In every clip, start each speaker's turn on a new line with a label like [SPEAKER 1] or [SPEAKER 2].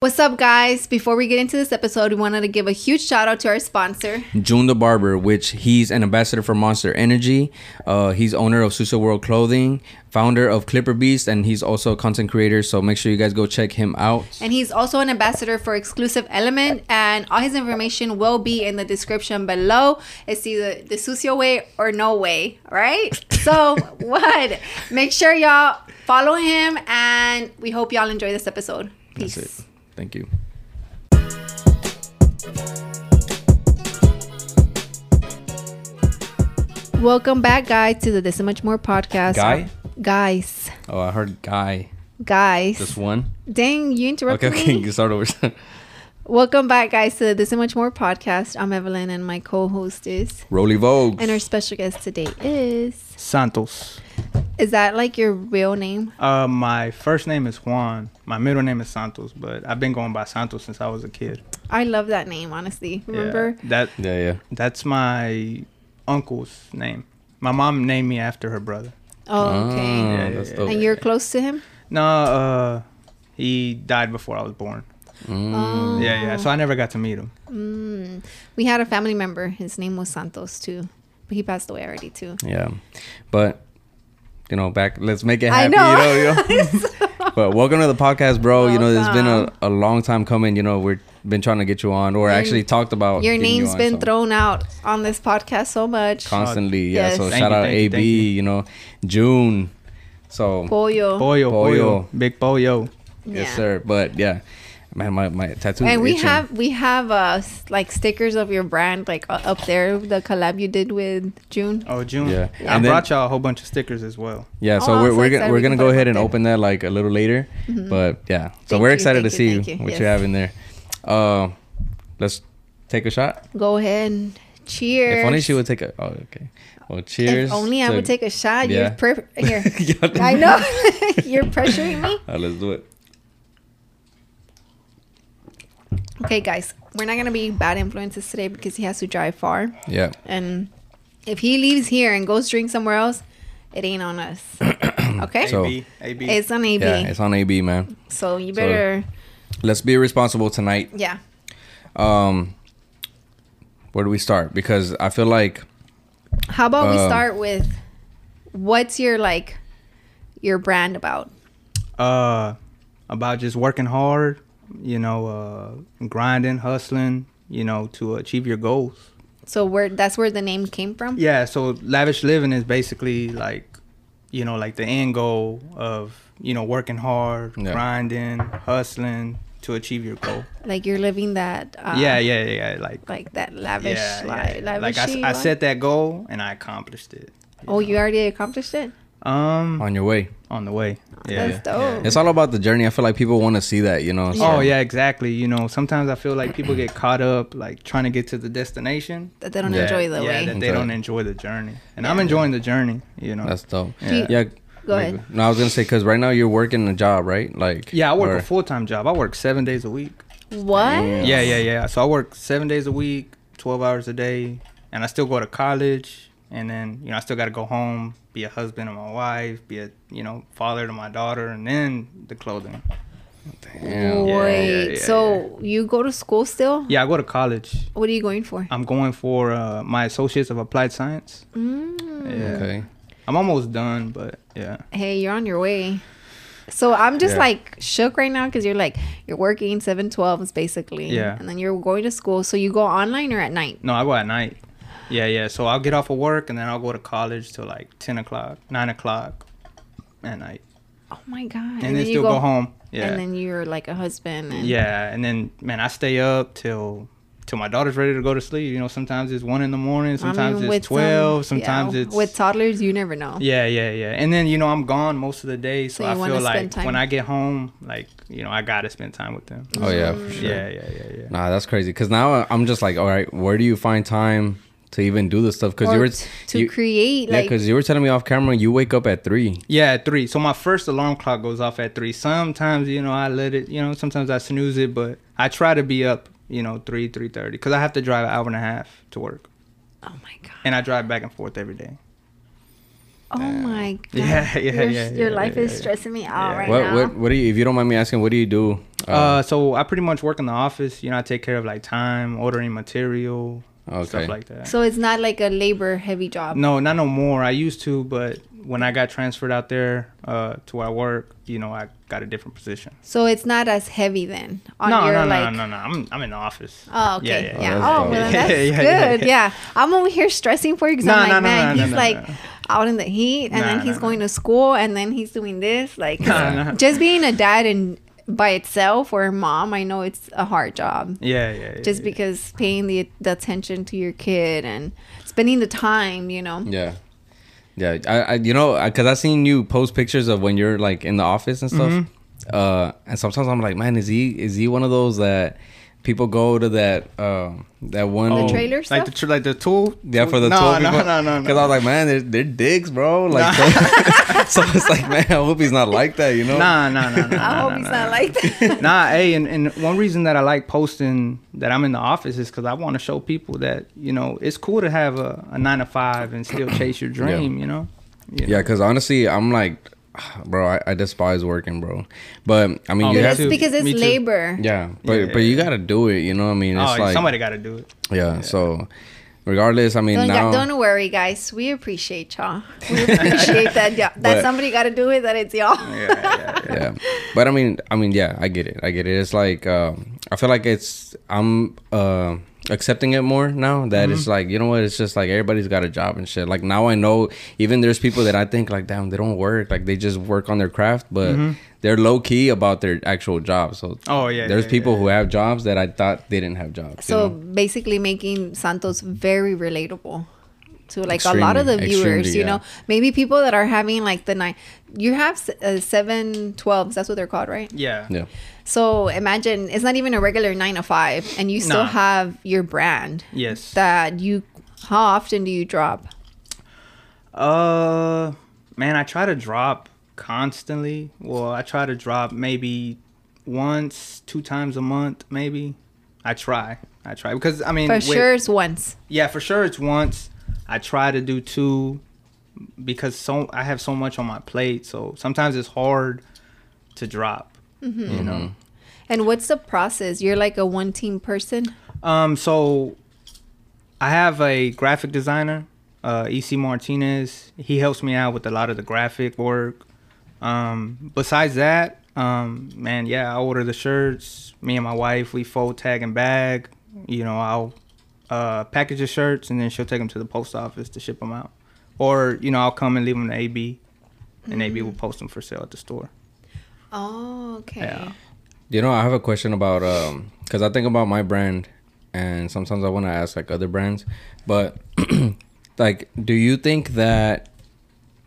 [SPEAKER 1] What's up, guys? Before we get into this episode, we wanted to give a huge shout out to our sponsor.
[SPEAKER 2] June the Barber, which he's an ambassador for Monster Energy. Uh, he's owner of Suso World Clothing, founder of Clipper Beast, and he's also a content creator. So make sure you guys go check him out.
[SPEAKER 1] And he's also an ambassador for Exclusive Element. And all his information will be in the description below. It's either the Sucio way or no way, right? So, what? Make sure y'all follow him. And we hope y'all enjoy this episode. Peace.
[SPEAKER 2] That's it. Thank you.
[SPEAKER 1] Welcome back, guys, to the This and Much More podcast.
[SPEAKER 2] Guy?
[SPEAKER 1] Guys.
[SPEAKER 2] Oh, I heard Guy.
[SPEAKER 1] Guys.
[SPEAKER 2] Just one.
[SPEAKER 1] Dang, you
[SPEAKER 2] Okay,
[SPEAKER 1] interrupted
[SPEAKER 2] okay.
[SPEAKER 1] me.
[SPEAKER 2] You can start over.
[SPEAKER 1] Welcome back, guys, to the This and Much More podcast. I'm Evelyn, and my co host is.
[SPEAKER 2] Roly Vogue.
[SPEAKER 1] And our special guest today is.
[SPEAKER 3] Santos.
[SPEAKER 1] Is that like your real name?
[SPEAKER 3] Uh, my first name is Juan. My middle name is Santos, but I've been going by Santos since I was a kid.
[SPEAKER 1] I love that name, honestly.
[SPEAKER 3] Yeah,
[SPEAKER 1] Remember?
[SPEAKER 3] that
[SPEAKER 2] Yeah, yeah.
[SPEAKER 3] that's my uncle's name. My mom named me after her brother.
[SPEAKER 1] Oh,
[SPEAKER 2] Ah,
[SPEAKER 1] okay.
[SPEAKER 3] Yeah,
[SPEAKER 2] that's
[SPEAKER 3] yeah,
[SPEAKER 2] dope.
[SPEAKER 1] And you're close to him?
[SPEAKER 3] No, uh, he died before I was born.
[SPEAKER 2] Mm,
[SPEAKER 1] Oh.
[SPEAKER 3] Yeah, yeah. So I never got to meet him.
[SPEAKER 1] Mm. Um, We had a family member. His name was Santos, too. But he passed away already, too.
[SPEAKER 2] Yeah, but you know, back. Let's make it
[SPEAKER 1] I
[SPEAKER 2] happy.
[SPEAKER 1] know.
[SPEAKER 2] You know, you know? but welcome to the podcast, bro. You know, it's been a,
[SPEAKER 1] Welcome.
[SPEAKER 2] a long time coming. You know, we've been trying to get you on, or
[SPEAKER 1] Your-
[SPEAKER 2] actually talked about
[SPEAKER 1] Your
[SPEAKER 2] getting you
[SPEAKER 1] name's
[SPEAKER 2] on,
[SPEAKER 1] been
[SPEAKER 2] so-
[SPEAKER 1] thrown out on this podcast so much.
[SPEAKER 2] constantly. Yeah.
[SPEAKER 1] Yes.
[SPEAKER 2] So
[SPEAKER 1] Thank
[SPEAKER 2] shout
[SPEAKER 3] you,
[SPEAKER 2] out
[SPEAKER 3] thank you,
[SPEAKER 2] AB.
[SPEAKER 3] thank
[SPEAKER 2] you.
[SPEAKER 3] you.
[SPEAKER 2] know, June. So
[SPEAKER 1] Pollo.
[SPEAKER 3] Pollo,
[SPEAKER 2] Pollo.
[SPEAKER 3] Pollo, big Pollo.
[SPEAKER 1] Yeah.
[SPEAKER 2] yes, sir. But yeah, man, my my tattoo.
[SPEAKER 1] And we have we have uh s- like stickers of your brand like uh, up there the collab you did with June.
[SPEAKER 3] Oh, June.
[SPEAKER 2] Yeah.
[SPEAKER 3] I
[SPEAKER 2] And then-
[SPEAKER 3] brought y'all a whole bunch of stickers as well.
[SPEAKER 2] Yeah, so
[SPEAKER 1] Oh, I'm
[SPEAKER 2] we're
[SPEAKER 1] so
[SPEAKER 2] we're,
[SPEAKER 1] excited
[SPEAKER 2] gonna,
[SPEAKER 1] we
[SPEAKER 2] we're
[SPEAKER 1] can
[SPEAKER 2] gonna
[SPEAKER 1] talk
[SPEAKER 2] go
[SPEAKER 1] about
[SPEAKER 2] ahead and
[SPEAKER 1] that.
[SPEAKER 2] open that like a little later. But yeah, so
[SPEAKER 1] Thank
[SPEAKER 2] we're
[SPEAKER 1] you,
[SPEAKER 2] excited
[SPEAKER 1] thank
[SPEAKER 2] to
[SPEAKER 1] you,
[SPEAKER 2] see
[SPEAKER 1] thank you.
[SPEAKER 2] what
[SPEAKER 1] Yes.
[SPEAKER 2] you have in there. Uh, let's take a shot.
[SPEAKER 1] Go ahead. Cheers.
[SPEAKER 2] If only she would take a. Oh, okay. Well, cheers.
[SPEAKER 1] If only I
[SPEAKER 2] to-
[SPEAKER 1] would take a shot.
[SPEAKER 2] Yeah.
[SPEAKER 1] You're per- here.
[SPEAKER 2] Yeah.
[SPEAKER 1] I know. You're pressuring me.
[SPEAKER 2] All right, Uh, let's do it.
[SPEAKER 1] Okay, guys, we're not gonna be bad influences today because he has to drive far,
[SPEAKER 2] Yeah.
[SPEAKER 1] and if he leaves here and goes drink somewhere else, it ain't on us. okay.
[SPEAKER 2] So-
[SPEAKER 3] AB, AB.
[SPEAKER 1] it's on AB,
[SPEAKER 2] Yeah, it's on AB, man.
[SPEAKER 1] so you
[SPEAKER 2] so-
[SPEAKER 1] better.
[SPEAKER 2] Let's be responsible tonight.
[SPEAKER 1] yeah.
[SPEAKER 2] Um, where do we start? Because I feel like
[SPEAKER 1] How about we
[SPEAKER 2] Um,
[SPEAKER 1] start with what's your like your brand about?
[SPEAKER 3] uh about just working hard you know uh grinding hustling you know to achieve your goals
[SPEAKER 1] So where that's where the name came from.
[SPEAKER 3] yeah so lavish living is basically like you know like the end goal of you know working hard
[SPEAKER 2] Yeah.
[SPEAKER 3] grinding hustling to achieve your goal
[SPEAKER 1] Like you're living that. Uh,
[SPEAKER 3] yeah yeah yeah yeah, like
[SPEAKER 1] Like that lavish,
[SPEAKER 3] yeah,
[SPEAKER 1] like,
[SPEAKER 3] yeah. like I, s-
[SPEAKER 1] lavishy
[SPEAKER 3] I
[SPEAKER 1] life.
[SPEAKER 3] set that goal and i accomplished it
[SPEAKER 1] Oh, you already accomplished it.
[SPEAKER 3] um
[SPEAKER 2] on your way,
[SPEAKER 3] on the way yeah
[SPEAKER 1] That's dope.
[SPEAKER 2] it's all about the journey. I feel like people want to see that, you know. so-
[SPEAKER 3] Oh yeah, exactly. You know, sometimes I feel like people get caught up like trying to get to the destination
[SPEAKER 1] That they don't
[SPEAKER 2] Yeah.
[SPEAKER 1] enjoy the
[SPEAKER 3] yeah,
[SPEAKER 1] way.
[SPEAKER 3] that they
[SPEAKER 2] Okay.
[SPEAKER 3] don't enjoy the journey, and I'm enjoying the journey. You know.
[SPEAKER 2] That's dope.
[SPEAKER 3] Do
[SPEAKER 2] Yeah.
[SPEAKER 3] you-
[SPEAKER 1] Go
[SPEAKER 2] like-
[SPEAKER 1] ahead.
[SPEAKER 2] No, I was gonna say because right now you're working a job, right? Like
[SPEAKER 3] yeah, I work
[SPEAKER 2] or-
[SPEAKER 3] a full time job. I work seven days a week.
[SPEAKER 1] what?
[SPEAKER 3] Yeah, yeah, yeah. So I work seven days a week, twelve hours a day, and I still go to college, and then you know I still got to go home, be a husband to my wife, be a you know father to my daughter, and then the clothing.
[SPEAKER 2] Damn.
[SPEAKER 3] Yeah,
[SPEAKER 1] Wait.
[SPEAKER 3] yeah, yeah,
[SPEAKER 1] so you go to school still?
[SPEAKER 3] Yeah, I go to college.
[SPEAKER 1] What are you going for?
[SPEAKER 3] I'm going for uh, my associates of applied science.
[SPEAKER 1] Mm.
[SPEAKER 3] Yeah.
[SPEAKER 2] Okay.
[SPEAKER 3] I'm almost done, but yeah.
[SPEAKER 1] Hey, you're on your way. So I'm just
[SPEAKER 2] Yeah.
[SPEAKER 1] like shook right now because you're like you're working seven twelves basically.
[SPEAKER 3] Yeah.
[SPEAKER 1] And then you're going to school. So you go online or at night?
[SPEAKER 3] No, I go at night. Yeah, yeah. So I'll get off of work and then I'll go to college till like ten o'clock, nine o'clock at night,
[SPEAKER 1] Oh my god. And,
[SPEAKER 3] and, then, still go, home. Yeah,
[SPEAKER 1] And then you're like a husband. And
[SPEAKER 3] yeah. And then man, I stay up till till my daughter's ready to go to sleep. You know, sometimes it's one in the morning,
[SPEAKER 1] I mean,
[SPEAKER 3] sometimes
[SPEAKER 1] with
[SPEAKER 3] it's
[SPEAKER 1] some-
[SPEAKER 3] twelve,
[SPEAKER 1] yeah,
[SPEAKER 3] sometimes it's
[SPEAKER 1] with toddlers, you never know.
[SPEAKER 3] yeah, yeah, yeah. And then you know I'm gone most of the day, so,
[SPEAKER 1] So you
[SPEAKER 3] I
[SPEAKER 1] wanna
[SPEAKER 3] feel
[SPEAKER 1] spend
[SPEAKER 3] like
[SPEAKER 1] time.
[SPEAKER 3] when I get home, like you know I gotta spend time with them.
[SPEAKER 2] Oh yeah, for sure.
[SPEAKER 3] Yeah, yeah, yeah, yeah.
[SPEAKER 2] Nah, that's crazy. Because now I'm just like, all right, where do you find time to even do this stuff? Because you
[SPEAKER 1] Or
[SPEAKER 2] were
[SPEAKER 1] t- to
[SPEAKER 2] you-
[SPEAKER 1] create
[SPEAKER 2] yeah,
[SPEAKER 1] like
[SPEAKER 2] because you were telling me off camera you wake up at three.
[SPEAKER 3] Yeah, at three. So my first alarm clock goes off at three. Sometimes, you know, I let it. You know, sometimes I snooze it, but I try to be up. You know, three, three thirty, because I have to drive an hour and a half to work,
[SPEAKER 1] oh my god.
[SPEAKER 3] and I drive back and forth every day.
[SPEAKER 1] Oh my god.
[SPEAKER 3] Yeah, yeah,
[SPEAKER 1] your,
[SPEAKER 3] yeah,
[SPEAKER 1] Your
[SPEAKER 3] yeah,
[SPEAKER 1] life
[SPEAKER 3] yeah,
[SPEAKER 1] is
[SPEAKER 3] yeah.
[SPEAKER 1] stressing me out
[SPEAKER 3] Yeah.
[SPEAKER 1] right
[SPEAKER 2] What
[SPEAKER 1] now.
[SPEAKER 2] what what do you? If you don't mind me asking, what do you do?
[SPEAKER 3] Uh, so I pretty much work in the office. You know, I take care of like time, ordering material,
[SPEAKER 2] Okay.
[SPEAKER 3] stuff like that.
[SPEAKER 1] So it's not like a labor heavy job.
[SPEAKER 3] No, not no more. I used to, but when I got transferred out there uh, to where I work, you know, I got a different position.
[SPEAKER 1] So it's not as heavy then on
[SPEAKER 3] no,
[SPEAKER 1] your
[SPEAKER 3] no, no,
[SPEAKER 1] like.
[SPEAKER 3] no, no, no. I'm I'm in the office.
[SPEAKER 1] Oh okay, yeah.
[SPEAKER 2] yeah. Oh,
[SPEAKER 1] Oh, well,
[SPEAKER 2] that's dope.
[SPEAKER 1] that's
[SPEAKER 3] Yeah, yeah, yeah,
[SPEAKER 1] good. Yeah, I'm over here stressing for you because
[SPEAKER 3] No,
[SPEAKER 1] I'm like,
[SPEAKER 3] no, no,
[SPEAKER 1] man,
[SPEAKER 3] no, no,
[SPEAKER 1] he's
[SPEAKER 3] no,
[SPEAKER 1] like
[SPEAKER 3] no.
[SPEAKER 1] out in the heat, and
[SPEAKER 3] Nah,
[SPEAKER 1] then
[SPEAKER 3] nah,
[SPEAKER 1] he's
[SPEAKER 3] nah.
[SPEAKER 1] going to school, and then he's doing this. Like,
[SPEAKER 3] Nah, nah.
[SPEAKER 1] just being a dad and by itself or a mom, I know it's a hard job.
[SPEAKER 3] Yeah, yeah. yeah
[SPEAKER 1] Just
[SPEAKER 3] yeah.
[SPEAKER 1] because paying the, the attention to your kid and spending the time, you know.
[SPEAKER 2] Yeah. Yeah, I, I you know, because I've seen you post pictures of when you're like in the office and stuff.
[SPEAKER 3] Mm-hmm.
[SPEAKER 2] Uh, and sometimes I'm like, man, is he is he one of those that people go to that um that one
[SPEAKER 1] The trailer
[SPEAKER 3] like
[SPEAKER 1] stuff?
[SPEAKER 3] the tr- like the tool.
[SPEAKER 2] Yeah, for the
[SPEAKER 3] Oh. no,
[SPEAKER 2] tool
[SPEAKER 3] no,
[SPEAKER 2] people.
[SPEAKER 3] no, no,
[SPEAKER 2] Because I was like, man, they're, they're dicks, bro. Like, so, so it's like, man, I hope he's not like that, you know?
[SPEAKER 3] Nah, nah, nah,
[SPEAKER 1] I
[SPEAKER 3] nah. nah,
[SPEAKER 1] hope
[SPEAKER 3] nah,
[SPEAKER 1] he's
[SPEAKER 3] nah.
[SPEAKER 1] not like that.
[SPEAKER 3] nah, hey, and, and one reason that I like posting that I'm in the office is because I want to show people that you know it's cool to have a, a nine to five and still chase your dream. You know.
[SPEAKER 2] Yeah, because honestly, I'm like, bro, I, I despise working, bro. But I mean,
[SPEAKER 3] Oh,
[SPEAKER 2] you have
[SPEAKER 3] me
[SPEAKER 1] That's
[SPEAKER 2] to.
[SPEAKER 3] too.
[SPEAKER 1] because
[SPEAKER 3] Me
[SPEAKER 1] it's
[SPEAKER 3] too.
[SPEAKER 1] labor.
[SPEAKER 2] Yeah, but
[SPEAKER 3] Yeah.
[SPEAKER 2] but you gotta do it. You know what I mean? It's
[SPEAKER 3] Oh,
[SPEAKER 2] like
[SPEAKER 3] somebody got to do it.
[SPEAKER 2] yeah, So regardless, I mean
[SPEAKER 1] Don't,
[SPEAKER 2] now
[SPEAKER 1] don't worry, guys. We appreciate y'all. We appreciate that y'all, that
[SPEAKER 2] But-
[SPEAKER 1] somebody got to do it. That it's y'all.
[SPEAKER 2] yeah. But I mean, I mean, yeah, I get it. I get it. It's like um, I feel like it's I'm uh, accepting it more now that it's
[SPEAKER 3] Mm-hmm.
[SPEAKER 2] like you know what? It's just like everybody's got a job and shit. Like now I know even there's people that I think like damn they don't work like they just work on their craft, but they're low key about their actual job. So
[SPEAKER 3] Mm-hmm. Oh, yeah,
[SPEAKER 2] there's
[SPEAKER 3] yeah,
[SPEAKER 2] people
[SPEAKER 3] yeah,
[SPEAKER 2] who have jobs that I thought they didn't have jobs. you
[SPEAKER 1] So
[SPEAKER 2] know?
[SPEAKER 1] basically, making Santos very relatable to like a lot of the
[SPEAKER 2] Extremely,
[SPEAKER 1] viewers.
[SPEAKER 2] extremely,
[SPEAKER 1] You know,
[SPEAKER 2] yeah.
[SPEAKER 1] maybe people that are having like the nine. You have s- uh, seven twelves. That's what they're called, right?
[SPEAKER 3] Yeah.
[SPEAKER 2] yeah.
[SPEAKER 1] So imagine it's not even a regular nine to five, and you still
[SPEAKER 3] Nah.
[SPEAKER 1] have your brand.
[SPEAKER 3] Yes.
[SPEAKER 1] That you. How often do you drop?
[SPEAKER 3] Uh, man, I try to drop constantly. Well, I try to drop maybe once, two times a month, maybe. I try. I try because I mean,
[SPEAKER 1] For
[SPEAKER 3] with-
[SPEAKER 1] sure, it's once.
[SPEAKER 3] Yeah, for sure it's once. I try to do two because so I have so much on my plate, so sometimes it's hard to drop. You know.
[SPEAKER 1] And what's the process? You're like a one team person.
[SPEAKER 3] Um, so I have a graphic designer, uh, EC Martinez. He helps me out with a lot of the graphic work. Um, besides that, um, man, yeah, I order the shirts. Me and my wife, we fold, tag, and bag. You know, I'll uh, package the shirts and then she'll take them to the post office to ship them out. Or, you know, I'll come and leave them to AB and AB will post them for sale at the store.
[SPEAKER 1] Oh, okay.
[SPEAKER 3] Yeah.
[SPEAKER 2] You know, I have a question about um, because I think about my brand, and sometimes I want to ask like other brands, but like, do you think that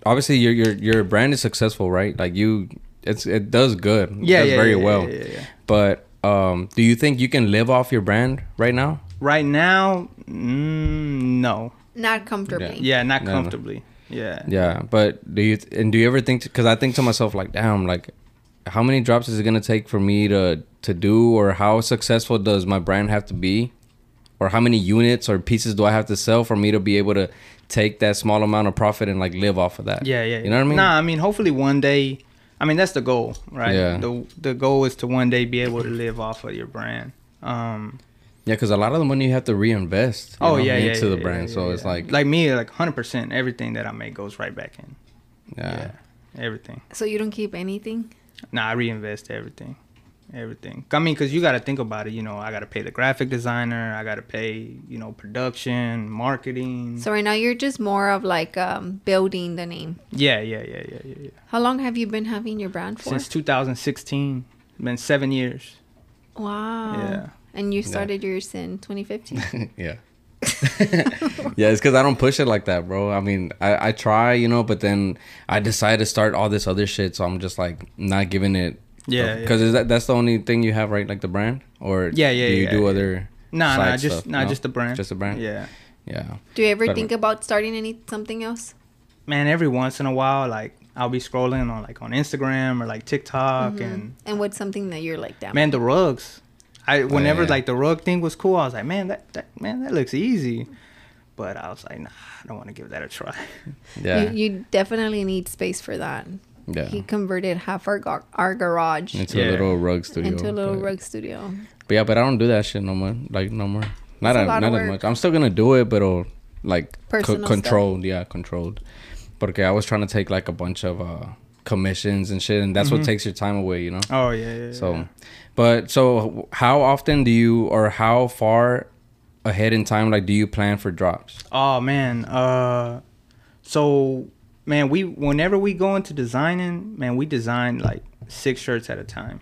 [SPEAKER 2] obviously your your your brand is successful, right? Like you, it's it does good, it
[SPEAKER 3] Yeah,
[SPEAKER 2] does
[SPEAKER 3] yeah,
[SPEAKER 2] very
[SPEAKER 3] yeah, yeah,
[SPEAKER 2] well.
[SPEAKER 3] yeah, yeah.
[SPEAKER 2] But um, do you think you can live off your brand right now?
[SPEAKER 3] Right now, mm, no.
[SPEAKER 1] Not comfortably.
[SPEAKER 3] Yeah, not
[SPEAKER 2] No, no.
[SPEAKER 3] comfortably. Yeah.
[SPEAKER 2] Yeah, but do you and do you ever think? Because I think to myself like, damn, like, how many drops is it gonna take for me to to do, or how successful does my brand have to be, or how many units or pieces do I have to sell for me to be able to take that small amount of profit and like live off of that?
[SPEAKER 3] Yeah, yeah.
[SPEAKER 2] You know what I mean?
[SPEAKER 3] Nah, I mean, hopefully one day. I mean, that's the goal, right?
[SPEAKER 2] Yeah.
[SPEAKER 3] The the goal is to one day be able to live off of your brand. Um.
[SPEAKER 2] Yeah, because a lot of the money you have to reinvest. you
[SPEAKER 3] Oh
[SPEAKER 2] know,
[SPEAKER 3] yeah, yeah.
[SPEAKER 2] into
[SPEAKER 3] yeah,
[SPEAKER 2] the
[SPEAKER 3] yeah,
[SPEAKER 2] brand.
[SPEAKER 3] yeah,
[SPEAKER 2] so
[SPEAKER 3] yeah.
[SPEAKER 2] it's like,
[SPEAKER 3] like me, like hundred percent, everything that I make goes right back in.
[SPEAKER 2] yeah,
[SPEAKER 3] Everything.
[SPEAKER 1] So you don't keep anything.
[SPEAKER 3] Nah, I reinvest everything. Everything. I mean, because you got to think about it. You know, I got to pay the graphic designer. I got to pay, you know, production, marketing.
[SPEAKER 1] So right now you're just more of like um, building the name.
[SPEAKER 3] yeah, yeah, yeah, yeah, yeah. yeah.
[SPEAKER 1] How long have you been having your brand for?
[SPEAKER 3] Since 2016, been seven years.
[SPEAKER 1] wow.
[SPEAKER 3] Yeah.
[SPEAKER 1] And you started yours in 2015.
[SPEAKER 2] yeah. yeah, it's because I don't push it like that, bro. I mean, I, I try, you know, but then I decide to start all this other shit, so I'm just like not giving it.
[SPEAKER 3] Yeah, yeah.
[SPEAKER 2] because that that's the only thing you have, right? Like the brand, or
[SPEAKER 3] Yeah, yeah,
[SPEAKER 2] Do you
[SPEAKER 3] yeah,
[SPEAKER 2] do
[SPEAKER 3] yeah.
[SPEAKER 2] other?
[SPEAKER 3] Nah, nah,
[SPEAKER 2] side
[SPEAKER 3] just
[SPEAKER 2] stuff?
[SPEAKER 3] nah,
[SPEAKER 2] No?
[SPEAKER 3] just the brand.
[SPEAKER 2] Just the brand.
[SPEAKER 3] Yeah.
[SPEAKER 2] yeah.
[SPEAKER 1] Do you ever
[SPEAKER 2] But-
[SPEAKER 1] think about starting any something else?
[SPEAKER 3] man, every once in a while, like I'll be scrolling on like on Instagram or like TikTok, and
[SPEAKER 1] And what's something that you're like down?
[SPEAKER 3] man, the rugs. I whenever
[SPEAKER 2] Oh, yeah.
[SPEAKER 3] like the rug thing was cool, I was like, man, that, that man, that looks easy. But I was like, nah, I don't want to give that a try.
[SPEAKER 2] Yeah.
[SPEAKER 1] You, you definitely need space for that.
[SPEAKER 2] yeah.
[SPEAKER 1] He converted half our, gar- our garage
[SPEAKER 2] into a
[SPEAKER 3] Yeah.
[SPEAKER 2] little rug studio.
[SPEAKER 1] into a little
[SPEAKER 2] but,
[SPEAKER 1] rug studio.
[SPEAKER 2] But yeah, but I don't do that shit no more. Like no more. Not
[SPEAKER 1] It's a
[SPEAKER 2] a,
[SPEAKER 1] lot of
[SPEAKER 2] not as
[SPEAKER 1] work.
[SPEAKER 2] much. I'm still gonna do it, but uh, like co-
[SPEAKER 1] Personal stuff.
[SPEAKER 2] controlled. Yeah, controlled. Porque I was trying to take like a bunch of uh commissions and shit, and that's what takes your time away, you know.
[SPEAKER 3] Oh yeah. Mm-hmm. yeah
[SPEAKER 2] So,
[SPEAKER 3] yeah.
[SPEAKER 2] but so how often do you or how far ahead in time like do you plan for drops?
[SPEAKER 3] Oh man. Uh, so man, we whenever we go into designing, man, we design like six shirts at a time.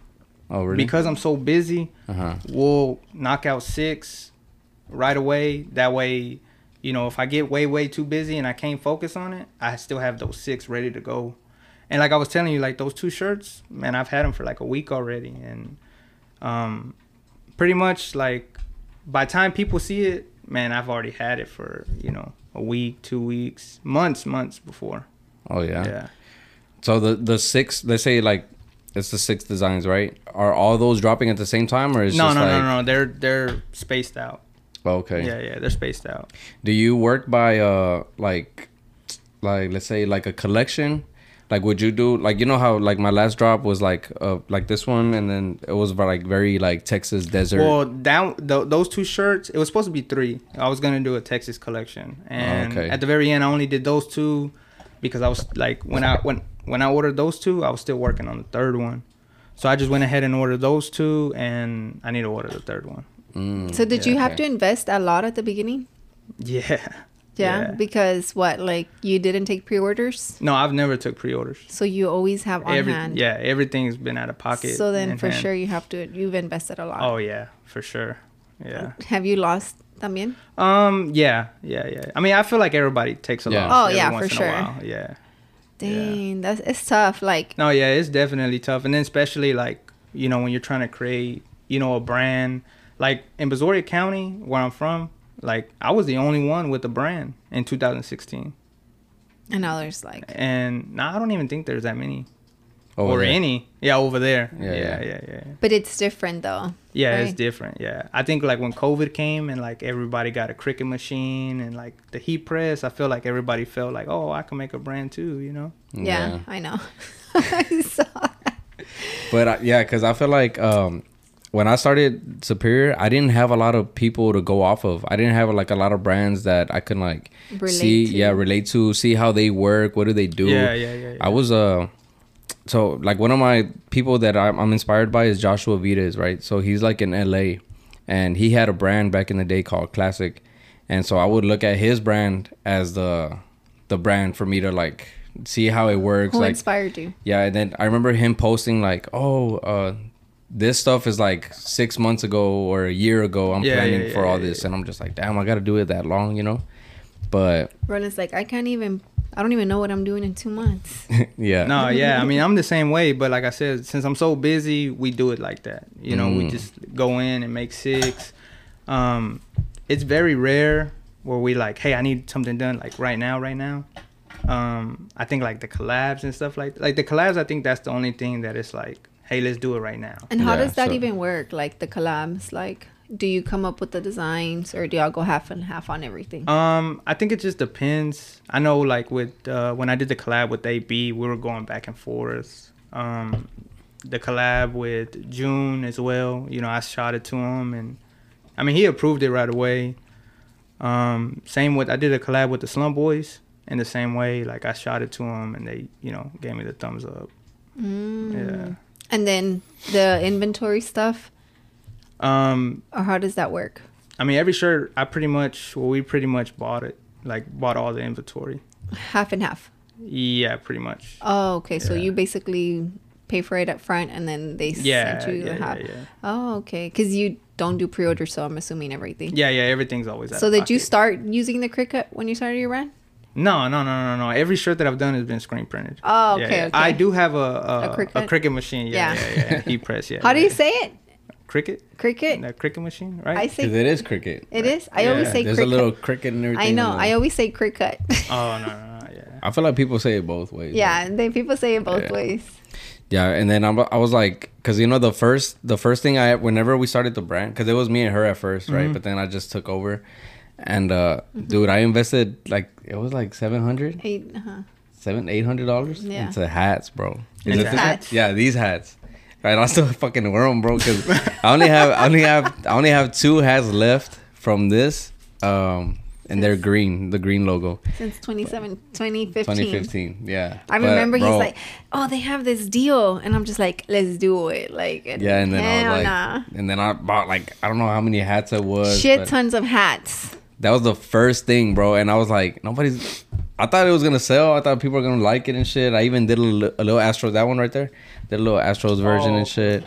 [SPEAKER 2] Oh really?
[SPEAKER 3] Because I'm so busy,
[SPEAKER 2] Uh-huh.
[SPEAKER 3] we'll knock out six right away. That way, you know, if I get way way too busy and I can't focus on it, I still have those six ready to go. And like I was telling you, like those two shirts, man, I've had them for like a week already, and um, pretty much like by the time people see it, man, I've already had it for you know a week, two weeks, months, months before.
[SPEAKER 2] oh yeah.
[SPEAKER 3] Yeah.
[SPEAKER 2] So the the six let's say like it's the six designs, right? Are all those dropping at the same time or is
[SPEAKER 3] No,
[SPEAKER 2] just
[SPEAKER 3] no,
[SPEAKER 2] like Oh,
[SPEAKER 3] no, no, no. They're they're spaced out.
[SPEAKER 2] okay.
[SPEAKER 3] Yeah, yeah, they're spaced out.
[SPEAKER 2] Do you work by uh like like let's say like a collection? Like would you do like you know how like my last drop was like uh like this one and then it was about like very like Texas desert.
[SPEAKER 3] Well, that th- those two shirts, it was supposed to be three. I was gonna do a Texas collection, and
[SPEAKER 2] Okay.
[SPEAKER 3] at the very end, I only did those two because I was like, when I when when I ordered those two, I was still working on the third one, so I just went ahead and ordered those two, and I need to order the third one.
[SPEAKER 2] Mm,
[SPEAKER 1] So did
[SPEAKER 2] yeah,
[SPEAKER 1] you have
[SPEAKER 2] okay.
[SPEAKER 1] to invest a lot at the beginning?
[SPEAKER 3] Yeah.
[SPEAKER 1] Yeah, because what like you didn't take pre-orders,
[SPEAKER 3] No, I've never took pre-orders.
[SPEAKER 1] so you always have on
[SPEAKER 3] Every,
[SPEAKER 1] hand.
[SPEAKER 3] yeah, everything's been out of pocket.
[SPEAKER 1] So then,
[SPEAKER 3] in
[SPEAKER 1] for
[SPEAKER 3] hand.
[SPEAKER 1] sure, you have to. You've invested a lot.
[SPEAKER 3] Oh yeah, for sure. Yeah.
[SPEAKER 1] Have you lost también?
[SPEAKER 3] Um. Yeah. Yeah. Yeah. I mean, I feel like everybody takes a
[SPEAKER 2] Yeah.
[SPEAKER 3] loss.
[SPEAKER 1] Oh,
[SPEAKER 3] every
[SPEAKER 1] yeah, for
[SPEAKER 3] once in a
[SPEAKER 1] sure.
[SPEAKER 3] while. Yeah.
[SPEAKER 1] Dang, that's it's tough. Like
[SPEAKER 3] No, yeah, it's definitely tough, and then especially like you know when you're trying to create you know a brand like in Brazoria County where I'm from. Like I was the only one with a brand in 2016,
[SPEAKER 1] and others like
[SPEAKER 3] and now I don't even think there's that many
[SPEAKER 2] Over
[SPEAKER 3] or
[SPEAKER 2] there.
[SPEAKER 3] any. Yeah, over there.
[SPEAKER 2] Yeah,
[SPEAKER 3] Yeah,
[SPEAKER 2] yeah.
[SPEAKER 3] yeah, yeah, yeah.
[SPEAKER 1] but it's different though.
[SPEAKER 3] Yeah,
[SPEAKER 1] Right.
[SPEAKER 3] it's different. Yeah, I think like when COVID came and like everybody got a Cricut machine and like the heat press, I feel like everybody felt like, oh, I can make a brand too, you know?
[SPEAKER 1] Yeah,
[SPEAKER 2] Yeah.
[SPEAKER 1] I know. I saw that.
[SPEAKER 2] But I, yeah, because I feel like um, when I started Superior, I didn't have a lot of people to go off of. I didn't have like a lot of brands that I can like
[SPEAKER 1] Relate
[SPEAKER 2] see,
[SPEAKER 1] to.
[SPEAKER 2] yeah, relate to, see how they work, what do they do.
[SPEAKER 3] Yeah, yeah, yeah, yeah.
[SPEAKER 2] I was uh, so like one of my people that I'm, I'm inspired by is Joshua Vitas, right? So he's like in LA, and he had a brand back in the day called Classic, and so I would look at his brand as the the brand for me to like see how it works,
[SPEAKER 1] Who
[SPEAKER 2] like
[SPEAKER 1] inspired you?
[SPEAKER 2] yeah, and then I remember him posting like, "Oh, uh, this stuff is like six months ago or a year ago. I'm
[SPEAKER 3] Yeah, yeah,
[SPEAKER 2] planning
[SPEAKER 3] yeah,
[SPEAKER 2] for all
[SPEAKER 3] yeah,
[SPEAKER 2] this," and I'm just like, "Damn, I got to do it that long," you know? But
[SPEAKER 1] Roland's like, I can't even. I don't even know what I'm doing in two months.
[SPEAKER 2] yeah,
[SPEAKER 3] No, yeah. I mean, I'm the same way, but like I said, since I'm so busy, we do it like that. You know, we just go in and make six. Um, it's very rare where we like, hey, I need something done like right now, right now. Um, I think like the collabs and stuff like like the collabs. I think that's the only thing that it's like, hey, let's do it right now.
[SPEAKER 1] And how
[SPEAKER 2] Yeah,
[SPEAKER 1] does that
[SPEAKER 2] so-
[SPEAKER 1] even work? Like the collabs, like do you come up with the designs or do y'all go half and half on everything?
[SPEAKER 3] Um, I think it just depends. I know, like with uh, when I did the collab with AB, we were going back and forth. Um, the collab with June as well. You know, I shot it to him, and I mean, he approved it right away. Um, same with I did a collab with the Slum Boys in the same way. Like I shot it to him, and they, you know, gave me the thumbs up. Yeah.
[SPEAKER 1] Mm. and then the inventory stuff,
[SPEAKER 3] Um,
[SPEAKER 1] or how does that work?
[SPEAKER 3] I mean, every shirt I pretty much, well, we pretty much bought it. Like bought all the inventory.
[SPEAKER 1] Half and half.
[SPEAKER 3] Yeah, pretty much.
[SPEAKER 1] Oh, okay. So
[SPEAKER 3] Yeah.
[SPEAKER 1] you basically pay for it up front, and then they
[SPEAKER 3] Yeah,
[SPEAKER 1] send you
[SPEAKER 3] yeah,
[SPEAKER 1] the half.
[SPEAKER 3] yeah, yeah.
[SPEAKER 1] Oh, okay. Because you don't do pre-order, so I'm assuming everything.
[SPEAKER 3] Yeah, yeah, everything's always. out
[SPEAKER 1] So
[SPEAKER 3] of
[SPEAKER 1] did you
[SPEAKER 3] pocket.
[SPEAKER 1] start using the Cricut when you started your brand?
[SPEAKER 3] No, no, no, no, no. Every shirt that I've done has been screen printed.
[SPEAKER 1] Oh,
[SPEAKER 3] Yeah,
[SPEAKER 1] okay,
[SPEAKER 3] yeah.
[SPEAKER 1] okay.
[SPEAKER 3] I do have a a,
[SPEAKER 1] A
[SPEAKER 3] a,
[SPEAKER 1] Cricut?
[SPEAKER 3] cricket? machine.
[SPEAKER 1] Yeah.
[SPEAKER 3] Yeah, yeah, yeah. yeah. Heat press. Yeah.
[SPEAKER 1] How do you
[SPEAKER 3] yeah.
[SPEAKER 1] say it?
[SPEAKER 3] cricket?
[SPEAKER 1] Cricut.
[SPEAKER 3] That cricket machine,
[SPEAKER 1] I
[SPEAKER 3] right?
[SPEAKER 1] say
[SPEAKER 2] because it is cricket.
[SPEAKER 1] it is. I always
[SPEAKER 3] Yeah,
[SPEAKER 1] say
[SPEAKER 2] There's
[SPEAKER 1] Cricut.
[SPEAKER 2] a little cricket and everything.
[SPEAKER 1] I know.
[SPEAKER 2] and
[SPEAKER 1] I
[SPEAKER 2] all.
[SPEAKER 1] always say Cricut.
[SPEAKER 3] oh no, no, no, yeah.
[SPEAKER 2] I feel like people say it both ways.
[SPEAKER 1] yeah, they people say it both
[SPEAKER 2] Yeah.
[SPEAKER 1] ways.
[SPEAKER 2] Yeah, and then I'm, I was like, because you know the
[SPEAKER 1] Mm-hmm.
[SPEAKER 2] first the first thing I whenever we started the brand, because it was me and her at first, right? But then I just took over, And uh, dude, I invested like it was like 700
[SPEAKER 1] Eight, uh-huh.
[SPEAKER 2] seven eight hundred dollars
[SPEAKER 1] Yeah.
[SPEAKER 2] into hats, bro.
[SPEAKER 3] These
[SPEAKER 2] Is it-
[SPEAKER 1] hats?
[SPEAKER 2] Yeah, these hats. Right, I still fucking wear them, bro. Cause I only have, I only have, I only have two hats left from this, um, and they're green, the green logo,
[SPEAKER 1] Since 27, 2015.
[SPEAKER 2] 2015. Yeah,
[SPEAKER 1] I
[SPEAKER 2] But,
[SPEAKER 1] remember
[SPEAKER 2] bro,
[SPEAKER 1] he's like, "Oh, they have this deal," and I'm just like, "Let's do it!" Like,
[SPEAKER 2] yeah, and then I
[SPEAKER 1] hell
[SPEAKER 2] was like,
[SPEAKER 1] nah.
[SPEAKER 2] and then I bought like I don't know how many hats it was.
[SPEAKER 1] shit
[SPEAKER 2] but
[SPEAKER 1] tons of hats.
[SPEAKER 2] that was the first thing, bro. And I was like, nobody's. I thought it was gonna sell. I thought people were gonna like it and shit. I even did a, li- a little Astros. That one right there, did a little Astros version
[SPEAKER 3] Oh,
[SPEAKER 2] and shit.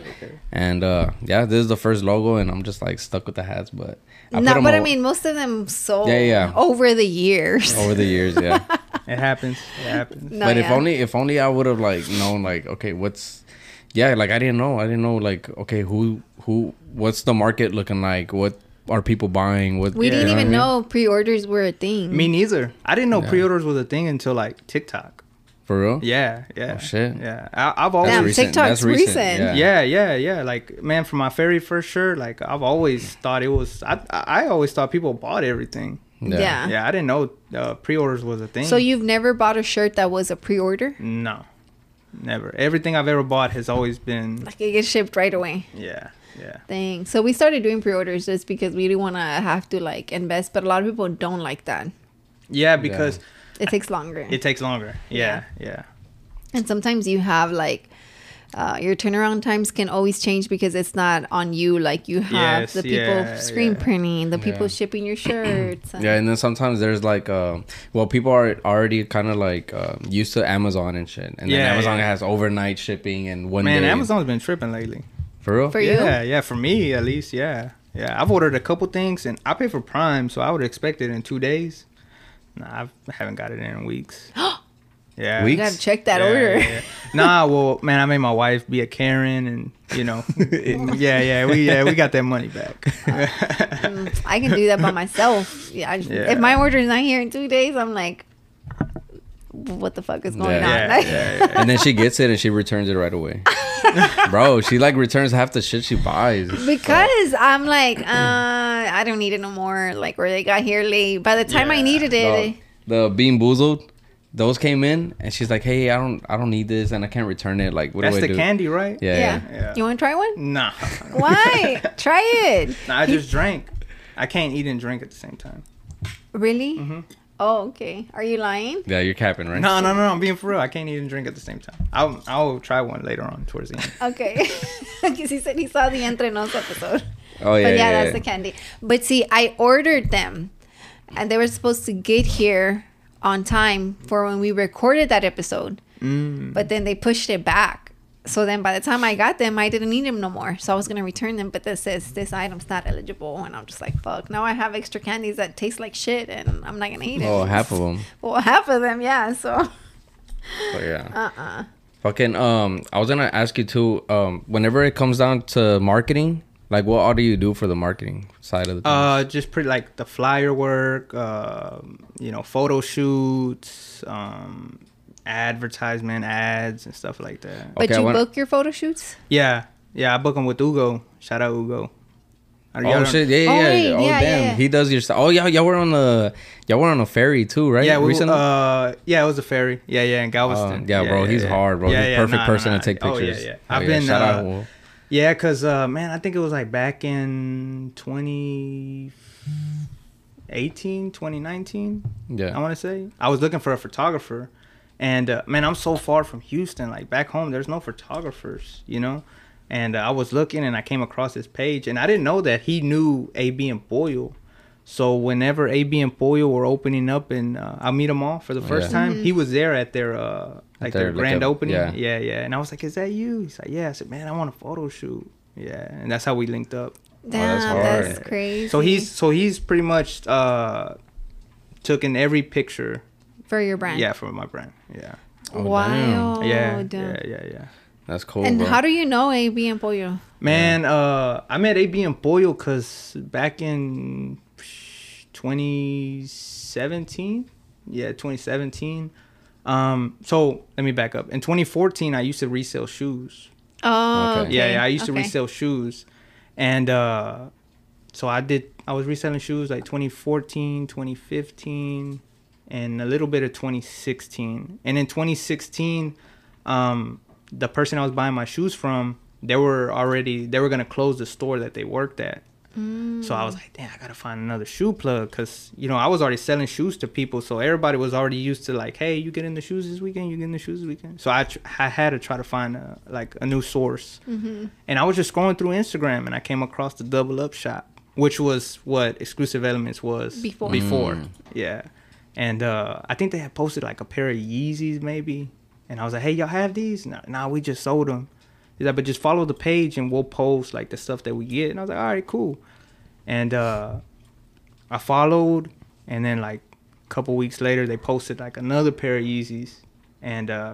[SPEAKER 2] And uh, yeah, this is the first logo, and I'm just like stuck with the hats. But I
[SPEAKER 1] no,
[SPEAKER 2] 'em
[SPEAKER 1] but I
[SPEAKER 2] all
[SPEAKER 1] mean, most of them sold
[SPEAKER 2] Yeah, yeah. Oh,
[SPEAKER 1] over the years.
[SPEAKER 2] over the years, yeah.
[SPEAKER 3] It happens. It happens.
[SPEAKER 1] No,
[SPEAKER 2] but if
[SPEAKER 1] yeah.
[SPEAKER 2] only if only I would have like known like okay what's yeah like I didn't know I didn't know like okay who who what's the market looking like what are people buying what
[SPEAKER 1] we
[SPEAKER 2] you
[SPEAKER 1] didn't
[SPEAKER 2] what I
[SPEAKER 1] even
[SPEAKER 2] mean?
[SPEAKER 1] know pre-orders were a thing.
[SPEAKER 3] Me neither. I didn't know pre-orders was a thing until like TikTok.
[SPEAKER 2] for real
[SPEAKER 3] Yeah, yeah.
[SPEAKER 2] Oh, shit.
[SPEAKER 3] Yeah, I, I've always.
[SPEAKER 1] Damn,
[SPEAKER 2] recent.
[SPEAKER 1] TikTok's
[SPEAKER 2] That's recent,
[SPEAKER 1] recent.
[SPEAKER 2] yeah.
[SPEAKER 3] Yeah, yeah, yeah. Like man, for my very first shirt, like I've always thought it was. I I always thought people bought everything.
[SPEAKER 1] yeah.
[SPEAKER 3] Yeah, I didn't know uh, pre-orders was a thing.
[SPEAKER 1] So you've never bought a shirt that was a pre-order?
[SPEAKER 3] No, never. Everything I've ever bought has always been.
[SPEAKER 1] Like it gets shipped right away.
[SPEAKER 3] Yeah, yeah.
[SPEAKER 1] Thing. So we started doing pre-orders just because we didn't want to have to like invest, but a lot of people don't like that.
[SPEAKER 3] Yeah, because
[SPEAKER 1] It takes longer.
[SPEAKER 3] it takes longer. Yeah, yeah.
[SPEAKER 1] And sometimes you have like uh, your turnaround times can always change because it's not on you. Like you have
[SPEAKER 3] Yes,
[SPEAKER 1] the people
[SPEAKER 3] yeah,
[SPEAKER 1] screen
[SPEAKER 3] yeah.
[SPEAKER 1] printing, the people
[SPEAKER 2] Yeah.
[SPEAKER 1] shipping your shirts. and-
[SPEAKER 2] Yeah, and then sometimes there's like, um, well, people are already kind of like uh, used to Amazon and shit, and
[SPEAKER 3] Yeah,
[SPEAKER 2] then Amazon
[SPEAKER 3] yeah.
[SPEAKER 2] has overnight shipping and one
[SPEAKER 3] Man,
[SPEAKER 2] day.
[SPEAKER 3] Amazon's been tripping lately.
[SPEAKER 2] for real.
[SPEAKER 1] For you?
[SPEAKER 3] yeah, yeah. For me, at least, yeah, yeah. I've ordered a couple things, and I pay for Prime, so I would expect it in two days. Nah, I haven't got it in weeks. yeah,
[SPEAKER 1] You
[SPEAKER 2] Weeks?
[SPEAKER 1] gotta check that
[SPEAKER 3] Yeah,
[SPEAKER 1] order.
[SPEAKER 3] yeah, yeah. Nah, well, man, I made my wife be a Karen, and you know, yeah, yeah, we yeah we got that money back.
[SPEAKER 1] Mm, I can do that by myself. Yeah, I,
[SPEAKER 3] Yeah.
[SPEAKER 1] If my order is not here in two days, I'm like, what the fuck is going
[SPEAKER 2] Yeah.
[SPEAKER 1] on?
[SPEAKER 3] Yeah,
[SPEAKER 1] Like-
[SPEAKER 3] yeah,
[SPEAKER 2] and then she gets it and she returns it right away. Bro, she like returns half the shit she buys.
[SPEAKER 1] Because I'm like, uh, I don't need it no more. Like, where they got here late. By the time I
[SPEAKER 3] Yeah.
[SPEAKER 1] needed it,
[SPEAKER 2] The, the bean boozled, those came in, and she's like, "Hey, I don't, I don't need this, and I can't return it. Like, what
[SPEAKER 3] That's
[SPEAKER 2] do I
[SPEAKER 3] the
[SPEAKER 2] do?"
[SPEAKER 3] candy, right?
[SPEAKER 2] Yeah,
[SPEAKER 1] yeah.
[SPEAKER 2] yeah.
[SPEAKER 3] Yeah.
[SPEAKER 1] You want to try one?
[SPEAKER 3] Nah.
[SPEAKER 1] Why? try it.
[SPEAKER 3] Nah, I just drank. I can't eat and drink at the same time.
[SPEAKER 1] Really? Oh, okay. Are you lying?
[SPEAKER 2] Yeah, you're capping, right?
[SPEAKER 3] No, no, no, I'm being for real. I can't eat and drink at the same time. I'll, I'll try one later on towards the end.
[SPEAKER 2] Oh.
[SPEAKER 1] Okay. Because he said he saw the Entre Nos episode.
[SPEAKER 2] Oh yeah,
[SPEAKER 1] but yeah,
[SPEAKER 2] yeah,
[SPEAKER 1] that's
[SPEAKER 2] yeah.
[SPEAKER 1] the candy. But see, I ordered them and they were supposed to get here on time for when we recorded that episode.
[SPEAKER 2] Mm.
[SPEAKER 1] But then they pushed it back. So then by the time I got them, I didn't need them no more. So I was going to return them. But this says this item's not eligible. And I'm just like, fuck. Now I have extra candies that taste like shit and I'm not going to eat it.
[SPEAKER 2] Oh, half of them.
[SPEAKER 1] Well, half of them, yeah. So.
[SPEAKER 2] But yeah.
[SPEAKER 1] Uh-uh.
[SPEAKER 2] Fucking um I was gonna ask you too, um, whenever it comes down to marketing, like what all do you do for the marketing side of the thing?
[SPEAKER 3] Uh, just pretty like the flyer work, uh, you know, photo shoots, um, advertisement ads and stuff like that.
[SPEAKER 1] But
[SPEAKER 2] Okay, I
[SPEAKER 1] you
[SPEAKER 2] wanna- Oh,
[SPEAKER 1] book your photo shoots?
[SPEAKER 3] Yeah, yeah, I book them with Ugo. Shout out Ugo. Are y'all
[SPEAKER 2] Oh
[SPEAKER 3] on-
[SPEAKER 2] shit! Yeah,
[SPEAKER 1] Oh,
[SPEAKER 2] yeah, yeah.
[SPEAKER 1] wait,
[SPEAKER 2] Oh,
[SPEAKER 1] yeah,
[SPEAKER 2] damn.
[SPEAKER 1] yeah.
[SPEAKER 2] He does your stuff. Oh, y'all, y'all were on the, y'all were on a ferry too, right?
[SPEAKER 3] Yeah, we,
[SPEAKER 2] Recently?
[SPEAKER 3] uh, yeah, it was a ferry. Yeah, yeah, in Galveston.
[SPEAKER 2] Oh, yeah, bro, he's hard, bro. He's perfect person to take
[SPEAKER 3] Oh,
[SPEAKER 2] pictures.
[SPEAKER 3] yeah, yeah.
[SPEAKER 2] Oh,
[SPEAKER 3] I've
[SPEAKER 2] yeah,
[SPEAKER 3] been.
[SPEAKER 2] shout out,
[SPEAKER 3] uh,
[SPEAKER 2] Will.
[SPEAKER 3] Yeah, cause uh, man, I think it was like back in 2018, 2019.
[SPEAKER 2] Yeah.
[SPEAKER 3] I want to say I was looking for a photographer, and uh, man, I'm so far from Houston. Like back home, there's no photographers, you know. And uh, I was looking, and I came across his page, and I didn't know that he knew AB and Boyle. So whenever AB and Boyle were opening up, and uh, I meet them all for the first
[SPEAKER 2] Oh, Yeah.
[SPEAKER 3] time, he
[SPEAKER 1] Mm-hmm.
[SPEAKER 3] was there at their uh, like
[SPEAKER 2] their,
[SPEAKER 3] their,
[SPEAKER 2] like,
[SPEAKER 3] grand
[SPEAKER 2] a-
[SPEAKER 3] opening.
[SPEAKER 2] yeah.
[SPEAKER 3] yeah, yeah. And I was like, "Is that you?" He's like, "Yeah." I said, "Man, I want a photo shoot." Yeah, and that's how we linked up.
[SPEAKER 1] Damn,
[SPEAKER 2] that's
[SPEAKER 1] that's,
[SPEAKER 2] hard.
[SPEAKER 1] crazy.
[SPEAKER 3] So he's so he's pretty much uh, took in every picture
[SPEAKER 1] for your brand.
[SPEAKER 3] yeah, for my brand. Yeah.
[SPEAKER 2] Oh,
[SPEAKER 1] wow.
[SPEAKER 3] yeah,
[SPEAKER 1] damn.
[SPEAKER 3] yeah. Yeah. Yeah.
[SPEAKER 2] That's cool,
[SPEAKER 1] And
[SPEAKER 2] bro.
[SPEAKER 1] how do you know AB and Pollo?
[SPEAKER 3] Man, uh, I met AB and Boyle because back in 2017. Yeah, 2017. Um, so let me back up. In 2014, I used to resell shoes.
[SPEAKER 1] Oh,
[SPEAKER 2] Okay.
[SPEAKER 1] okay.
[SPEAKER 3] Yeah, yeah. I used to
[SPEAKER 1] okay.
[SPEAKER 3] resell shoes, and uh, so I did. I was reselling shoes like 2014, 2015, and a little bit of 2016. And in 2016, um, the person I was buying my shoes from, they were already they were gonna close the store that they worked at. So
[SPEAKER 1] Mm.
[SPEAKER 3] I was like, damn, I gotta find another shoe plug because you know I was already selling shoes to people, so everybody was already used to like, hey, you getting the shoes this weekend? You getting the shoes this weekend? So I tr- I had to try to find a, like a new source,
[SPEAKER 1] Mm-hmm.
[SPEAKER 3] and I was just scrolling through Instagram and I came across the Double Up Shop, which was what Exclusive Elements was
[SPEAKER 1] Before.
[SPEAKER 3] Before, yeah, and uh, I think they had posted like a pair of Yeezys maybe, and I was like, hey, y'all have these? No, nah, we just sold them. He's like, but just follow the page and we'll post like the stuff that we get. And I was like, all right, cool. And uh, I followed, and then like a couple weeks later, they posted like another pair of Yeezys, and uh,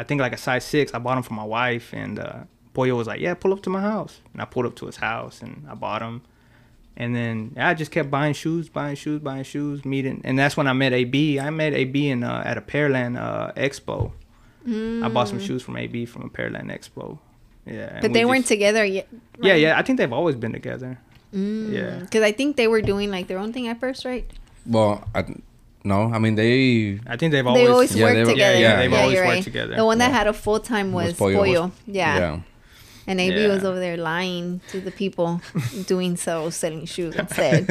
[SPEAKER 3] I think like a size six. I bought them for my wife, and uh, Pollo was like, yeah, pull up to my house, and I pulled up to his house, and I bought them. And then I just kept buying shoes, buying shoes, buying shoes, meeting, and that's when I met AB. I met AB in uh, at a Pearland uh, Expo. I bought some shoes from AB from a Pearland Expo. Yeah, and
[SPEAKER 1] Mm. But
[SPEAKER 3] we
[SPEAKER 1] they
[SPEAKER 3] just-
[SPEAKER 1] weren't together Mm. yet.
[SPEAKER 3] Yeah, yeah. I think they've always been together. Yeah.
[SPEAKER 1] Because I think they were doing like their own thing at first, right?
[SPEAKER 2] Well, I, no, I mean they.
[SPEAKER 3] I think they've
[SPEAKER 1] They
[SPEAKER 3] always.
[SPEAKER 1] always
[SPEAKER 2] Yeah,
[SPEAKER 1] worked
[SPEAKER 2] they were-
[SPEAKER 1] together.
[SPEAKER 2] yeah, yeah, they've
[SPEAKER 3] always
[SPEAKER 1] you're
[SPEAKER 3] worked together.
[SPEAKER 1] The one that
[SPEAKER 2] Yeah.
[SPEAKER 1] had a full time was,
[SPEAKER 2] Pollo
[SPEAKER 1] Pollo.
[SPEAKER 2] was-
[SPEAKER 1] yeah. And AB
[SPEAKER 3] Yeah.
[SPEAKER 1] was over there lying to the people doing so, selling shoes instead.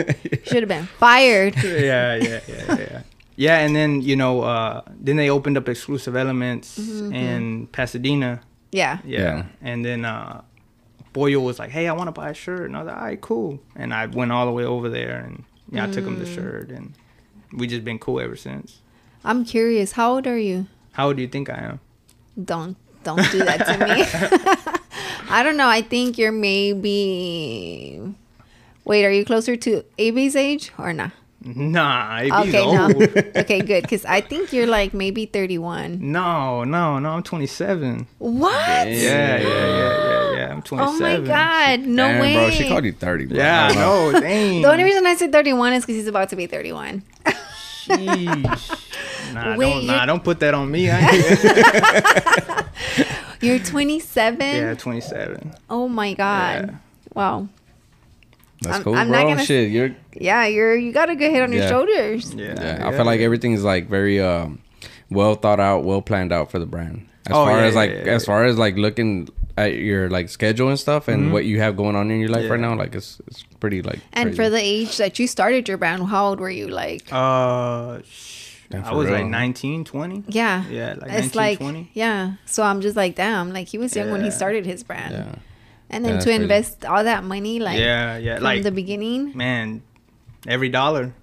[SPEAKER 1] Should have been fired.
[SPEAKER 3] yeah, yeah, yeah, yeah. Yeah, and then you know, uh, then they opened up exclusive elements
[SPEAKER 1] Mm-hmm,
[SPEAKER 3] in Pasadena.
[SPEAKER 1] Yeah.
[SPEAKER 3] Yeah.
[SPEAKER 2] Yeah.
[SPEAKER 3] And then uh, Boyle was like, "Hey, I want to buy a shirt," and I was like, "All right, cool." And I went all the way over there, and yeah, I took him the
[SPEAKER 1] Mm.
[SPEAKER 3] shirt, and we just been cool ever since.
[SPEAKER 1] I'm curious, how old are you?
[SPEAKER 3] How old do you think I am?
[SPEAKER 1] Don't don't do that to me. I don't know. I think you're maybe Wait, are you closer to AB's age or not?
[SPEAKER 3] Nah, if he's
[SPEAKER 1] Okay,
[SPEAKER 3] old.
[SPEAKER 1] no. Okay, good. Because I think you're like maybe 31.
[SPEAKER 3] No, no, no. I'm 27.
[SPEAKER 1] What?
[SPEAKER 3] Yeah, yeah, yeah, yeah, yeah. I'm 27.
[SPEAKER 1] Oh my God. No
[SPEAKER 2] Damn,
[SPEAKER 1] way.
[SPEAKER 2] bro. She called you thirty. Bro.
[SPEAKER 3] Yeah, I know. Dang.
[SPEAKER 1] The only reason I said 31 is because he's about to be 31.
[SPEAKER 3] Sheesh. Nah,
[SPEAKER 1] Wait,
[SPEAKER 3] don't, nah,
[SPEAKER 1] you're-
[SPEAKER 3] don't put that on me. I ain't-
[SPEAKER 1] You're 27?
[SPEAKER 3] yeah, 27.
[SPEAKER 1] Oh my God.
[SPEAKER 3] Yeah.
[SPEAKER 1] Wow.
[SPEAKER 2] That's
[SPEAKER 1] I'm-
[SPEAKER 2] cool,
[SPEAKER 1] I'm not
[SPEAKER 2] bro.
[SPEAKER 1] gonna-
[SPEAKER 2] Shit, you're.
[SPEAKER 1] Yeah, you're you got a good head on your
[SPEAKER 2] Yeah.
[SPEAKER 1] shoulders.
[SPEAKER 3] Yeah,
[SPEAKER 2] Yeah, I feel like everything is like very um, well thought out, well planned out for the brand. As
[SPEAKER 3] Oh,
[SPEAKER 2] far
[SPEAKER 3] yeah,
[SPEAKER 2] as like,
[SPEAKER 3] yeah, yeah,
[SPEAKER 2] as
[SPEAKER 3] yeah.
[SPEAKER 2] far as like looking at your like schedule and stuff, and what you have going on in your life
[SPEAKER 3] Mm-hmm. Yeah.
[SPEAKER 2] right now, like it's it's pretty like.
[SPEAKER 1] And for the age that you started your brand, how old were you? Like,
[SPEAKER 3] Uh, sh-
[SPEAKER 2] Damn,
[SPEAKER 3] I
[SPEAKER 2] for
[SPEAKER 3] was like
[SPEAKER 2] real.
[SPEAKER 3] 19, 20.
[SPEAKER 1] yeah,
[SPEAKER 3] Yeah, like
[SPEAKER 1] it's
[SPEAKER 3] 19,
[SPEAKER 1] like,
[SPEAKER 3] 20.
[SPEAKER 1] yeah. So I'm just like, damn, like he was young when he
[SPEAKER 3] Yeah.
[SPEAKER 1] started his brand,
[SPEAKER 2] yeah,
[SPEAKER 1] and then
[SPEAKER 2] Yeah,
[SPEAKER 1] to
[SPEAKER 2] that's crazy.
[SPEAKER 1] invest all that money, like,
[SPEAKER 3] yeah, yeah.
[SPEAKER 1] from
[SPEAKER 3] Like,
[SPEAKER 1] the beginning.
[SPEAKER 3] man, every dollar.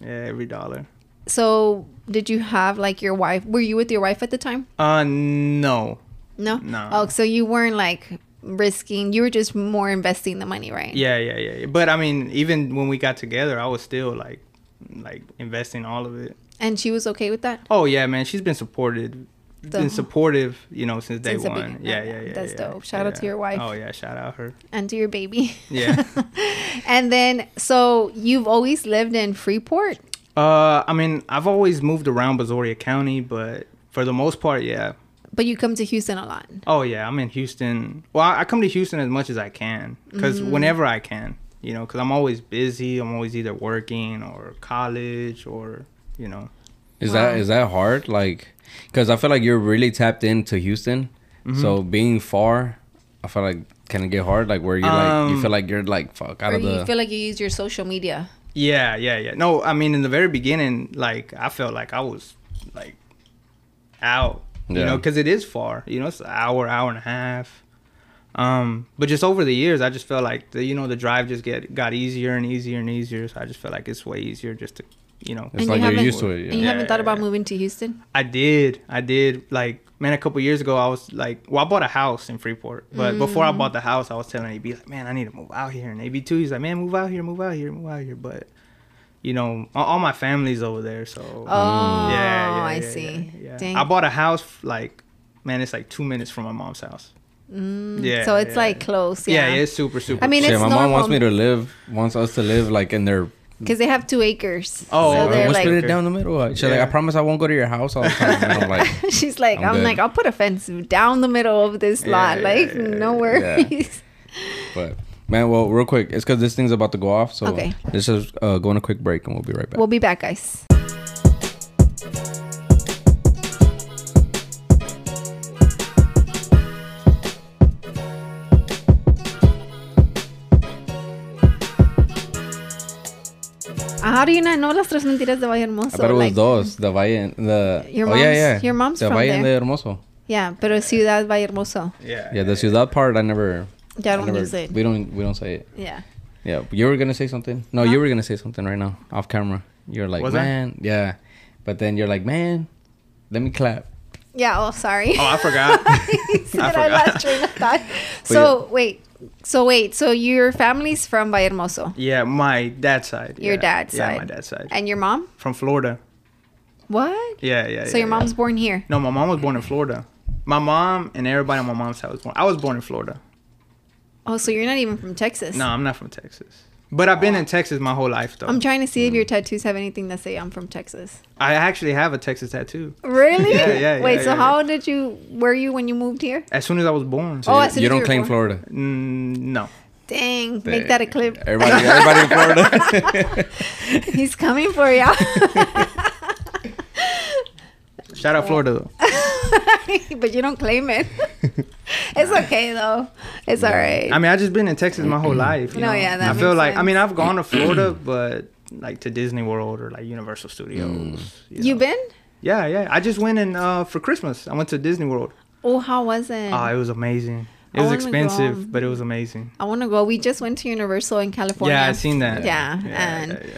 [SPEAKER 3] Yeah, every dollar.
[SPEAKER 1] So did you have like your wife? Were you with your wife at the time?
[SPEAKER 3] Uh, no.
[SPEAKER 1] No.
[SPEAKER 3] No.
[SPEAKER 1] Oh, so you weren't like risking. You were just more investing the money, right?
[SPEAKER 3] Yeah, yeah, yeah. yeah. But I mean, even when we got together, I was still like, like investing all of it.
[SPEAKER 1] And she was okay with that.
[SPEAKER 3] Oh yeah, man, she's been supported.
[SPEAKER 1] The-
[SPEAKER 3] been supportive, you know, since day
[SPEAKER 1] Since the
[SPEAKER 3] one.
[SPEAKER 1] beginning.
[SPEAKER 3] Yeah, yeah, yeah.
[SPEAKER 1] That's
[SPEAKER 3] yeah,
[SPEAKER 1] dope. Shout out to your wife.
[SPEAKER 3] Oh yeah, shout out her.
[SPEAKER 1] And to your baby.
[SPEAKER 3] Yeah.
[SPEAKER 1] and then, so you've always lived in Freeport.
[SPEAKER 3] Uh, I mean, I've always moved around Brazoria County, but for the most part, yeah.
[SPEAKER 1] But you come to Houston a lot.
[SPEAKER 3] Oh yeah, I'm in Houston. Well, I I come to Houston as much as I can, cause whenever I can, you know, cause I'm always busy. I'm always either working or college or you know.
[SPEAKER 2] is
[SPEAKER 1] Wow.
[SPEAKER 2] that is that hard? Like, because I feel like you're really tapped into Houston, so
[SPEAKER 1] Mm-hmm.
[SPEAKER 2] being far, I feel like can it get hard? Like where you like you
[SPEAKER 3] Um,
[SPEAKER 2] feel like you're like fuck out
[SPEAKER 1] Or
[SPEAKER 2] of
[SPEAKER 1] you
[SPEAKER 2] the
[SPEAKER 1] feel like you use your social media.
[SPEAKER 3] Yeah, yeah, yeah. No, I mean, in the very beginning, like I felt like I was like out, you
[SPEAKER 2] Yeah.
[SPEAKER 3] know, because it is far. You know, it's an hour, hour and a half. Um, but just over the years, I just felt like the, you know the drive just get got easier and easier and easier. So I just felt like it's way easier just to you know.
[SPEAKER 2] It's like
[SPEAKER 1] you
[SPEAKER 2] you're
[SPEAKER 1] haven't-
[SPEAKER 2] used to it, yeah.
[SPEAKER 1] And you
[SPEAKER 3] Yeah,
[SPEAKER 1] haven't thought
[SPEAKER 3] yeah,
[SPEAKER 1] about
[SPEAKER 3] yeah.
[SPEAKER 1] moving to Houston?
[SPEAKER 3] I did, I did. Like man, a couple years ago, I was like, well, I bought a house in Freeport, but before I
[SPEAKER 1] Mm.
[SPEAKER 3] bought the house, I was telling AB like, man, I need to move out here, and AB too. He's like, man, move out here, move out here, move out here, but. You know, all- all my family's over there, so
[SPEAKER 1] Oh,
[SPEAKER 3] yeah, yeah,
[SPEAKER 1] I
[SPEAKER 3] yeah,
[SPEAKER 1] see.
[SPEAKER 3] yeah, yeah.
[SPEAKER 1] Dang.
[SPEAKER 3] I bought a house like, man, it's like two minutes from my mom's house. yeah.
[SPEAKER 1] Mm. so it's
[SPEAKER 3] yeah,
[SPEAKER 1] like
[SPEAKER 3] yeah.
[SPEAKER 1] close.
[SPEAKER 3] Yeah.
[SPEAKER 1] Yeah.
[SPEAKER 3] yeah, it's super, super.
[SPEAKER 1] I mean,
[SPEAKER 2] shit.
[SPEAKER 1] it's
[SPEAKER 2] My mom
[SPEAKER 1] normal.
[SPEAKER 2] wants me to live, wants us to live like in their.
[SPEAKER 1] Because they have two acres.
[SPEAKER 3] Oh,
[SPEAKER 1] so
[SPEAKER 3] wow.
[SPEAKER 1] they're
[SPEAKER 2] we'll
[SPEAKER 1] like,
[SPEAKER 2] split it down the middle. She's like,
[SPEAKER 3] Yeah.
[SPEAKER 2] I promise I won't go to your house all the time. And I'm like,
[SPEAKER 1] she's like, I'm,
[SPEAKER 2] I'm good.
[SPEAKER 1] like, I'll put a fence down the middle of this
[SPEAKER 3] Yeah,
[SPEAKER 1] lot.
[SPEAKER 3] yeah,
[SPEAKER 1] like,
[SPEAKER 3] yeah,
[SPEAKER 1] no
[SPEAKER 3] yeah.
[SPEAKER 1] worries.
[SPEAKER 2] But Man, well, real quick, it's because this thing's about to go off. So
[SPEAKER 1] Okay.
[SPEAKER 2] let's just uh, go on a quick break and we'll be right back.
[SPEAKER 1] We'll be back, guys. How do you not know las tres mentiras de Valle Hermoso?
[SPEAKER 2] I bet it was
[SPEAKER 1] Like,
[SPEAKER 2] those, the Valle, the
[SPEAKER 1] Your
[SPEAKER 2] oh yeah,
[SPEAKER 1] mom's-
[SPEAKER 2] yeah,
[SPEAKER 1] your mom's
[SPEAKER 2] the
[SPEAKER 1] from
[SPEAKER 2] Valle
[SPEAKER 1] there. Uh,
[SPEAKER 2] de Hermoso.
[SPEAKER 1] Yeah, pero Ciudad Valle Hermoso.
[SPEAKER 3] Yeah.
[SPEAKER 2] Yeah, the Ciudad part, I never.
[SPEAKER 1] Yeah, I don't
[SPEAKER 2] never-
[SPEAKER 1] use it.
[SPEAKER 2] We don't. We don't say it.
[SPEAKER 1] Yeah.
[SPEAKER 2] Yeah, but you were gonna say something. No, you were gonna say something right now, off camera. You're like,
[SPEAKER 3] Was I?
[SPEAKER 2] man, yeah, but then you're like, man, let me clap.
[SPEAKER 1] Yeah, oh, sorry.
[SPEAKER 3] Oh, I forgot.
[SPEAKER 1] He said I,
[SPEAKER 3] forgot.
[SPEAKER 1] lost train of thought. So, wait. So, wait. So, your family's from Valle Hermoso.
[SPEAKER 3] yeah, my dad's side.
[SPEAKER 1] Your
[SPEAKER 3] yeah.
[SPEAKER 1] dad's
[SPEAKER 3] yeah,
[SPEAKER 1] side.
[SPEAKER 3] my dad's side.
[SPEAKER 1] And your mom?
[SPEAKER 3] From Florida.
[SPEAKER 1] What?
[SPEAKER 3] Yeah, yeah.
[SPEAKER 1] so
[SPEAKER 3] yeah,
[SPEAKER 1] your mom's born here.
[SPEAKER 3] Yeah. No, my mom was born in Florida. My mom and everybody on my mom's side was born. I was born in Florida.
[SPEAKER 1] Oh, so you're not even from Texas.
[SPEAKER 3] No, I'm not from Texas. But I've been in Texas my whole life though.
[SPEAKER 1] I'm trying to
[SPEAKER 3] Mm.
[SPEAKER 1] see if your tattoos have anything that say I'm from Texas.
[SPEAKER 3] I actually have a Texas tattoo.
[SPEAKER 1] Really?
[SPEAKER 3] Yeah, yeah,
[SPEAKER 1] Wait.
[SPEAKER 3] yeah,
[SPEAKER 1] so
[SPEAKER 3] yeah,
[SPEAKER 1] how did you? Were you when you moved here?
[SPEAKER 3] As soon as I was born.
[SPEAKER 1] Oh, I
[SPEAKER 2] you,
[SPEAKER 1] see that
[SPEAKER 2] you
[SPEAKER 1] you
[SPEAKER 2] don't
[SPEAKER 1] were
[SPEAKER 2] claim
[SPEAKER 1] born-
[SPEAKER 2] Florida.
[SPEAKER 3] Mm, no.
[SPEAKER 1] Dang, make that a clip.
[SPEAKER 2] Everybody, everybody in Florida.
[SPEAKER 1] He's coming for you.
[SPEAKER 3] Shout out Florida though.
[SPEAKER 1] but you don't claim it. it's okay though. It's all right.
[SPEAKER 3] I mean, I just been in Texas my whole life. You
[SPEAKER 1] No,
[SPEAKER 3] know?
[SPEAKER 1] yeah, that
[SPEAKER 3] I feel
[SPEAKER 1] makes
[SPEAKER 3] like I mean,
[SPEAKER 1] sense.
[SPEAKER 3] I've gone to Florida, but like to Disney World or like Universal Studios.
[SPEAKER 1] you
[SPEAKER 3] know.
[SPEAKER 1] been?
[SPEAKER 3] Yeah, yeah. I just went in uh, for Christmas. I went to Disney World.
[SPEAKER 1] Oh, how was it?
[SPEAKER 3] Oh, it was amazing.
[SPEAKER 1] I
[SPEAKER 3] It was
[SPEAKER 1] wanna go.
[SPEAKER 3] expensive, but it was amazing.
[SPEAKER 1] I want to go. We just went to Universal in California.
[SPEAKER 3] Yeah, I seen that.
[SPEAKER 1] Yeah, and
[SPEAKER 3] yeah, yeah.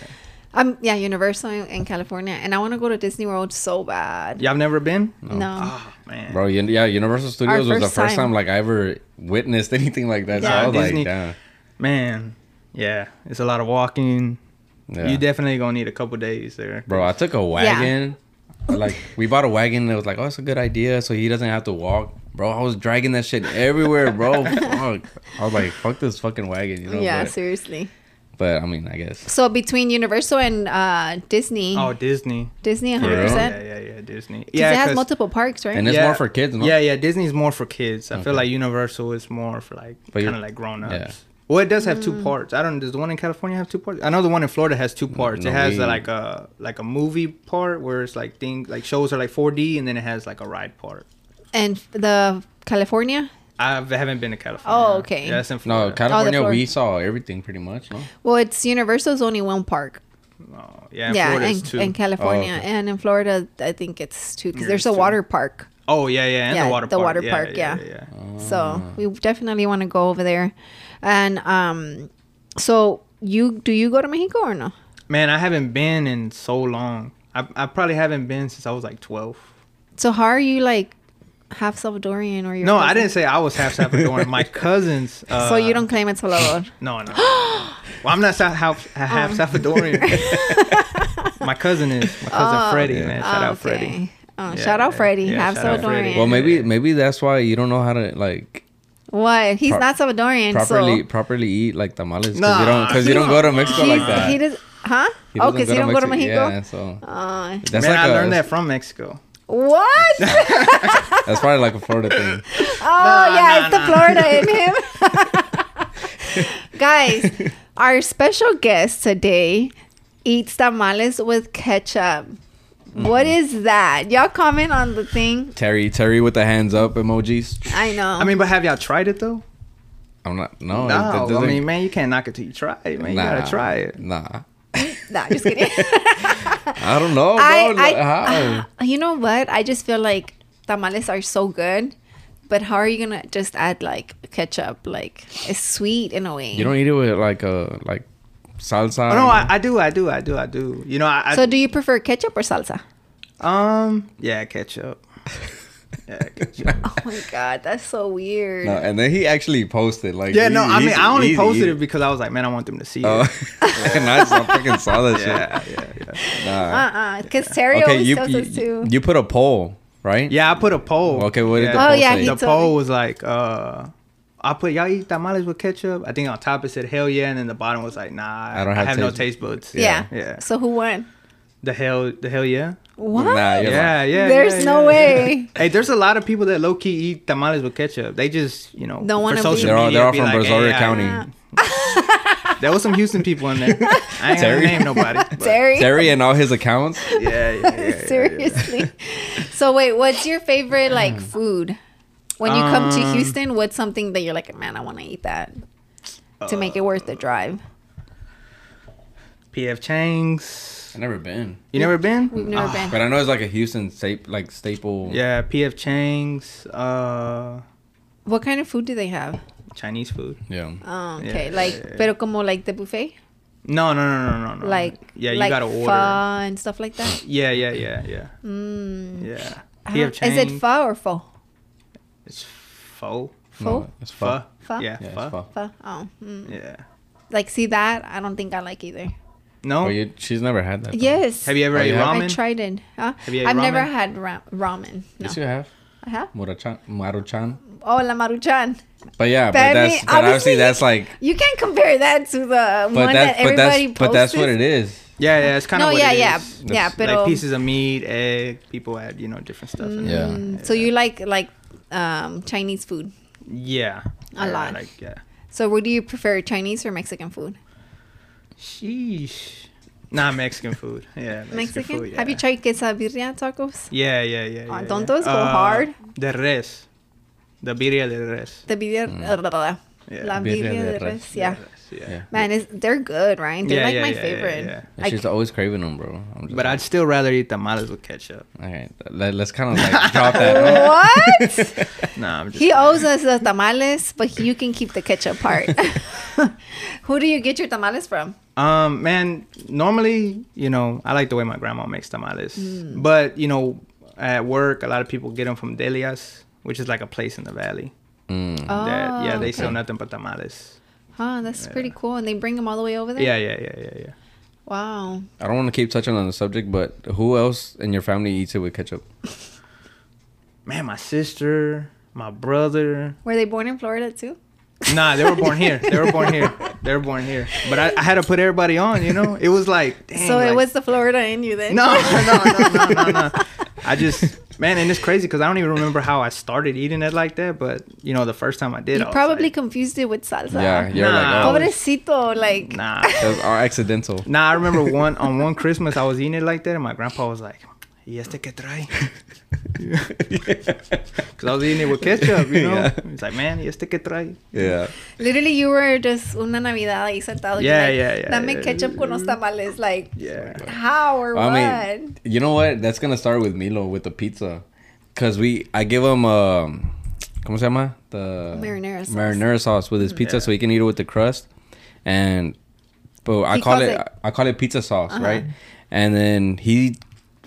[SPEAKER 1] um, yeah, Universal in, in California, and I want to go to Disney World so bad.
[SPEAKER 3] Y'all never been?
[SPEAKER 1] No.
[SPEAKER 3] Oh man.
[SPEAKER 2] Bro, you- yeah, Universal Studios was the
[SPEAKER 1] first
[SPEAKER 2] first
[SPEAKER 1] time.
[SPEAKER 2] time. like I ever witnessed anything like that.
[SPEAKER 1] Yeah.
[SPEAKER 2] so I was
[SPEAKER 3] Disney.
[SPEAKER 2] like, damn.
[SPEAKER 3] Man, yeah, it's a lot of walking.
[SPEAKER 2] Yeah.
[SPEAKER 3] You definitely gonna need a couple days there.
[SPEAKER 2] Bro, I took a wagon. Like we bought a wagon and it was like, oh, it's a good idea. So he doesn't have to walk. Bro, I was dragging that shit everywhere, bro. fuck. I was like, fuck this fucking wagon, you know?
[SPEAKER 1] yeah,
[SPEAKER 2] But,
[SPEAKER 1] seriously.
[SPEAKER 2] but, I mean, I guess.
[SPEAKER 1] So between Universal and uh, Disney,
[SPEAKER 3] Oh, Disney.
[SPEAKER 1] Disney 100%.
[SPEAKER 2] For real?
[SPEAKER 1] Because
[SPEAKER 3] Yeah, yeah, yeah, Disney.
[SPEAKER 1] it has
[SPEAKER 3] 'cause-
[SPEAKER 1] multiple parks, right?
[SPEAKER 2] And it's more for kids, no?
[SPEAKER 3] Yeah, yeah. Disney's more for kids. I feel
[SPEAKER 2] Okay.
[SPEAKER 3] like Universal is more for like
[SPEAKER 2] But you-
[SPEAKER 3] kind of like grown ups.
[SPEAKER 2] yeah.
[SPEAKER 3] Well, it does have
[SPEAKER 1] Mm.
[SPEAKER 3] two parts. I don't. Does the one in California have two parts? I know the one in Florida has two parts.
[SPEAKER 2] no,
[SPEAKER 3] it has
[SPEAKER 2] we-
[SPEAKER 3] uh, like a like a movie part where it's like things like shows are like 4D, and then it has like a ride part.
[SPEAKER 1] and the California?
[SPEAKER 3] I haven't been to California.
[SPEAKER 1] Oh, okay.
[SPEAKER 3] Yeah, that's in Florida.
[SPEAKER 2] No, California,
[SPEAKER 1] Florida.
[SPEAKER 2] we saw everything pretty much, no?
[SPEAKER 1] Well, it's Universal's only one park.
[SPEAKER 3] Oh, yeah, in
[SPEAKER 1] yeah,
[SPEAKER 3] Florida
[SPEAKER 1] and,
[SPEAKER 3] is two.
[SPEAKER 1] and California.
[SPEAKER 2] Oh, okay.
[SPEAKER 1] And in Florida, I think it's two because
[SPEAKER 3] Yeah,
[SPEAKER 1] there's
[SPEAKER 3] it's
[SPEAKER 1] a
[SPEAKER 3] two.
[SPEAKER 1] water park.
[SPEAKER 3] oh, yeah, yeah, and
[SPEAKER 1] Yeah,
[SPEAKER 3] the water
[SPEAKER 1] the
[SPEAKER 3] park.
[SPEAKER 1] water
[SPEAKER 3] yeah,
[SPEAKER 1] park,
[SPEAKER 3] Yeah,
[SPEAKER 1] yeah.
[SPEAKER 3] yeah, yeah.
[SPEAKER 1] So we definitely want to go over there. And um, so you do you go to Mexico or no?
[SPEAKER 3] Man, I haven't been in so long. I, I probably haven't been since I was like 12.
[SPEAKER 1] So how are you like half Salvadorian or your
[SPEAKER 3] No, I
[SPEAKER 1] cousin?
[SPEAKER 3] didn't say I was half Salvadoran. My cousins. Uh,
[SPEAKER 1] So you don't claim it's Salvador.
[SPEAKER 3] No, no. no. well, I'm not South, half, half
[SPEAKER 1] Um.
[SPEAKER 3] Salvadorian. my cousin is. My cousin Freddie, man. Shout out Freddie.
[SPEAKER 1] Okay. Oh,
[SPEAKER 3] Yeah,
[SPEAKER 1] shout out
[SPEAKER 3] yeah.
[SPEAKER 1] Freddie.
[SPEAKER 3] Yeah,
[SPEAKER 1] half
[SPEAKER 3] shout out
[SPEAKER 1] Salvadorian.
[SPEAKER 3] Freddie.
[SPEAKER 2] Well, maybe
[SPEAKER 3] Yeah.
[SPEAKER 2] maybe that's why you don't know how to, like,
[SPEAKER 1] What? He's
[SPEAKER 2] Pro-
[SPEAKER 1] not Salvadorian.
[SPEAKER 2] properly
[SPEAKER 1] so
[SPEAKER 2] properly eat, like, tamales. Because
[SPEAKER 3] Nah,
[SPEAKER 2] you, don't, 'cause you don't go to Mexico
[SPEAKER 1] he's,
[SPEAKER 2] like that.
[SPEAKER 1] he does. Huh?
[SPEAKER 2] He
[SPEAKER 1] oh,
[SPEAKER 2] doesn't
[SPEAKER 1] because you don't go to Mexico.
[SPEAKER 2] Yeah, so.
[SPEAKER 1] Uh,
[SPEAKER 2] That's
[SPEAKER 3] man, I
[SPEAKER 2] a-
[SPEAKER 3] learned that from Mexico.
[SPEAKER 1] what? oh
[SPEAKER 2] That's probably like a Florida thing.
[SPEAKER 1] yeah,
[SPEAKER 3] nah,
[SPEAKER 1] it's the
[SPEAKER 3] nah.
[SPEAKER 1] Florida in him. Guys, our special guest today eats tamales with ketchup. What
[SPEAKER 2] Mm-hmm.
[SPEAKER 1] is that? Y'all comment on the thing.
[SPEAKER 2] Terry, Terry with the hands up emojis.
[SPEAKER 1] I know.
[SPEAKER 3] I mean, but have y'all tried it though?
[SPEAKER 2] I'm not. No, that
[SPEAKER 3] No, I
[SPEAKER 2] doesn't-
[SPEAKER 3] mean, man, you can't knock it till you try it, man. You gotta try it.
[SPEAKER 2] Nah.
[SPEAKER 1] nah, just kidding.
[SPEAKER 2] I don't know, bro.
[SPEAKER 1] I,
[SPEAKER 2] Like, how?
[SPEAKER 1] I, you know what? I just feel like tamales are so good, but how are you gonna just add like ketchup? Like it's sweet in a way.
[SPEAKER 2] You don't eat it with like a like salsa.
[SPEAKER 3] Oh, no, I, I do, I do, I do, I do. You know, I, I
[SPEAKER 1] so do you prefer ketchup or salsa?
[SPEAKER 3] um, yeah, ketchup. Yeah, ketchup.
[SPEAKER 1] Oh my god, that's so weird.
[SPEAKER 2] No, and then he actually posted like.
[SPEAKER 3] Yeah, no, I mean, I only posted it
[SPEAKER 2] it.
[SPEAKER 3] because I was like, man, I want them to see it.
[SPEAKER 2] Oh. and I saw, fucking saw that
[SPEAKER 3] Oh, yeah, yeah, yeah.
[SPEAKER 2] shit.
[SPEAKER 3] Uh,
[SPEAKER 2] Nah.
[SPEAKER 1] Uh-uh, because Terry
[SPEAKER 2] Okay,
[SPEAKER 1] always
[SPEAKER 2] you
[SPEAKER 1] tells us
[SPEAKER 2] you,
[SPEAKER 1] to.
[SPEAKER 2] you put a poll, right?
[SPEAKER 3] Yeah, I put a poll.
[SPEAKER 2] Okay, what did
[SPEAKER 3] yeah.
[SPEAKER 2] the
[SPEAKER 1] Oh,
[SPEAKER 2] poll
[SPEAKER 1] yeah,
[SPEAKER 2] say?
[SPEAKER 1] he
[SPEAKER 3] the
[SPEAKER 1] told me.
[SPEAKER 3] poll was like, uh, I put y'all eat tamales with ketchup. I think on top it said hell yeah, and then the bottom was like, nah, I
[SPEAKER 2] don't
[SPEAKER 3] don't
[SPEAKER 2] have
[SPEAKER 3] have, no
[SPEAKER 2] taste-
[SPEAKER 3] taste buds.
[SPEAKER 1] yeah.
[SPEAKER 3] yeah.
[SPEAKER 1] So who won?
[SPEAKER 3] The hell, the hell yeah.
[SPEAKER 1] What?
[SPEAKER 2] Nah, you're
[SPEAKER 3] Yeah,
[SPEAKER 2] lying.
[SPEAKER 3] yeah.
[SPEAKER 1] There's
[SPEAKER 3] yeah,
[SPEAKER 1] no
[SPEAKER 3] yeah, yeah.
[SPEAKER 1] way.
[SPEAKER 3] Hey, there's a lot of people that low key eat tamales with ketchup. They just, you know,
[SPEAKER 1] Don't wanna
[SPEAKER 3] for
[SPEAKER 1] be-
[SPEAKER 3] social
[SPEAKER 2] They're all-
[SPEAKER 3] media,
[SPEAKER 2] they're all
[SPEAKER 3] be
[SPEAKER 2] from
[SPEAKER 3] like,
[SPEAKER 2] Brazoria
[SPEAKER 3] I-
[SPEAKER 2] County.
[SPEAKER 3] there was some Houston people in there. I ain't gonna
[SPEAKER 2] Terry?
[SPEAKER 3] name nobody. but-
[SPEAKER 1] Terry.
[SPEAKER 2] Terry and all his accounts.
[SPEAKER 3] Yeah, yeah, yeah, yeah, yeah.
[SPEAKER 1] Seriously. so wait, what's your favorite like
[SPEAKER 3] Mm.
[SPEAKER 1] food? When you come to
[SPEAKER 3] Um,
[SPEAKER 1] Houston, what's something that you're like, man, I want to eat that to make it worth the drive?
[SPEAKER 3] PF Chang's.
[SPEAKER 2] I've never been,
[SPEAKER 3] You never been?
[SPEAKER 1] We've never
[SPEAKER 3] Ah,
[SPEAKER 1] been.
[SPEAKER 2] but I know it's like a Houston sta- like staple.
[SPEAKER 3] Yeah, PF Chang's. Uh,
[SPEAKER 1] What kind of food do they have?
[SPEAKER 3] Chinese food.
[SPEAKER 2] yeah.
[SPEAKER 1] Oh, okay,
[SPEAKER 3] Yeah.
[SPEAKER 1] like pero como like the buffet,
[SPEAKER 3] No, no, no, no, no, no.
[SPEAKER 1] like
[SPEAKER 3] Um, yeah, you
[SPEAKER 1] like
[SPEAKER 3] gotta order.
[SPEAKER 1] pho and stuff like that.
[SPEAKER 3] Yeah, yeah, yeah, yeah. Mm. Yeah.
[SPEAKER 1] How-
[SPEAKER 3] PF
[SPEAKER 1] Uh-huh. Is
[SPEAKER 3] Chang's.
[SPEAKER 1] it pho or pho?
[SPEAKER 3] It's pho.
[SPEAKER 1] Pho,
[SPEAKER 2] No, it's
[SPEAKER 3] Pho.
[SPEAKER 2] pho.
[SPEAKER 1] Pho?
[SPEAKER 3] Yeah,
[SPEAKER 2] Yeah,
[SPEAKER 3] pho.
[SPEAKER 2] it's pho.
[SPEAKER 1] pho. Oh, mm.
[SPEAKER 3] Yeah.
[SPEAKER 1] like see that? I don't think I like either.
[SPEAKER 3] No.
[SPEAKER 2] But you, she's never had that. though.
[SPEAKER 1] Yes.
[SPEAKER 3] Have you ever
[SPEAKER 2] Oh,
[SPEAKER 3] ate
[SPEAKER 2] you have?
[SPEAKER 1] I
[SPEAKER 3] ramen?
[SPEAKER 1] tried it. Huh?
[SPEAKER 3] Have you had
[SPEAKER 1] I've never
[SPEAKER 3] ramen?
[SPEAKER 1] had ra- ramen. No.
[SPEAKER 2] Yes, you have.
[SPEAKER 1] I have.
[SPEAKER 2] Murachan, Maruchan.
[SPEAKER 1] Oh, la maruchan.
[SPEAKER 2] But yeah,
[SPEAKER 1] But I
[SPEAKER 2] but that's
[SPEAKER 1] mean,
[SPEAKER 2] but obviously
[SPEAKER 1] obviously-
[SPEAKER 2] that's like
[SPEAKER 1] You can't compare that to the
[SPEAKER 2] but
[SPEAKER 1] one that
[SPEAKER 2] that's but
[SPEAKER 1] everybody
[SPEAKER 2] that's
[SPEAKER 1] posted.
[SPEAKER 2] but that's what it is.
[SPEAKER 3] Yeah, yeah. It's kind of
[SPEAKER 1] No,
[SPEAKER 3] what
[SPEAKER 1] yeah,
[SPEAKER 3] it
[SPEAKER 1] yeah,
[SPEAKER 3] is.
[SPEAKER 1] yeah.
[SPEAKER 2] That's
[SPEAKER 1] But um,
[SPEAKER 3] like pieces of meat, egg. People add, you know, different stuff. in
[SPEAKER 2] Yeah.
[SPEAKER 3] it.
[SPEAKER 1] so you like like um, Chinese food.
[SPEAKER 3] yeah,
[SPEAKER 1] Mm. A
[SPEAKER 3] Yeah,
[SPEAKER 1] lot.
[SPEAKER 3] Like, yeah.
[SPEAKER 1] So, what do you prefer, Chinese or Mexican food?
[SPEAKER 3] Sheesh. Nah, Mexican food. Yeah, Mexican.
[SPEAKER 1] Mexican.
[SPEAKER 3] Food, yeah.
[SPEAKER 1] Have you tried quesabirria tacos?
[SPEAKER 3] Yeah, yeah, yeah. yeah,
[SPEAKER 1] Oh,
[SPEAKER 3] yeah.
[SPEAKER 1] don't those go hard?
[SPEAKER 3] The res, the birria de res.
[SPEAKER 1] The birria,
[SPEAKER 3] Mm. Yeah.
[SPEAKER 1] la birria de res. Yeah.
[SPEAKER 3] De res, yeah.
[SPEAKER 2] Yeah.
[SPEAKER 1] Man, it's, they're good, right? They're
[SPEAKER 3] Yeah,
[SPEAKER 1] like
[SPEAKER 3] yeah,
[SPEAKER 1] my
[SPEAKER 3] yeah, yeah,
[SPEAKER 1] favorite.
[SPEAKER 3] yeah.
[SPEAKER 2] And she's always craving them, bro. I'm just
[SPEAKER 3] But I'd
[SPEAKER 2] like,
[SPEAKER 3] still rather eat tamales with ketchup.
[SPEAKER 2] all right, let, let's kind of like drop that.
[SPEAKER 1] I, what?
[SPEAKER 3] Nah, I'm just.
[SPEAKER 1] He owes us the tamales, but he- you can keep the ketchup part. Who do you get your tamales from?
[SPEAKER 3] Um, man, normally, you know, I like the way my grandma makes tamales.
[SPEAKER 1] Mm.
[SPEAKER 3] But, you know, at work, a lot of people get them from Delias, which is like a place in the valley.
[SPEAKER 2] Mm.
[SPEAKER 3] that, yeah, they sell
[SPEAKER 1] Oh, okay.
[SPEAKER 3] nothing but tamales.
[SPEAKER 1] Huh, that's pretty cool. And they bring them all the way over there?
[SPEAKER 3] Yeah, yeah, yeah, yeah, yeah.
[SPEAKER 1] Wow.
[SPEAKER 2] I don't want to keep touching on the subject, but who else in your family eats it with ketchup?
[SPEAKER 3] Man, my sister, my brother.
[SPEAKER 1] Were they born in Florida too?
[SPEAKER 3] Nah, they were born here. They were born here. They were born here. But I, I had to put everybody on, you know? It was like, dang,
[SPEAKER 1] so it
[SPEAKER 3] like-
[SPEAKER 1] was the Florida in you then?
[SPEAKER 3] No, no, no, no, no, no. I just, man, and it's crazy because I don't even remember how I started eating it like that. But, you know, the first time I did,
[SPEAKER 1] You
[SPEAKER 3] I was
[SPEAKER 1] probably
[SPEAKER 3] like,
[SPEAKER 1] confused it with salsa.
[SPEAKER 2] Yeah, you're
[SPEAKER 3] Nah.
[SPEAKER 2] like, oh,
[SPEAKER 1] Pobrecito, like.
[SPEAKER 3] Nah.
[SPEAKER 2] that's all accidental.
[SPEAKER 3] Nah, I remember one on one Christmas I was eating it like that, and my grandpa was like, "Y este que trae?" Because I was eating it with ketchup, you know.
[SPEAKER 2] Yeah.
[SPEAKER 3] He's like, "Man, y este que trae?"
[SPEAKER 2] Yeah,
[SPEAKER 1] Literally, you were just una Navidad ahí sentado. you're
[SPEAKER 3] Yeah,
[SPEAKER 1] like,
[SPEAKER 3] yeah, yeah,
[SPEAKER 1] Dame
[SPEAKER 3] yeah.
[SPEAKER 1] ketchup con los tamales. Like,
[SPEAKER 3] Yeah.
[SPEAKER 1] how or what?
[SPEAKER 2] I mean, you know what? That's gonna start with Milo with the pizza, cause we I give him um, ¿cómo se llama? The
[SPEAKER 1] Marinara sauce.
[SPEAKER 2] marinara sauce with his
[SPEAKER 3] Mm-hmm.
[SPEAKER 2] pizza, so he can eat it with the crust, and but I
[SPEAKER 1] He
[SPEAKER 2] call
[SPEAKER 1] calls
[SPEAKER 2] it,
[SPEAKER 1] it- Uh-huh.
[SPEAKER 2] I call it pizza sauce, right? And then he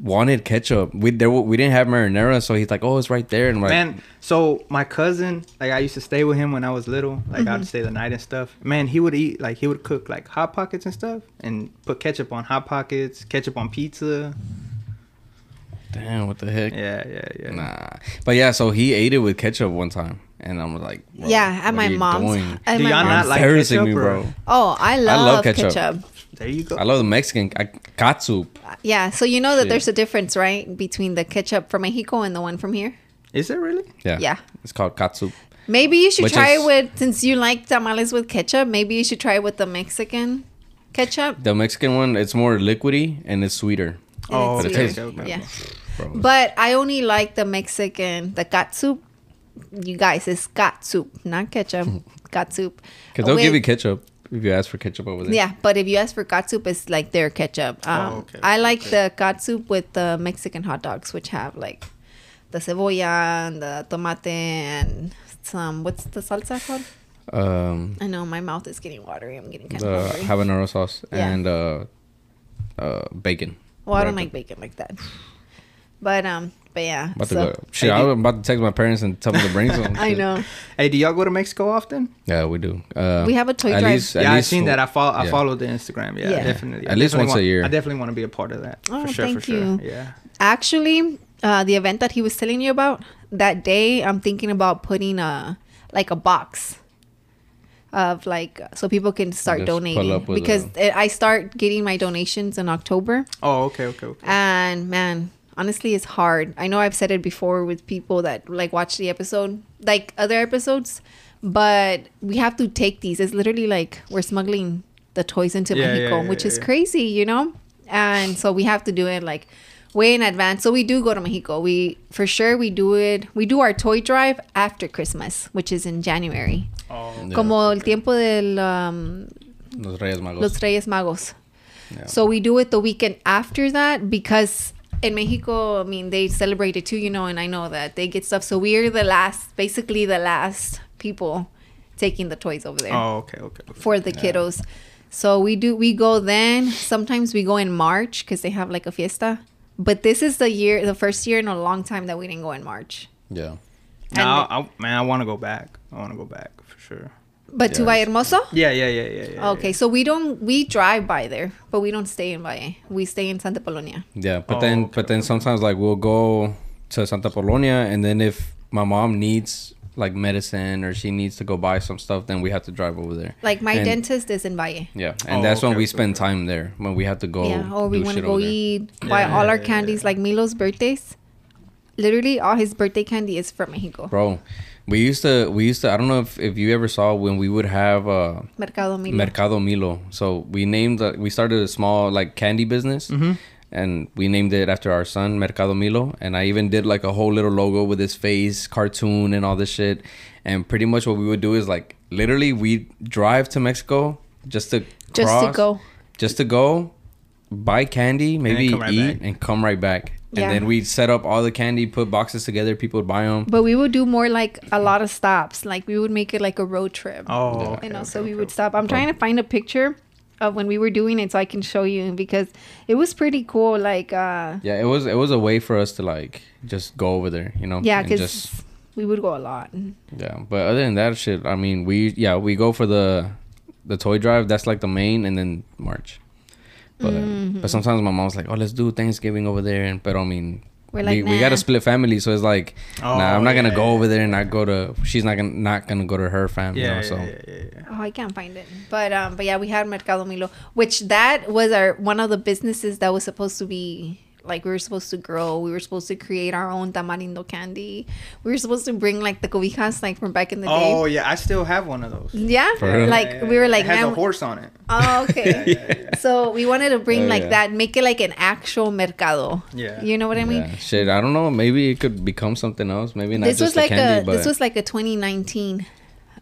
[SPEAKER 2] wanted ketchup. We there wa- we didn't have marinara, so he's like, oh, it's right there, and I'm like,
[SPEAKER 3] Man, so my cousin, like I used to stay with him when I was little. Like
[SPEAKER 2] Mm-hmm.
[SPEAKER 3] I'd stay the night and stuff. Man, he would eat like he would cook like hot pockets and stuff, and put ketchup on hot pockets, ketchup on pizza.
[SPEAKER 2] damn, what the heck?
[SPEAKER 3] Yeah, yeah, yeah.
[SPEAKER 2] Nah, but yeah, so he ate it with ketchup one time, and I'm like, bro,
[SPEAKER 1] yeah, at
[SPEAKER 2] what are
[SPEAKER 1] my
[SPEAKER 2] you
[SPEAKER 1] mom's.
[SPEAKER 2] doing?
[SPEAKER 1] At
[SPEAKER 3] Do
[SPEAKER 1] my
[SPEAKER 3] y'all
[SPEAKER 1] mom's.
[SPEAKER 3] not like
[SPEAKER 2] Embarrassing
[SPEAKER 3] ketchup,
[SPEAKER 2] me,
[SPEAKER 3] bro?
[SPEAKER 2] bro.
[SPEAKER 1] oh, I love,
[SPEAKER 2] ketchup.
[SPEAKER 1] ketchup.
[SPEAKER 3] There you go.
[SPEAKER 2] I love the Mexican I, katsu.
[SPEAKER 1] Yeah, so you know that
[SPEAKER 2] Shit.
[SPEAKER 1] there's a difference, right, between the ketchup from Mexico and the one from here.
[SPEAKER 3] Is it really?
[SPEAKER 2] Yeah,
[SPEAKER 1] Yeah.
[SPEAKER 2] it's called katsu.
[SPEAKER 1] Maybe you should
[SPEAKER 2] Which
[SPEAKER 1] try
[SPEAKER 2] is-
[SPEAKER 1] it with since you like tamales with ketchup. Maybe you should try it with the Mexican ketchup.
[SPEAKER 2] The Mexican one, it's more liquidy and it's sweeter.
[SPEAKER 1] And
[SPEAKER 3] Oh,
[SPEAKER 1] it's
[SPEAKER 2] But it
[SPEAKER 1] sweeter.
[SPEAKER 2] tastes good,
[SPEAKER 3] man.
[SPEAKER 1] yeah.
[SPEAKER 2] Bro.
[SPEAKER 1] But I only like the Mexican, the katsup. You guys, it's katsup, not ketchup. katsup.
[SPEAKER 2] Because they'll give
[SPEAKER 1] With-
[SPEAKER 2] you ketchup if you ask for ketchup over there.
[SPEAKER 1] Yeah, but if you ask for katsup, it's like their ketchup. Um,
[SPEAKER 3] Oh, okay.
[SPEAKER 1] I like the katsup with the Mexican hot dogs, which have like the cebolla and the tomate and some. What's the salsa called?
[SPEAKER 2] Um,
[SPEAKER 1] I know my mouth is getting watery. I'm getting kind
[SPEAKER 2] the
[SPEAKER 1] of hungry.
[SPEAKER 2] habanero sauce
[SPEAKER 1] Yeah.
[SPEAKER 2] and uh, uh, bacon.
[SPEAKER 1] Well, I don't
[SPEAKER 2] Right,
[SPEAKER 1] like bacon like that. But um, but yeah.
[SPEAKER 2] About
[SPEAKER 1] so-
[SPEAKER 2] to go. Shit, I was about to text my parents and tell them to bring some.
[SPEAKER 1] I
[SPEAKER 2] shit.
[SPEAKER 1] know.
[SPEAKER 3] Hey, do y'all go to Mexico often?
[SPEAKER 2] Yeah, we do. Uh,
[SPEAKER 1] We have a toy
[SPEAKER 2] at
[SPEAKER 1] drive.
[SPEAKER 2] Least, at
[SPEAKER 3] yeah, I've
[SPEAKER 2] least
[SPEAKER 3] seen that. I follow. I
[SPEAKER 2] yeah.
[SPEAKER 3] follow the Instagram. Yeah,
[SPEAKER 1] Yeah.
[SPEAKER 3] definitely.
[SPEAKER 2] At
[SPEAKER 3] I
[SPEAKER 2] least
[SPEAKER 3] definitely
[SPEAKER 2] once a
[SPEAKER 3] want-
[SPEAKER 2] year.
[SPEAKER 3] I definitely want to be a part of that.
[SPEAKER 1] Oh,
[SPEAKER 3] for sure,
[SPEAKER 1] thank
[SPEAKER 3] for sure.
[SPEAKER 1] you.
[SPEAKER 3] Yeah.
[SPEAKER 1] Actually, uh, the event that he was telling you about that day, I'm thinking about putting a like a box. of like so people can start
[SPEAKER 2] Just pull
[SPEAKER 1] donating
[SPEAKER 2] up with
[SPEAKER 1] because it, I start getting my donations in October.
[SPEAKER 3] Oh, okay, okay, okay.
[SPEAKER 1] And man, honestly, it's hard. I know I've said it before with people that like watch the episode, like other episodes, but we have to take these. It's literally like we're smuggling the toys into
[SPEAKER 3] Yeah,
[SPEAKER 1] Mexico,
[SPEAKER 3] yeah, yeah,
[SPEAKER 1] which is
[SPEAKER 3] yeah.
[SPEAKER 1] crazy, you know? And so we have to do it like way in advance. So we do go to Mexico. We for sure we do it. We do our toy drive after Christmas, which is in January.
[SPEAKER 3] Oh,
[SPEAKER 2] Yeah.
[SPEAKER 1] Como el tiempo del um,
[SPEAKER 2] Los Reyes Magos.
[SPEAKER 1] Los Reyes Magos.
[SPEAKER 2] Yeah.
[SPEAKER 1] So we do it the weekend after that because in Mexico, I mean, they celebrate it too, you know, and I know that they get stuff. So we're the last, basically the last people taking the toys over there
[SPEAKER 3] oh, okay, okay. okay.
[SPEAKER 1] for the kiddos. So we do we go then. Sometimes we go in March because they have like a fiesta. But this is the year, the first year in a long time that we didn't go in March.
[SPEAKER 2] yeah.
[SPEAKER 3] No,
[SPEAKER 1] And-
[SPEAKER 3] I, I- man, I want to go back. I want to go back for sure.
[SPEAKER 1] But to
[SPEAKER 2] Yes.
[SPEAKER 1] Vallehermoso?
[SPEAKER 3] Yeah, yeah, yeah, yeah. yeah
[SPEAKER 1] Okay, so we don't we drive by there, but we don't stay in Valle. We stay in Santa Polonia.
[SPEAKER 2] Yeah, but
[SPEAKER 3] Oh,
[SPEAKER 2] then
[SPEAKER 3] okay,
[SPEAKER 2] but then sometimes like we'll go to Santa Polonia, and then if my mom needs like medicine or she needs to go buy some stuff, then we have to drive over there.
[SPEAKER 1] Like my
[SPEAKER 2] And-
[SPEAKER 1] dentist is in Valle.
[SPEAKER 2] Yeah, and
[SPEAKER 3] Oh,
[SPEAKER 2] that's when
[SPEAKER 3] okay,
[SPEAKER 2] we
[SPEAKER 3] okay,
[SPEAKER 2] spend time there when we have to go.
[SPEAKER 1] yeah, or we
[SPEAKER 2] do
[SPEAKER 1] want to
[SPEAKER 2] Oh, shit
[SPEAKER 1] go
[SPEAKER 2] over there.
[SPEAKER 1] eat. buy
[SPEAKER 3] Yeah,
[SPEAKER 1] all
[SPEAKER 3] yeah,
[SPEAKER 1] our
[SPEAKER 3] yeah,
[SPEAKER 1] candies,
[SPEAKER 3] yeah.
[SPEAKER 1] like Milo's birthdays, literally all his birthday candy is from Mexico.
[SPEAKER 2] bro. We used to we used to I don't know if if you ever saw when we would have uh
[SPEAKER 1] Mercado Milo.
[SPEAKER 2] Mercado Milo. So we named uh, we started a small like candy business.
[SPEAKER 1] Mm-hmm.
[SPEAKER 2] And we named it after our son Mercado Milo, and I even did like a whole little logo with his face, cartoon, and all this shit. And pretty much what we would do is like literally we drive to Mexico just to
[SPEAKER 1] Just to
[SPEAKER 2] cross-
[SPEAKER 1] go.
[SPEAKER 2] just to go buy candy, maybe
[SPEAKER 3] come right
[SPEAKER 2] eat,
[SPEAKER 3] back.
[SPEAKER 2] and come right back.
[SPEAKER 1] Yeah.
[SPEAKER 2] And then we'd set up all the candy, put boxes together, people would buy them.
[SPEAKER 1] But we would do more like a lot of stops. Like we would make it like a road trip.
[SPEAKER 3] Oh,
[SPEAKER 2] Yeah. Oh.
[SPEAKER 3] okay,
[SPEAKER 1] you know,
[SPEAKER 3] okay,
[SPEAKER 1] so we
[SPEAKER 3] okay,
[SPEAKER 1] would
[SPEAKER 3] okay.
[SPEAKER 1] stop. I'm trying to find a picture of when we were doing it so I can show you because it was pretty cool. Like, uh,
[SPEAKER 2] Yeah, it was it was a way for us to like just go over there, you know.
[SPEAKER 1] yeah,
[SPEAKER 2] and just
[SPEAKER 1] because we would go a lot.
[SPEAKER 2] yeah. But other than that shit, I mean, we yeah we go for the the toy drive. That's like the main, and then March. But
[SPEAKER 1] Mm-hmm.
[SPEAKER 2] but sometimes my mom's like, oh, let's do Thanksgiving over there, and but I mean.
[SPEAKER 1] We're like,
[SPEAKER 2] we, we gotta
[SPEAKER 1] "Nah."
[SPEAKER 2] split family, so it's like,
[SPEAKER 3] Oh,
[SPEAKER 2] nah, I'm not
[SPEAKER 3] yeah,
[SPEAKER 2] gonna go
[SPEAKER 3] yeah,
[SPEAKER 2] over there and not go to. She's not gonna not gonna go to her family.
[SPEAKER 3] Yeah,
[SPEAKER 2] you know, so
[SPEAKER 3] yeah, yeah, yeah, yeah.
[SPEAKER 1] Oh, I can't find it. But um, but yeah, we had Mercado Milo, which that was our one of the businesses that was supposed to be like we were supposed to grow. We were supposed to create our own tamarindo candy. We were supposed to bring like the cobijas like from back in the
[SPEAKER 3] Oh
[SPEAKER 1] day.
[SPEAKER 3] yeah, I still have one of those.
[SPEAKER 1] Yeah,
[SPEAKER 2] For real?
[SPEAKER 1] like
[SPEAKER 3] Yeah, yeah,
[SPEAKER 1] we were
[SPEAKER 3] yeah.
[SPEAKER 1] like,
[SPEAKER 3] it has
[SPEAKER 1] man,
[SPEAKER 3] a horse on it.
[SPEAKER 1] oh okay. So we wanted to bring
[SPEAKER 2] Oh,
[SPEAKER 1] like
[SPEAKER 2] yeah.
[SPEAKER 1] that, make it like an actual mercado.
[SPEAKER 3] Yeah.
[SPEAKER 1] you know what I mean.
[SPEAKER 2] yeah. shit. I don't know. Maybe it could become something else. Maybe not
[SPEAKER 1] this was
[SPEAKER 2] just
[SPEAKER 1] like
[SPEAKER 2] the candy,
[SPEAKER 1] a
[SPEAKER 2] but
[SPEAKER 1] this was like a 2019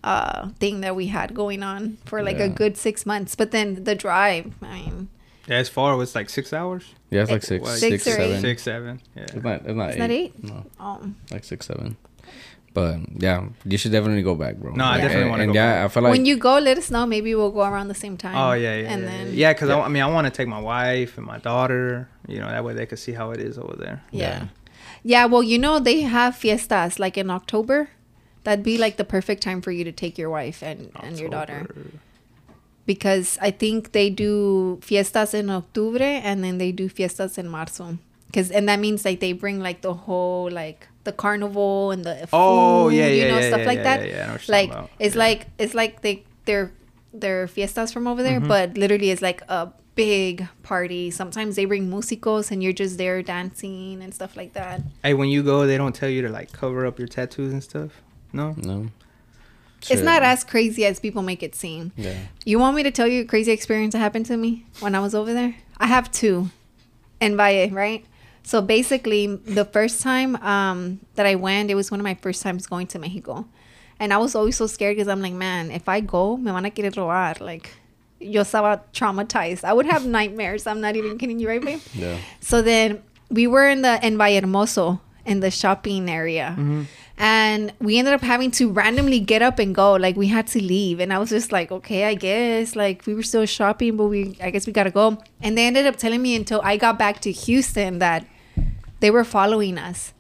[SPEAKER 1] uh thing that we had going on for like a
[SPEAKER 2] Yeah.
[SPEAKER 1] good six months but then the drive i mean
[SPEAKER 3] Yeah, as far as like six hours,
[SPEAKER 2] yeah, it's like six,
[SPEAKER 3] Like
[SPEAKER 2] six,
[SPEAKER 1] six or eight.
[SPEAKER 2] seven.
[SPEAKER 3] six, seven. Yeah.
[SPEAKER 2] It's not. It's not
[SPEAKER 1] It's
[SPEAKER 2] eight.
[SPEAKER 1] not eight?
[SPEAKER 2] No.
[SPEAKER 1] um
[SPEAKER 2] like six seven but yeah you should definitely go back bro
[SPEAKER 3] No, I
[SPEAKER 2] Like,
[SPEAKER 3] definitely
[SPEAKER 2] and-
[SPEAKER 3] wanna
[SPEAKER 2] and
[SPEAKER 3] go
[SPEAKER 2] yeah
[SPEAKER 3] back.
[SPEAKER 2] i feel like
[SPEAKER 1] when you go, let us know. Maybe we'll go around the same time.
[SPEAKER 3] Oh yeah, yeah,
[SPEAKER 1] And
[SPEAKER 3] yeah,
[SPEAKER 1] then,
[SPEAKER 3] yeah. Because I, I mean, I want to take my wife and my daughter. You know, that way they could see how it is over there.
[SPEAKER 1] yeah. Yeah, Well, you know, they have fiestas like in October. That'd be like the perfect time for you to take your wife and, and your daughter
[SPEAKER 3] October.
[SPEAKER 1] because I think they do fiestas in Octubre and then they do fiestas in Marzo. Cause and that means like they bring like the whole like the carnival and the
[SPEAKER 3] Oh
[SPEAKER 1] food,
[SPEAKER 3] yeah, yeah,
[SPEAKER 1] you know
[SPEAKER 3] yeah,
[SPEAKER 1] stuff
[SPEAKER 3] yeah,
[SPEAKER 1] like
[SPEAKER 3] yeah,
[SPEAKER 1] that.
[SPEAKER 3] Yeah, yeah, I know what you're
[SPEAKER 1] like
[SPEAKER 3] talking about.
[SPEAKER 1] it's like it's like they their their fiestas from over
[SPEAKER 3] Mm-hmm.
[SPEAKER 1] there but literally it's like a big party sometimes they bring musicos and you're just there dancing and stuff like that
[SPEAKER 3] Hey, when you go, they don't tell you to like cover up your tattoos and stuff. No.
[SPEAKER 2] no
[SPEAKER 1] it's not as crazy as people make it seem
[SPEAKER 2] yeah
[SPEAKER 1] you want me to tell you a crazy experience that happened to me when i was over there i have two in valle right so basically the first time um, that i went it was one of my first times going to mexico and i was always so scared because i'm like man if i go me van a querer robar like yo estaba traumatized i would have nightmares i'm not even kidding you right babe
[SPEAKER 2] yeah
[SPEAKER 1] so then we were in the in Vallehermoso in the shopping area. And we ended up having to randomly get up and go. Like we had to leave. And I was just like, okay, I guess. Like we were still shopping, but we I guess we gotta go. And they ended up telling me until I got back to Houston that they were following us.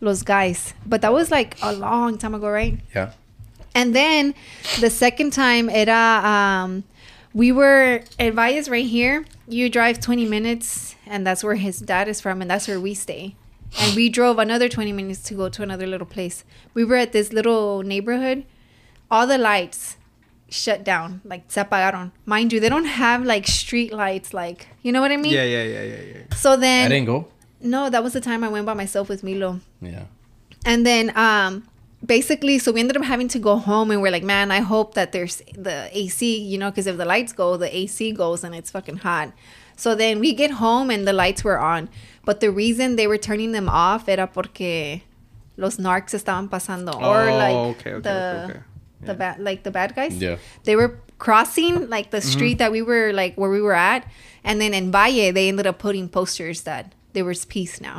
[SPEAKER 1] Los guys. But that was like a long time ago, right?
[SPEAKER 2] yeah
[SPEAKER 1] And then the second time, era, um, we were at Valle's right here. You drive 20 minutes, and that's where his dad is from, and that's where we stay. And we drove another 20 minutes to go to another little place. We were at this little neighborhood. All the lights shut down, like se apagaron. Mind you, they don't have like street lights, like you know what I mean.
[SPEAKER 3] Yeah, yeah, yeah, yeah, yeah.
[SPEAKER 1] So then,
[SPEAKER 2] I didn't go.
[SPEAKER 1] no, that was the time I went by myself with Milo.
[SPEAKER 2] Yeah.
[SPEAKER 1] And then um basically so we ended up having to go home and we're like, man, I hope that there's the AC, you know, because if the lights go, the AC goes and it's fucking hot. So then we get home and the lights were on. But the reason they were turning them off era porque los narcs estaban pasando. or
[SPEAKER 3] Oh,
[SPEAKER 1] like
[SPEAKER 3] okay, okay,
[SPEAKER 1] the,
[SPEAKER 3] okay, okay.
[SPEAKER 1] the bad like the bad guys.
[SPEAKER 2] Yeah.
[SPEAKER 1] They were crossing like
[SPEAKER 3] Mm-hmm.
[SPEAKER 1] the street that we were like where we were at. And then in Valle they ended up putting posters that there was peace now.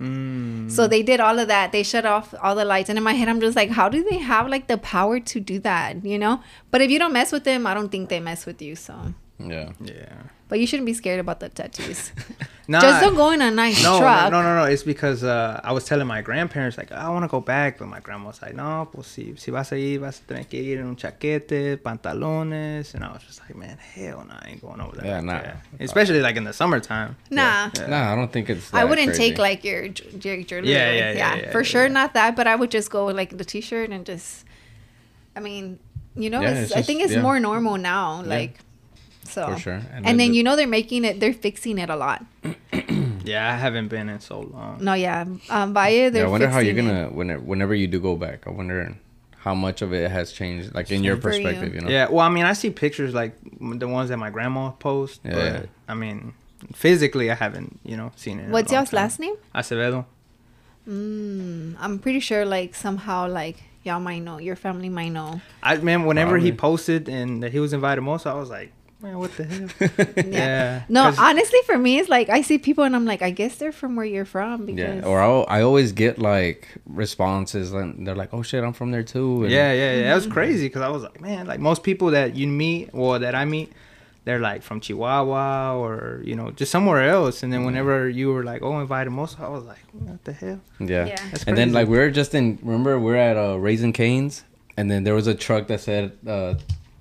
[SPEAKER 3] Mm,
[SPEAKER 1] So
[SPEAKER 2] Mm.
[SPEAKER 1] they did all of that. They shut off all the lights. And in my head, I'm just like, how do they have like the power to do that? You know? But if you don't mess with them, I don't think they mess with you. So,
[SPEAKER 2] Yeah.
[SPEAKER 3] Yeah.
[SPEAKER 1] but you shouldn't be scared about the tattoos.
[SPEAKER 3] Nah,
[SPEAKER 1] Just don't go in a nice
[SPEAKER 3] no,
[SPEAKER 1] truck.
[SPEAKER 3] No, no, no, no. It's because uh, I was telling my grandparents, like, I want to go back. But my grandma was like, no, pues si, si vas a ir, vas a tener que ir en un chaquete, pantalones. And I was just like, man, hell no, I ain't going over there.
[SPEAKER 2] Yeah,
[SPEAKER 3] like
[SPEAKER 2] nah.
[SPEAKER 3] that. Especially like in the summertime.
[SPEAKER 1] Nah.
[SPEAKER 2] Nah, I don't think it's.
[SPEAKER 1] I
[SPEAKER 2] that
[SPEAKER 1] wouldn't
[SPEAKER 2] crazy.
[SPEAKER 1] take like your j- j- your
[SPEAKER 3] Yeah,
[SPEAKER 1] little-
[SPEAKER 3] yeah, yeah, yeah,
[SPEAKER 1] for
[SPEAKER 3] yeah,
[SPEAKER 1] sure
[SPEAKER 3] yeah.
[SPEAKER 1] not that. But I would just go with like the t-shirt and just, I mean, you know,
[SPEAKER 2] Yeah,
[SPEAKER 1] it's,
[SPEAKER 2] it's
[SPEAKER 1] I think
[SPEAKER 2] just-
[SPEAKER 1] it's
[SPEAKER 2] yeah.
[SPEAKER 1] more normal now. Like, so
[SPEAKER 2] For sure.
[SPEAKER 1] And,
[SPEAKER 2] And then
[SPEAKER 1] then
[SPEAKER 2] the-
[SPEAKER 1] you know they're making it, they're fixing it a lot.
[SPEAKER 3] Yeah, I haven't been in so long.
[SPEAKER 1] No, yeah, um, Valle. They're
[SPEAKER 2] Yeah, I wonder how you're
[SPEAKER 1] fixing it.
[SPEAKER 2] gonna whenever, whenever you do go back. I wonder how much of it has changed, like in your
[SPEAKER 1] For you.
[SPEAKER 2] perspective. You know.
[SPEAKER 3] Yeah, well, I mean, I see pictures like m- the ones that my grandma posts,
[SPEAKER 2] Yeah,
[SPEAKER 3] but
[SPEAKER 2] yeah.
[SPEAKER 3] I mean, physically, I haven't, you know, seen it. in a
[SPEAKER 1] What's
[SPEAKER 3] long
[SPEAKER 1] y'all's
[SPEAKER 3] time.
[SPEAKER 1] last name?
[SPEAKER 3] Acevedo.
[SPEAKER 1] Hmm, I'm pretty sure like somehow like y'all might know, your family might know.
[SPEAKER 3] I man, whenever he
[SPEAKER 2] Probably.
[SPEAKER 3] posted and that he was invited most, I was like, man, what the hell? yeah.
[SPEAKER 1] No,
[SPEAKER 3] 'Cause-
[SPEAKER 1] honestly for me it's like I see people and I'm like, I guess they're from where you're from because
[SPEAKER 2] Yeah, or I'll, I always get like responses, and they're like, "Oh shit, I'm from there too." And
[SPEAKER 3] Yeah, yeah, yeah. That was crazy because I was like, man, like most people that you meet or that I meet, they're like from Chihuahua or you know just somewhere else. And then whenever you were like, oh, invited most, I was like, what the hell?
[SPEAKER 2] yeah.
[SPEAKER 1] Yeah.
[SPEAKER 3] That's
[SPEAKER 2] And then
[SPEAKER 3] crazy.
[SPEAKER 2] like we were just in. Remember, we are at uh, Raisin Canes, and then there was a truck that said uh,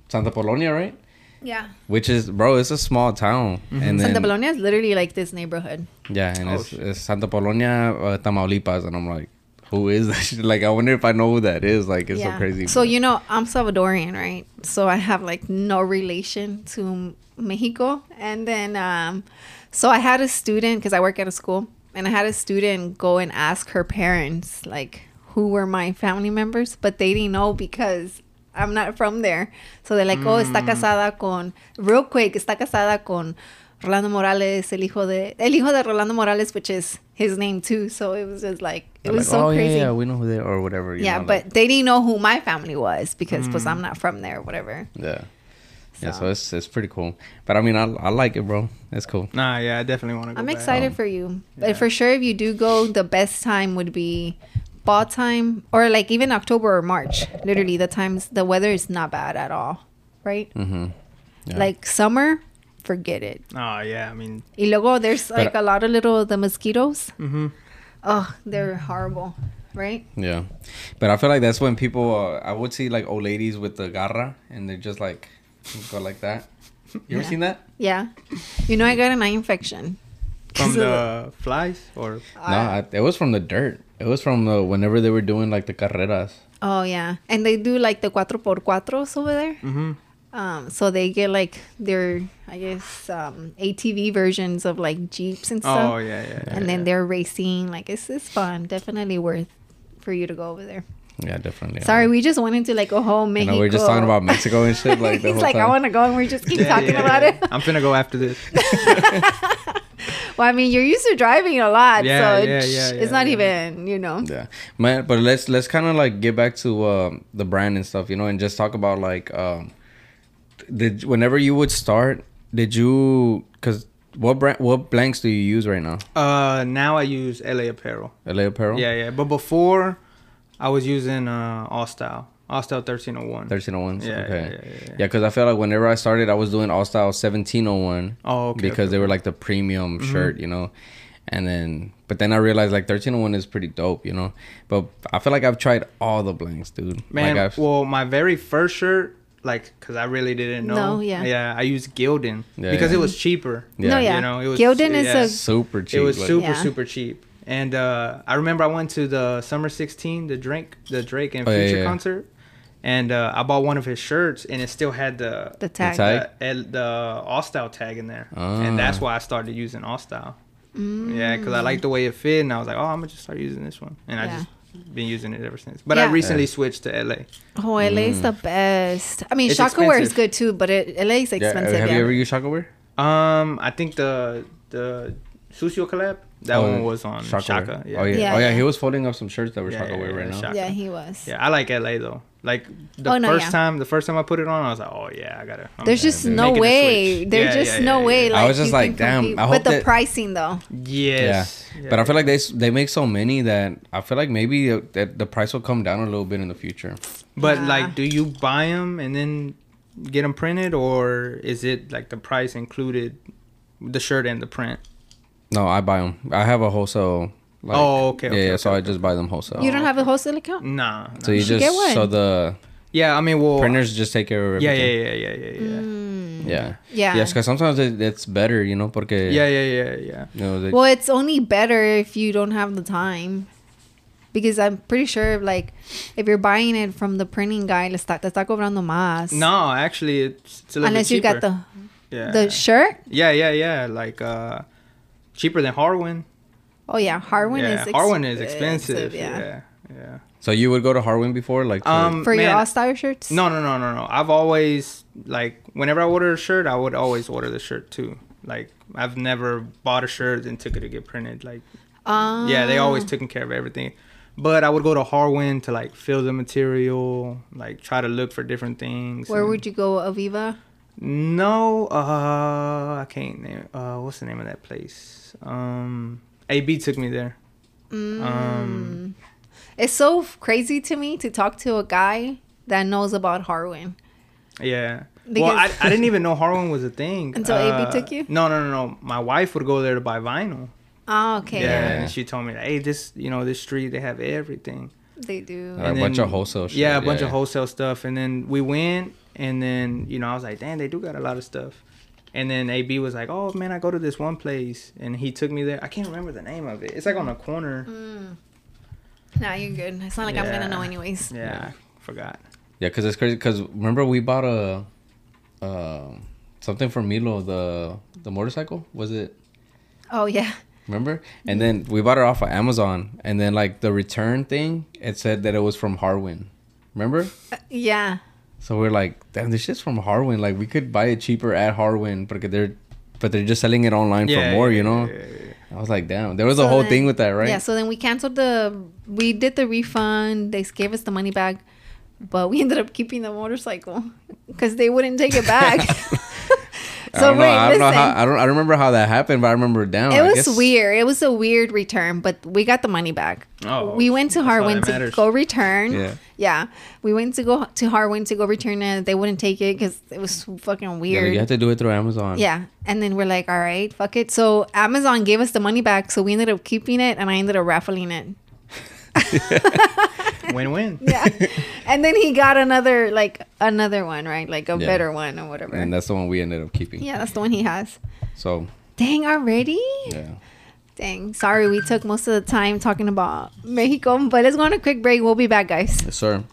[SPEAKER 2] Santa Polonia, right?
[SPEAKER 1] yeah.
[SPEAKER 2] Which is, bro, it's a small town. And then,
[SPEAKER 1] Santa Polonia is literally like this neighborhood.
[SPEAKER 2] Yeah, and
[SPEAKER 3] Mm-hmm. Oh,
[SPEAKER 2] it's,
[SPEAKER 3] shit.
[SPEAKER 2] it's Santa Polonia, uh, Tamaulipas, and I'm like, who is that? shit? like, I wonder if I know who that is. Like, it's so crazy.
[SPEAKER 1] So
[SPEAKER 2] bro.
[SPEAKER 1] you know, I'm Salvadorian, right? So I have like no relation to Mexico. And then um so I had a student cuz I work at a school and I had a student go and ask her parents like who were my family members, but they didn't know because I'm not from there. So they're like, "Oh,
[SPEAKER 2] Mm.
[SPEAKER 1] está casada con real quick, está casada con Rolando Morales, el hijo de el hijo de Rolando Morales, which is his name too." So it was just like it
[SPEAKER 2] They're
[SPEAKER 1] was
[SPEAKER 2] like,
[SPEAKER 1] so
[SPEAKER 2] oh,
[SPEAKER 1] crazy.
[SPEAKER 2] Yeah, yeah, we know who they are, or whatever. you
[SPEAKER 1] Yeah,
[SPEAKER 2] know,
[SPEAKER 1] but
[SPEAKER 2] like-
[SPEAKER 1] they didn't know who my family was because pues, I'm not from there, whatever.
[SPEAKER 2] yeah. Yeah,
[SPEAKER 1] So.
[SPEAKER 2] so it's it's pretty cool. But I mean, I, I like it, bro. It's cool.
[SPEAKER 3] Nah, yeah, I definitely want to. go
[SPEAKER 1] I'm
[SPEAKER 3] back.
[SPEAKER 1] excited for you. But for sure, if you do go, the best time would be fall time or like even October or March. Literally, the times, the weather is not bad at all, right?
[SPEAKER 2] hmm Yeah.
[SPEAKER 1] Like summer, forget it.
[SPEAKER 3] Oh yeah, I mean,
[SPEAKER 1] Y luego, there's like a
[SPEAKER 2] Pero-
[SPEAKER 1] lot of little, the mosquitoes.
[SPEAKER 3] hmm
[SPEAKER 1] Oh, they're horrible, right?
[SPEAKER 2] Yeah, but I feel like that's when people. Uh, I would see like old ladies with the garra, and they're just like go like that. You ever
[SPEAKER 1] Yeah.
[SPEAKER 2] seen that?
[SPEAKER 1] Yeah. You know, I got an eye infection.
[SPEAKER 3] from
[SPEAKER 1] So-
[SPEAKER 3] the flies or
[SPEAKER 1] Uh,
[SPEAKER 2] no, I, it was from the dirt. It was from the whenever they were doing like the carreras.
[SPEAKER 1] Oh yeah, and they do like the cuatro por cuatros over there.
[SPEAKER 3] Mhm.
[SPEAKER 1] Um, so they get like their, I guess, um, ATV versions of like jeeps and stuff.
[SPEAKER 3] oh yeah, yeah.
[SPEAKER 1] And then they're racing. Like it's it's fun. Definitely worth for you to go over there.
[SPEAKER 2] Yeah, definitely.
[SPEAKER 1] Sorry, we just went into like a whole
[SPEAKER 2] You
[SPEAKER 1] Mexico.
[SPEAKER 2] know, we were just talking about Mexico and shit. Like the
[SPEAKER 1] He's
[SPEAKER 2] whole
[SPEAKER 1] like, I
[SPEAKER 2] time.
[SPEAKER 1] want to go, and we just keep
[SPEAKER 3] Yeah,
[SPEAKER 1] talking
[SPEAKER 3] yeah,
[SPEAKER 1] about
[SPEAKER 3] yeah.
[SPEAKER 1] it.
[SPEAKER 3] I'm finna go after this.
[SPEAKER 1] Well, I mean, you're used to driving a lot,
[SPEAKER 3] Yeah,
[SPEAKER 1] so
[SPEAKER 3] yeah,
[SPEAKER 1] it's-
[SPEAKER 3] yeah,
[SPEAKER 1] it's
[SPEAKER 3] yeah,
[SPEAKER 1] not
[SPEAKER 3] yeah.
[SPEAKER 1] even, you know.
[SPEAKER 2] Yeah, man. But let's let's kind of like get back to um the brand and stuff, you know, and just talk about like um, did whenever you would start, did you because what brand what blanks do you use right now?
[SPEAKER 3] Uh, now I use LA Apparel.
[SPEAKER 2] LA Apparel.
[SPEAKER 3] Yeah, yeah. But before, I was using uh All Style, All Style 1301.
[SPEAKER 2] Thirteen oh ones.
[SPEAKER 3] Yeah,
[SPEAKER 2] okay.
[SPEAKER 3] yeah, yeah, yeah, yeah.
[SPEAKER 2] Yeah, because I felt like whenever I started, I was doing all style seventeen oh one.
[SPEAKER 3] Oh, okay,
[SPEAKER 2] Because
[SPEAKER 3] okay. Mm-hmm.
[SPEAKER 2] they were like the premium shirt, you know. And then, but then I realized like thirteen oh one is pretty dope, you know. But I feel like I've tried all the blanks, dude.
[SPEAKER 3] Man,
[SPEAKER 2] like I've,
[SPEAKER 3] well, my very first shirt, like, cause I really didn't know.
[SPEAKER 1] No, yeah.
[SPEAKER 3] Yeah, I used Gildan
[SPEAKER 2] Yeah,
[SPEAKER 3] because
[SPEAKER 2] yeah.
[SPEAKER 3] it was cheaper.
[SPEAKER 2] Yeah.
[SPEAKER 1] No, yeah.
[SPEAKER 3] You know, it was-
[SPEAKER 1] Gildan is
[SPEAKER 3] yeah.
[SPEAKER 1] a
[SPEAKER 2] super cheap.
[SPEAKER 3] It was
[SPEAKER 2] like-
[SPEAKER 3] super,
[SPEAKER 1] Yeah.
[SPEAKER 3] super cheap. And uh, I remember I went to the Summer 16, the Drake, the Drake and
[SPEAKER 2] Oh, yeah,
[SPEAKER 3] Future
[SPEAKER 2] yeah.
[SPEAKER 3] concert, and uh, I bought one of his shirts, and it still had the
[SPEAKER 1] The tag.
[SPEAKER 2] tag? Ah.
[SPEAKER 3] the, el- the all style tag in there, and that's why I started using all style.
[SPEAKER 1] Mm.
[SPEAKER 3] Yeah, because I liked the way it fit, and I was like, oh, I'm gonna just start using this one, and
[SPEAKER 1] Yeah.
[SPEAKER 3] I just been using it ever since. But
[SPEAKER 1] Yeah.
[SPEAKER 3] I recently switched to LA.
[SPEAKER 2] Mm.
[SPEAKER 1] Oh, LA is the best. I mean,
[SPEAKER 3] It's
[SPEAKER 1] Shaka wear is
[SPEAKER 3] expensive.
[SPEAKER 1] good too, but it, LA is
[SPEAKER 2] Yeah,
[SPEAKER 1] expensive.
[SPEAKER 2] have
[SPEAKER 1] yeah.
[SPEAKER 2] you ever used Shockaware?
[SPEAKER 3] Um, I think the the Susio collab that
[SPEAKER 2] Oh,
[SPEAKER 3] one was on
[SPEAKER 2] Shockaware.
[SPEAKER 3] Shaka. Yeah.
[SPEAKER 2] Oh yeah.
[SPEAKER 1] Yeah,
[SPEAKER 2] oh yeah.
[SPEAKER 1] yeah.
[SPEAKER 2] He was folding up some shirts that were
[SPEAKER 3] Yeah,
[SPEAKER 2] Shockaware
[SPEAKER 3] yeah,
[SPEAKER 2] right now.
[SPEAKER 3] yeah, Shock-
[SPEAKER 1] yeah, he was.
[SPEAKER 3] Yeah, I like LA though. Like the
[SPEAKER 1] Oh, no,
[SPEAKER 3] first
[SPEAKER 1] yeah.
[SPEAKER 3] time, the first time I put it on, I was like, oh yeah, I gotta. I'm
[SPEAKER 1] There's just no
[SPEAKER 3] making a
[SPEAKER 1] way.
[SPEAKER 3] switch.
[SPEAKER 1] There's
[SPEAKER 3] Yeah,
[SPEAKER 1] just
[SPEAKER 3] yeah,
[SPEAKER 1] no
[SPEAKER 3] yeah,
[SPEAKER 1] way.
[SPEAKER 3] yeah.
[SPEAKER 1] Like,
[SPEAKER 2] I was just
[SPEAKER 1] you
[SPEAKER 2] like,
[SPEAKER 1] can
[SPEAKER 2] damn,
[SPEAKER 1] compete.
[SPEAKER 2] I
[SPEAKER 1] But
[SPEAKER 2] hope
[SPEAKER 1] the
[SPEAKER 2] that-
[SPEAKER 1] pricing though.
[SPEAKER 3] Yes.
[SPEAKER 2] Yeah. But I feel like they s- they make so many that I feel like maybe uh, that the price will come down a little bit in the future.
[SPEAKER 3] But
[SPEAKER 1] Yeah.
[SPEAKER 3] like, do you buy them and then get them printed, or is it like the price included, the shirt and the print?
[SPEAKER 2] No, I buy them. I have a wholesale. Like,
[SPEAKER 3] Oh, okay,
[SPEAKER 2] Yeah,
[SPEAKER 3] okay,
[SPEAKER 2] yeah.
[SPEAKER 3] okay,
[SPEAKER 2] so I
[SPEAKER 3] okay,
[SPEAKER 2] just buy them wholesale.
[SPEAKER 1] You don't have a wholesale account?
[SPEAKER 3] Nah. nah.
[SPEAKER 2] so you
[SPEAKER 1] should
[SPEAKER 2] just
[SPEAKER 1] get one.
[SPEAKER 2] so the
[SPEAKER 3] yeah, I mean, well,
[SPEAKER 2] printers just take care of
[SPEAKER 3] Yeah, yeah,
[SPEAKER 2] everything.
[SPEAKER 3] yeah, yeah, yeah, yeah.
[SPEAKER 1] Mm.
[SPEAKER 2] yeah,
[SPEAKER 1] Yeah.
[SPEAKER 2] Mm. Yes, because sometimes it, it's better, you know, porque
[SPEAKER 3] Yeah, yeah, yeah, yeah.
[SPEAKER 2] you know, they,
[SPEAKER 1] Well, it's only better if you don't have the time. Because I'm pretty sure, like, if you're buying it from the printing guy, le está, te está cobrando más.
[SPEAKER 3] No, actually, it's, it's a little
[SPEAKER 1] Unless
[SPEAKER 3] bit
[SPEAKER 1] you got
[SPEAKER 3] cheaper.
[SPEAKER 1] the
[SPEAKER 3] yeah.
[SPEAKER 1] the shirt.
[SPEAKER 3] yeah, yeah, yeah. Like uh, cheaper than Harwin.
[SPEAKER 1] Oh, yeah. Harwin
[SPEAKER 3] yeah,
[SPEAKER 1] is expensive.
[SPEAKER 3] Harwin is expensive. Yeah, yeah.
[SPEAKER 2] so you would go to Harwin before, like to-
[SPEAKER 3] Um,
[SPEAKER 1] For your
[SPEAKER 3] man,
[SPEAKER 1] all star shirts?
[SPEAKER 3] No, no, no, no, no. I've always like whenever I order a shirt, I would always order the shirt too. Like I've never bought a shirt and took it to get printed. Like
[SPEAKER 1] Um,
[SPEAKER 3] yeah, they always taking care of everything. But I would go to Harwin to like fill the material, like try to look for different things.
[SPEAKER 1] Where would you go, Aviva?
[SPEAKER 3] No, uh, I can't name. Uh, what's the name of that place? Um, AB took me there.
[SPEAKER 1] Mm.
[SPEAKER 3] Um,
[SPEAKER 1] It's so f- crazy to me to talk to a guy that knows about Harwin.
[SPEAKER 3] Yeah. well, I,
[SPEAKER 1] Because-
[SPEAKER 3] I didn't even know Harwin was a thing Uh,
[SPEAKER 1] Until AB took you?
[SPEAKER 3] No, no, no, no. My wife would go there to buy vinyl.
[SPEAKER 1] Oh, okay.
[SPEAKER 3] Yeah,
[SPEAKER 1] Yeah.
[SPEAKER 3] and she told me, hey, this, you know, this street they have everything.
[SPEAKER 1] They do.
[SPEAKER 2] Like, a
[SPEAKER 3] And
[SPEAKER 2] bunch of wholesale Oh, shit,
[SPEAKER 3] Yeah, a bunch
[SPEAKER 2] yeah.
[SPEAKER 3] of wholesale stuff. And then we went, and then you know, I was like, damn, they do got a lot of stuff. And then AB was like, oh man, I go to this one place, and he took me there. I can't remember the name of it. It's like on the corner.
[SPEAKER 1] Mm. Nah, you're good. It's not like I'm
[SPEAKER 3] Yeah.
[SPEAKER 1] gonna know anyways.
[SPEAKER 3] Yeah, I forgot.
[SPEAKER 2] yeah, because it's crazy. Because remember we bought a uh, something for Milo the the motorcycle was it?
[SPEAKER 1] Oh yeah.
[SPEAKER 2] Remember? And then we bought it off of Amazon, and then like the return thing, it said that it was from Harwin. Remember?
[SPEAKER 1] Yeah.
[SPEAKER 2] So we're like, damn, this shit's from Harwin. Like we could buy it cheaper at Harwin, but they're but they're just selling it online
[SPEAKER 3] Yeah,
[SPEAKER 2] for more,
[SPEAKER 3] yeah,
[SPEAKER 2] you know.
[SPEAKER 3] yeah, yeah, yeah.
[SPEAKER 2] I was like, damn, there was
[SPEAKER 1] So
[SPEAKER 2] a whole
[SPEAKER 1] then-
[SPEAKER 2] thing with that, right?
[SPEAKER 1] Yeah, so then we canceled the we did the refund. They gave us the money back, but we ended up keeping the motorcycle cuz they wouldn't take it back.
[SPEAKER 2] I
[SPEAKER 1] so
[SPEAKER 2] don't know.
[SPEAKER 1] wait,
[SPEAKER 2] I don't
[SPEAKER 1] listen.
[SPEAKER 2] know how. I don't. I don't remember how that happened, but I remember down.
[SPEAKER 1] it
[SPEAKER 2] Oh, I
[SPEAKER 1] was
[SPEAKER 2] guess-
[SPEAKER 1] weird. It was a weird return, but we got the money back.
[SPEAKER 3] Oh,
[SPEAKER 1] we went to
[SPEAKER 3] that's all
[SPEAKER 1] Harwin
[SPEAKER 3] that
[SPEAKER 1] to
[SPEAKER 3] matters.
[SPEAKER 1] go return.
[SPEAKER 2] Yeah.
[SPEAKER 1] Yeah. We went to go to Harwin to go return it. They wouldn't take it because it was fucking
[SPEAKER 2] Yeah,
[SPEAKER 1] weird.
[SPEAKER 2] like, you have to do it through Amazon.
[SPEAKER 1] Yeah. And then we're like, all right, fuck it. So Amazon gave us the money back. So we ended up keeping it and I ended up raffling it.
[SPEAKER 3] Win-win.
[SPEAKER 1] Yeah. and then he got another, like, another one, right? Like a
[SPEAKER 2] Yeah.
[SPEAKER 1] better one or whatever.
[SPEAKER 2] And that's the one we ended up keeping.
[SPEAKER 1] yeah, that's the one he has.
[SPEAKER 2] So
[SPEAKER 1] Dang, already?
[SPEAKER 2] yeah.
[SPEAKER 1] Dang. Sorry, we took most of the time talking about Mexico, but let's go on a quick break. We'll be back, guys.
[SPEAKER 2] Yes, sir.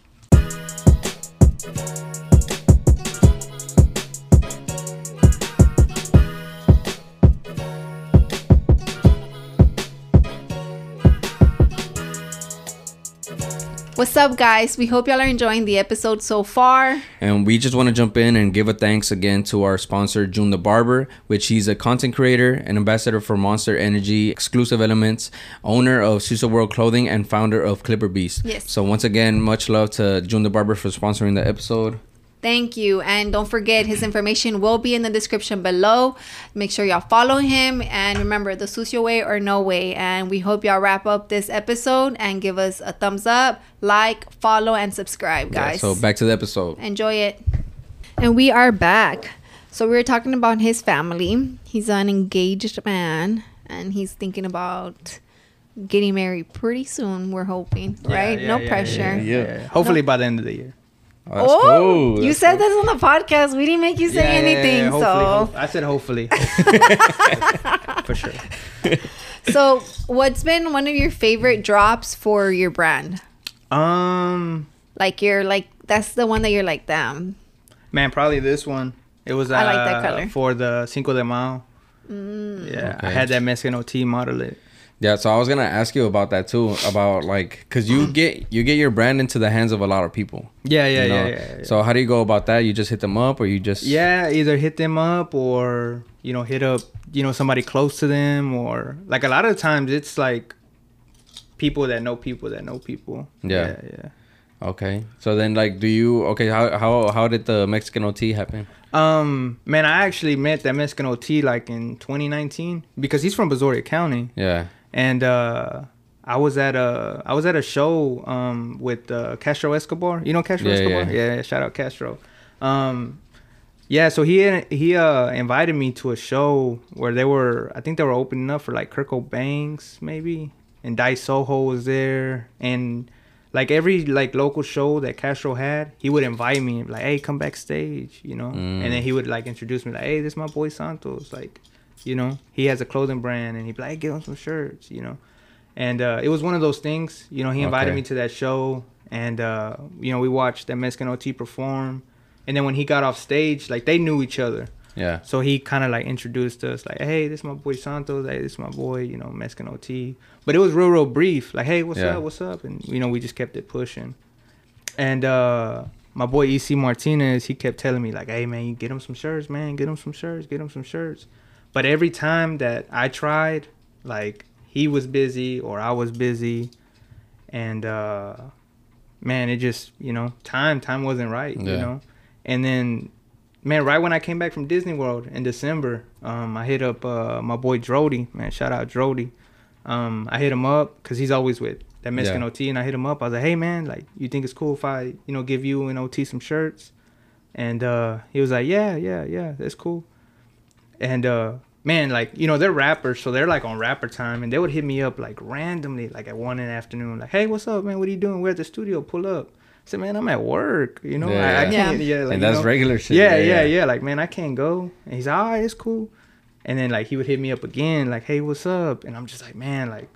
[SPEAKER 1] What's up, guys? We hope y'all are enjoying the episode so far.
[SPEAKER 2] And we just want to jump in and give a thanks again to our sponsor, June the Barber, which he's a content creator, an ambassador for Monster Energy, Exclusive Elements, owner of Susa World Clothing, and founder of Clipper Beast.
[SPEAKER 1] Yes.
[SPEAKER 2] So once again, much love to June the Barber for sponsoring the episode.
[SPEAKER 1] Thank you. And don't forget, his information will be in the description below. Make sure y'all follow him. And remember, the Sucio way or no way. And we hope y'all wrap up this episode and give us a thumbs up, like, follow, and subscribe,
[SPEAKER 2] Yeah,
[SPEAKER 1] guys.
[SPEAKER 2] so back to the episode.
[SPEAKER 1] Enjoy it. And we are back. So we were talking about his family. He's an engaged man and he's thinking about getting married pretty soon, we're hoping,
[SPEAKER 3] Yeah,
[SPEAKER 1] right?
[SPEAKER 3] yeah,
[SPEAKER 1] no
[SPEAKER 3] yeah, yeah,
[SPEAKER 1] pressure.
[SPEAKER 2] Yeah.
[SPEAKER 3] Hopefully by the end of the year.
[SPEAKER 2] Oh, that's
[SPEAKER 1] oh,
[SPEAKER 2] cool.
[SPEAKER 1] you
[SPEAKER 2] That's
[SPEAKER 1] said this on the podcast. We didn't make you say
[SPEAKER 3] Yeah, yeah, yeah, yeah,
[SPEAKER 1] anything.
[SPEAKER 3] hopefully,
[SPEAKER 1] so,
[SPEAKER 3] hope- I said hopefully. For sure.
[SPEAKER 1] so what's been one of your favorite drops for your brand?
[SPEAKER 3] Um.
[SPEAKER 1] Like your like That's the one that you're like, damn.
[SPEAKER 3] Man, probably this one. It was uh,
[SPEAKER 1] I like that color. Mm.
[SPEAKER 3] for the Cinco de Mayo. Yeah, I
[SPEAKER 2] Okay.
[SPEAKER 3] had that Mexican OT model it.
[SPEAKER 2] Yeah, so I was gonna ask you about that too, about like, cause you get you get your brand into the hands of a lot of people.
[SPEAKER 3] Yeah, yeah,
[SPEAKER 2] you
[SPEAKER 3] yeah,
[SPEAKER 2] know?
[SPEAKER 3] yeah, yeah.
[SPEAKER 2] So how do you go about that? You just hit them up, or you just
[SPEAKER 3] Yeah, either hit them up or you know hit up you know somebody close to them or like a lot of times it's like people that know people that know people.
[SPEAKER 2] Yeah.
[SPEAKER 3] yeah. yeah.
[SPEAKER 2] Okay. So then, like, do you okay? How how how did the Mexican OT happen?
[SPEAKER 3] Um, man, I actually met that Mexican OT like in 2019 because he's from Brazoria County,
[SPEAKER 2] Yeah.
[SPEAKER 3] and uh, I was at a I was at a show um with uh, Castro Escobar. You know Castro
[SPEAKER 2] Yeah,
[SPEAKER 3] Escobar? Yeah. shout out Castro. Um, yeah, so he he uh invited me to a show where they were I think they were opening up for like Kirko Banks maybe, and Dice Soho was there and. Like every like local show that Castro had, he would invite me like, "Hey, come backstage," you know, and then he would like introduce me like, "Hey, this is my boy Santos." Like, you know, he has a clothing brand, and he'd be like, "Hey, "Get on some shirts," you know, and uh, it was one of those things. You know, he invited
[SPEAKER 2] Okay.
[SPEAKER 3] me to that show, and uh, you know, we watched that Mexican OT perform, and then when he got off stage, like they knew each other,
[SPEAKER 2] Yeah.
[SPEAKER 3] so he kind of like introduced us, like, "Hey, this is my boy Santos. Hey, this is my boy, you know, Mexican OT." But it was real, real brief. Like, "Hey, what's
[SPEAKER 2] Yeah.
[SPEAKER 3] up? What's up?" And you know, we just kept it pushing. And uh, my boy EC Martinez, he kept telling me like, "Hey, man, you get him some shirts, man. Get him some shirts. Get him some shirts." But every time that I tried, like, he was busy or I was busy, and uh, man, it just you know, time time wasn't right, you
[SPEAKER 2] Yeah.
[SPEAKER 3] know. And then man, right when I came back from Disney World in December, um, I hit up uh, my boy Drody. Man, shout out Drody. Um, I hit him up because he's always with that Mexican
[SPEAKER 2] Yeah.
[SPEAKER 3] OT, and I hit him up. I was like, "Hey, man, like, you think it's cool if I, you know, give you and OT some shirts?" And uh, he was like, "Yeah, yeah, yeah, that's cool." And uh, man, like, you know, they're rappers, so they're like on rapper time, and they would hit me up like randomly, like at one in the afternoon, like, "Hey, what's up, man? What are you doing? We're at the studio. Pull up." I said, "Man, I'm at work. You know, I,
[SPEAKER 2] Yeah.
[SPEAKER 3] I can't.
[SPEAKER 1] Yeah.
[SPEAKER 3] Yeah, like,
[SPEAKER 2] and
[SPEAKER 3] you
[SPEAKER 2] that's
[SPEAKER 3] know,
[SPEAKER 2] regular shit.
[SPEAKER 3] yeah, yeah, yeah, Like, man, I can't go. And he's like, all right, it's cool. And then like he would hit me up again, like, hey, what's up? And I'm just like, man, like,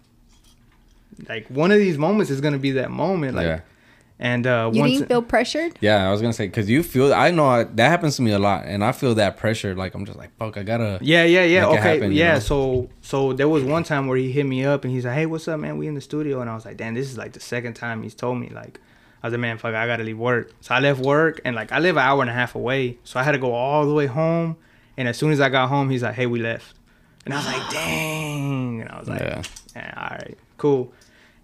[SPEAKER 3] like one of these moments is gonna be that moment, like.
[SPEAKER 2] Yeah.
[SPEAKER 3] And uh,
[SPEAKER 1] You
[SPEAKER 3] once
[SPEAKER 1] didn't feel pressured?
[SPEAKER 2] Yeah, I was gonna say because you feel. I know I, that happens to me a lot, and I feel that pressure. Like I'm just like, fuck, I gotta.
[SPEAKER 3] Yeah, yeah, yeah.
[SPEAKER 2] make it
[SPEAKER 3] okay,
[SPEAKER 2] happen, you
[SPEAKER 3] yeah.
[SPEAKER 2] know?
[SPEAKER 3] So, so there was one time where he hit me up and he's like, "Hey, what's up, man? We in the studio." And I was like, "Damn, this is like the second time he's told me." Like, I was like, "Man, fuck, I gotta leave work." So I left work and like I live an hour and a half away, so I had to go all the way home. And as soon as I got home, he's like, "Hey, we left," and I was like, "Dang!" And I was like,
[SPEAKER 2] Yeah.
[SPEAKER 3] "Yeah, "All right, cool."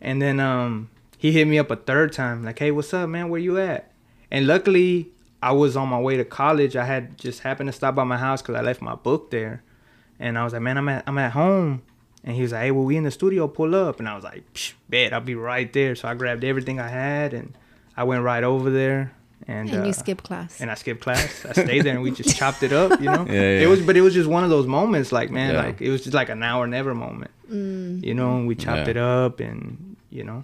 [SPEAKER 3] And then um, he hit me up a third time, like, "Hey, what's up, man? Where you at?" And luckily, I was on my way to college. I had just happened to stop by my house because I left my book there, and I was like, "Man, I'm at I'm at home." And he was like, "Hey, well, we in the studio. Pull up." And I was like, Psh, "Bet I'll be right there." So I grabbed everything I had and I went right over there. And,
[SPEAKER 1] And
[SPEAKER 3] uh,
[SPEAKER 1] you skip class.
[SPEAKER 3] and I skipped class. I stayed there and we just chopped it up, you know?
[SPEAKER 2] Yeah, yeah.
[SPEAKER 3] It was but it was just one of those moments like man,
[SPEAKER 2] Yeah.
[SPEAKER 3] like it was just like an hour never moment. You know, and we chopped
[SPEAKER 2] Yeah.
[SPEAKER 3] it up and you know.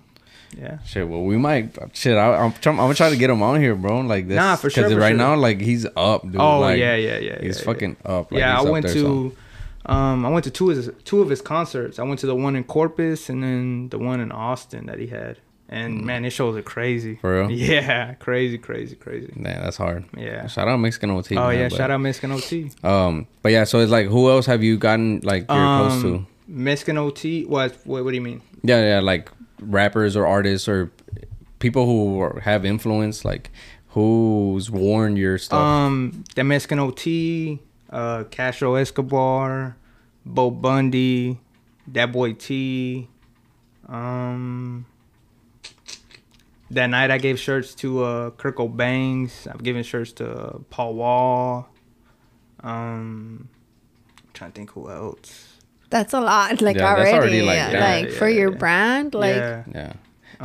[SPEAKER 3] Yeah.
[SPEAKER 2] Shit. Well, we might. Shit. I, I'm. Trying, I'm gonna try to get him on here, bro. Like this.
[SPEAKER 3] Nah, for sure,
[SPEAKER 2] Because
[SPEAKER 3] for
[SPEAKER 2] right
[SPEAKER 3] sure.
[SPEAKER 2] now, like he's up, dude.
[SPEAKER 3] Oh,
[SPEAKER 2] like,
[SPEAKER 3] yeah, yeah, yeah,
[SPEAKER 2] He's
[SPEAKER 3] yeah,
[SPEAKER 2] fucking up. Like,
[SPEAKER 3] yeah,
[SPEAKER 2] he's
[SPEAKER 3] I
[SPEAKER 2] up
[SPEAKER 3] went
[SPEAKER 2] there, so-
[SPEAKER 3] to um I went to two of his two of his concerts. I went to the one in Corpus and then the one in Austin that he had. And man, his shows are crazy.
[SPEAKER 2] Mm. For real?
[SPEAKER 3] Yeah, crazy, crazy, crazy.
[SPEAKER 2] Nah, that's hard.
[SPEAKER 3] Yeah.
[SPEAKER 2] Shout out Mexican OT.
[SPEAKER 3] Oh
[SPEAKER 2] man,
[SPEAKER 3] yeah,
[SPEAKER 2] but-
[SPEAKER 3] shout out Mexican OT.
[SPEAKER 2] Um, but yeah, so it's like, who else have you gotten like you're close to?
[SPEAKER 3] Um, Mexican OT. What, what? What do you mean?
[SPEAKER 2] Yeah, yeah, like rappers or artists or people who are, have influence, like who's worn your stuff.
[SPEAKER 3] Um, the Mexican OT, uh, Castro Escobar, Bo Bundy, that boy T. Um, that night I gave shirts to uh Kirko Bangs. I've given shirts to uh, Paul Wall. Um, I'm trying to think who else.
[SPEAKER 1] That's a lot. Like
[SPEAKER 2] Yeah,
[SPEAKER 1] already.
[SPEAKER 2] that's already, like,
[SPEAKER 1] yeah,
[SPEAKER 2] yeah,
[SPEAKER 1] like for
[SPEAKER 3] yeah,
[SPEAKER 1] your
[SPEAKER 3] yeah.
[SPEAKER 1] brand. Like
[SPEAKER 3] yeah.
[SPEAKER 2] yeah.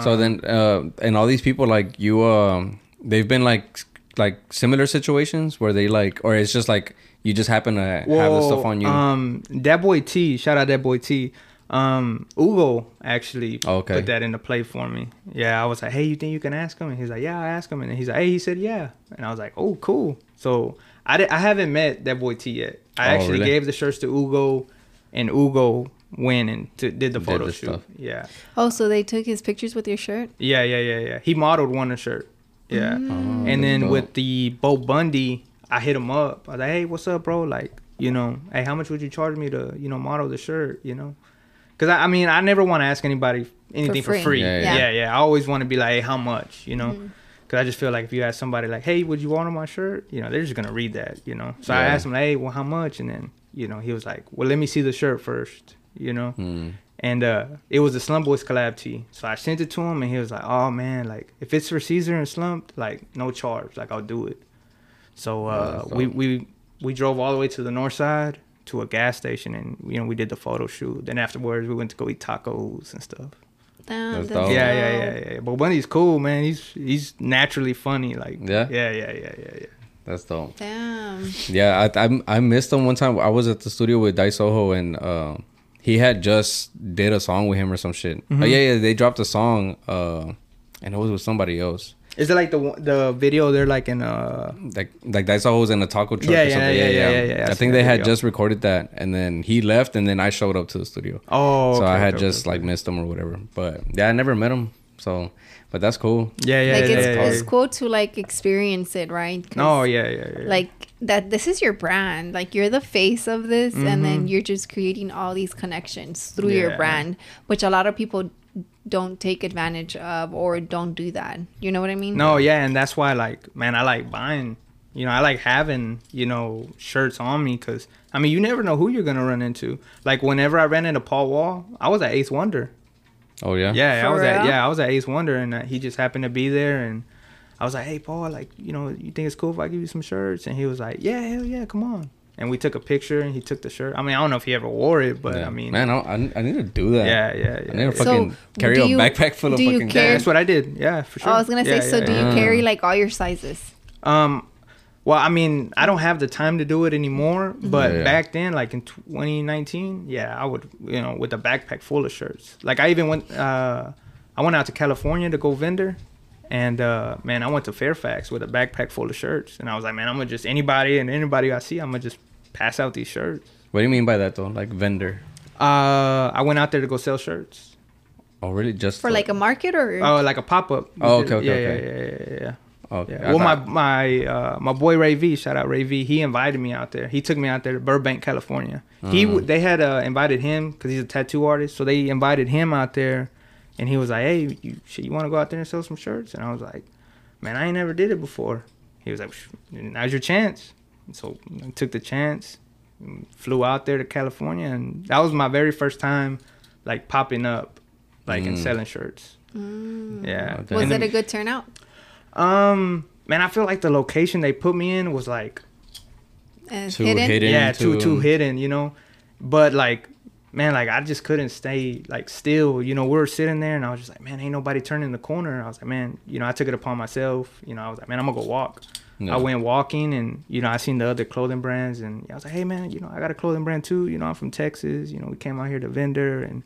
[SPEAKER 2] So then, uh, and all these people, like you, um, they've been like, s- like similar situations where they like, or it's just like you just happen to have the stuff
[SPEAKER 3] Well,
[SPEAKER 2] on you.
[SPEAKER 3] Um, that boy T, shout out that boy T. Um, Ugo actually
[SPEAKER 2] Okay.
[SPEAKER 3] put that into play for me. Yeah, I was like, hey, you think you can ask him? And he's like, yeah, I ask him. And then he's like, hey, he said, yeah. And I was like, oh, cool. So I di- I haven't met that boy T yet.
[SPEAKER 2] Oh,
[SPEAKER 3] I actually
[SPEAKER 2] really?
[SPEAKER 3] gave the shirts to Ugo, and Ugo went and t- did the photo
[SPEAKER 2] the
[SPEAKER 3] shoot.
[SPEAKER 2] stuff.
[SPEAKER 3] Yeah,
[SPEAKER 1] oh, so they took his pictures with your shirt?
[SPEAKER 3] yeah, yeah, yeah, yeah. He modeled one of the shirt. Yeah. and then with the Bo Bundy, I hit him up. I was like, hey, what's up, bro? Like, you know, hey, how much would you charge me to, you know, model the shirt, you know? Because, I, I mean, I never want to ask anybody anything for
[SPEAKER 1] free.
[SPEAKER 3] free.
[SPEAKER 2] Yeah,
[SPEAKER 3] Yeah,
[SPEAKER 1] yeah.
[SPEAKER 3] yeah. I always want to be like, hey, how much, you know? Because I just feel like if you ask somebody, like, hey, would you order my shirt? You know, they're just going to read that, you know? So I
[SPEAKER 2] Yeah.
[SPEAKER 3] asked him, like, hey, well, how much? And then, you know, he was like, well, let me see the shirt first, you know?
[SPEAKER 2] Hmm.
[SPEAKER 3] And uh, it was the Slum Boys collab tee. So I sent it to him, and he was like, "Oh man, like if it's for Caesar and Slump, like no charge, like I'll do it." So uh,
[SPEAKER 2] that's
[SPEAKER 3] we
[SPEAKER 2] dope.
[SPEAKER 3] we we drove all the way to the north side to a gas station, and you know we did the photo shoot. Then afterwards, we went to go eat tacos and stuff.
[SPEAKER 1] Damn,
[SPEAKER 2] That's
[SPEAKER 1] that's
[SPEAKER 2] dope.
[SPEAKER 3] Yeah,
[SPEAKER 1] dope.
[SPEAKER 3] yeah, yeah, yeah. But Bundy's cool, man. He's he's naturally funny. Like
[SPEAKER 2] Yeah?
[SPEAKER 3] yeah, yeah, yeah, yeah, yeah.
[SPEAKER 2] That's dope.
[SPEAKER 1] Damn.
[SPEAKER 2] Yeah, I, I I missed him one time. I was at the studio with Dice Soho and uh, he had just did a song with him or some shit. Oh yeah, yeah, they dropped a song uh, and it was with somebody else.
[SPEAKER 3] Is it like the one- the video? They're like in uh
[SPEAKER 2] Like like Dice Soho was in a taco truck
[SPEAKER 3] Yeah,
[SPEAKER 2] or
[SPEAKER 3] yeah,
[SPEAKER 2] something.
[SPEAKER 3] yeah, yeah, yeah, yeah. I
[SPEAKER 2] I
[SPEAKER 3] seen
[SPEAKER 2] think they
[SPEAKER 3] that
[SPEAKER 2] had
[SPEAKER 3] video.
[SPEAKER 2] just recorded that and then he left and then I showed up to the studio.
[SPEAKER 3] oh.
[SPEAKER 2] so
[SPEAKER 3] okay,
[SPEAKER 2] I had
[SPEAKER 3] okay,
[SPEAKER 2] just
[SPEAKER 3] okay.
[SPEAKER 2] like missed him or whatever. But yeah, I never met him. So, but that's cool.
[SPEAKER 3] yeah, yeah,
[SPEAKER 1] like
[SPEAKER 3] yeah,
[SPEAKER 1] it's,
[SPEAKER 3] yeah,
[SPEAKER 1] it's
[SPEAKER 3] yeah.
[SPEAKER 1] cool to like experience it, right? 'Cause,
[SPEAKER 3] No, yeah, yeah, yeah.
[SPEAKER 1] Like that. This is your brand. Like you're the face of this, and then you're just creating all these connections through your
[SPEAKER 3] Mm-hmm. Yeah.
[SPEAKER 1] brand, which a lot of people don't take advantage of or don't do that. You know what I mean?
[SPEAKER 3] No, yeah, and that's why, like, man, I like buying. You know, I like having you know shirts on me because I mean, you never know who you're gonna run into. Like, whenever I ran into Paul Wall, I was at Ace Wonder.
[SPEAKER 2] Oh yeah.
[SPEAKER 3] Yeah, I
[SPEAKER 1] For
[SPEAKER 3] was at
[SPEAKER 1] real?
[SPEAKER 3] yeah, I was at Ace Wonder, and uh, he just happened to be there, and I was like, hey, Paul, like, you know, you think it's cool if I give you some shirts? And he was like, yeah, hell yeah, come on. And we took a picture, and he took the shirt. I mean, I don't know if he ever wore it, but
[SPEAKER 2] Yeah.
[SPEAKER 3] I mean,
[SPEAKER 2] man, I, I, I need to do that.
[SPEAKER 3] yeah, yeah,
[SPEAKER 2] I need
[SPEAKER 3] yeah.
[SPEAKER 2] to fucking carry
[SPEAKER 1] do
[SPEAKER 2] a
[SPEAKER 1] you-
[SPEAKER 2] backpack full of
[SPEAKER 1] do you
[SPEAKER 2] fucking.
[SPEAKER 1] care-
[SPEAKER 3] Yeah, that's what I did. Yeah, for sure.
[SPEAKER 1] Oh, I was gonna say.
[SPEAKER 3] Yeah,
[SPEAKER 1] so
[SPEAKER 3] yeah,
[SPEAKER 1] do
[SPEAKER 3] yeah.
[SPEAKER 1] you carry like all your sizes?
[SPEAKER 3] Um, well, I mean, I don't have the time to do it anymore. But
[SPEAKER 2] Mm-hmm. Yeah.
[SPEAKER 3] back then, like in 2019, yeah, I would, you know, with a backpack full of shirts. Like I even went, uh, I went out to California to go vendor, and uh, man, I went to Fairfax with a backpack full of shirts, and I was like, man, I'm gonna just anybody and anybody I see, I'm gonna just pass out these shirts.
[SPEAKER 2] What do you mean by that though? Like vendor?
[SPEAKER 3] Uh, I went out there to go sell shirts.
[SPEAKER 2] Oh really? Just
[SPEAKER 1] For like a market or
[SPEAKER 3] Oh, like a pop up.
[SPEAKER 2] Oh, okay, okay,
[SPEAKER 3] yeah,
[SPEAKER 2] okay.
[SPEAKER 3] yeah, yeah, yeah, yeah.
[SPEAKER 2] Okay. Oh,
[SPEAKER 3] Yeah.
[SPEAKER 2] I
[SPEAKER 3] Well, my
[SPEAKER 2] thought-
[SPEAKER 3] my uh, my boy Ray V, shout out Ray V. He invited me out there. He took me out there to Burbank, California. He w-
[SPEAKER 2] Mm.
[SPEAKER 3] they had uh, invited him because he's a tattoo artist, so they invited him out there, and he was like, "Hey, you shit, you want to go out there and sell some shirts?" And I was like, "Man, I ain't never did it before." He was like, "Psh, "Now's your chance." And so I took the chance, and flew out there to California, and that was my very first time, like popping up, like and selling shirts. Yeah.
[SPEAKER 2] Mm. Okay.
[SPEAKER 1] Mm. was
[SPEAKER 3] And
[SPEAKER 1] it
[SPEAKER 3] then-
[SPEAKER 1] a good turnout?
[SPEAKER 3] um, man, I feel like the location they put me in was like
[SPEAKER 1] Uh,
[SPEAKER 2] Too
[SPEAKER 1] hidden?
[SPEAKER 2] hidden.
[SPEAKER 3] yeah, too
[SPEAKER 2] to-
[SPEAKER 3] too hidden, you know. But like, man, like I just couldn't stay like still, you know. We were sitting there, and I was just like, man, ain't nobody turning the corner. I was like, man, you know, I took it upon myself. You know, I was like, man, I'm gonna go walk.
[SPEAKER 2] Yeah.
[SPEAKER 3] I went walking, and you know, I seen the other clothing brands, and I was like, hey, man, you know, I got a clothing brand too. You know, I'm from Texas. You know, we came out here to vendor, and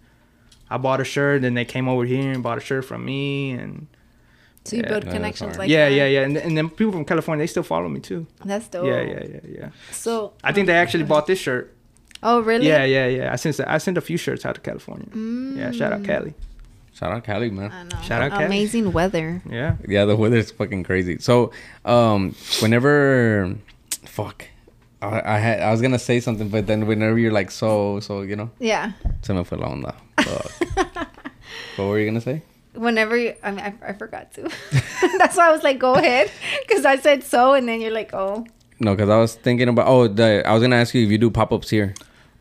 [SPEAKER 3] I bought a shirt. Then they came over here and bought a shirt from me, and
[SPEAKER 1] So you
[SPEAKER 3] Yeah.
[SPEAKER 1] build
[SPEAKER 2] No, that's
[SPEAKER 1] connections
[SPEAKER 2] hard.
[SPEAKER 1] like
[SPEAKER 3] yeah,
[SPEAKER 1] that.
[SPEAKER 3] yeah, yeah. And, and then people from California, they still follow me too.
[SPEAKER 1] That's dope.
[SPEAKER 3] Yeah, yeah, yeah, yeah.
[SPEAKER 1] So
[SPEAKER 3] I think they actually bought this shirt.
[SPEAKER 1] Oh really?
[SPEAKER 3] Yeah, yeah, yeah. I sent I sent a few shirts out to California. Yeah, shout out Cali.
[SPEAKER 2] Shout out Cali, man.
[SPEAKER 1] I know.
[SPEAKER 3] Shout out Cali.
[SPEAKER 1] Amazing weather.
[SPEAKER 3] Yeah.
[SPEAKER 2] Yeah, the weather's fucking crazy. So, um, whenever, fuck, I, I had I was gonna say something, but then whenever you're like so so, you know,
[SPEAKER 1] Yeah.
[SPEAKER 2] se me fue la onda. Fuck. what were you gonna say?
[SPEAKER 1] Whenever you, I mean, I, I forgot to. That's why I was like, go ahead, because I said so, and then you're like, oh,
[SPEAKER 2] No, because I was thinking about oh, the, I was gonna ask you if you do pop ups here.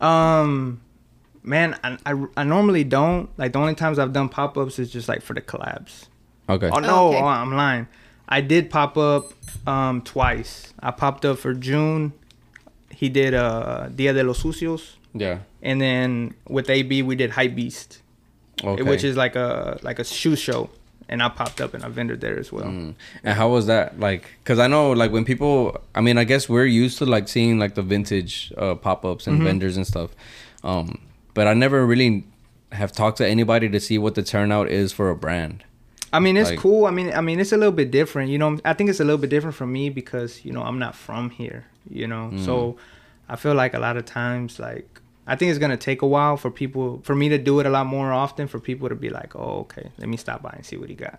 [SPEAKER 3] Um, man, I, I, I normally don't. Like the only times I've done pop ups is just like for the collabs.
[SPEAKER 2] Okay.
[SPEAKER 3] Oh no,
[SPEAKER 1] Okay.
[SPEAKER 3] oh, I'm lying. I did pop up um twice. I popped up for June. He did uh Dia de los Sucios,
[SPEAKER 2] Yeah.
[SPEAKER 3] and then with AB we did Hype Beast,
[SPEAKER 2] Okay.
[SPEAKER 3] which is like a like a shoe show, and I popped up and I vendored there as well.
[SPEAKER 2] Mm. And how was that like? Because I know like when people, I mean, I guess we're used to like seeing like the vintage uh, pop ups and vendors and stuff, um, but I never really have talked to anybody to see what the turnout is for a brand.
[SPEAKER 3] I mean, it's
[SPEAKER 2] Like-
[SPEAKER 3] cool. I mean, I mean, it's a little bit different. You know, I think it's a little bit different for me
[SPEAKER 2] Mm.
[SPEAKER 3] because you know I'm not from here. You know, so I feel like a lot of times, like I think it's gonna take a while for people for me to do it a lot more often for people to be like, oh okay, let me stop by and see what he got.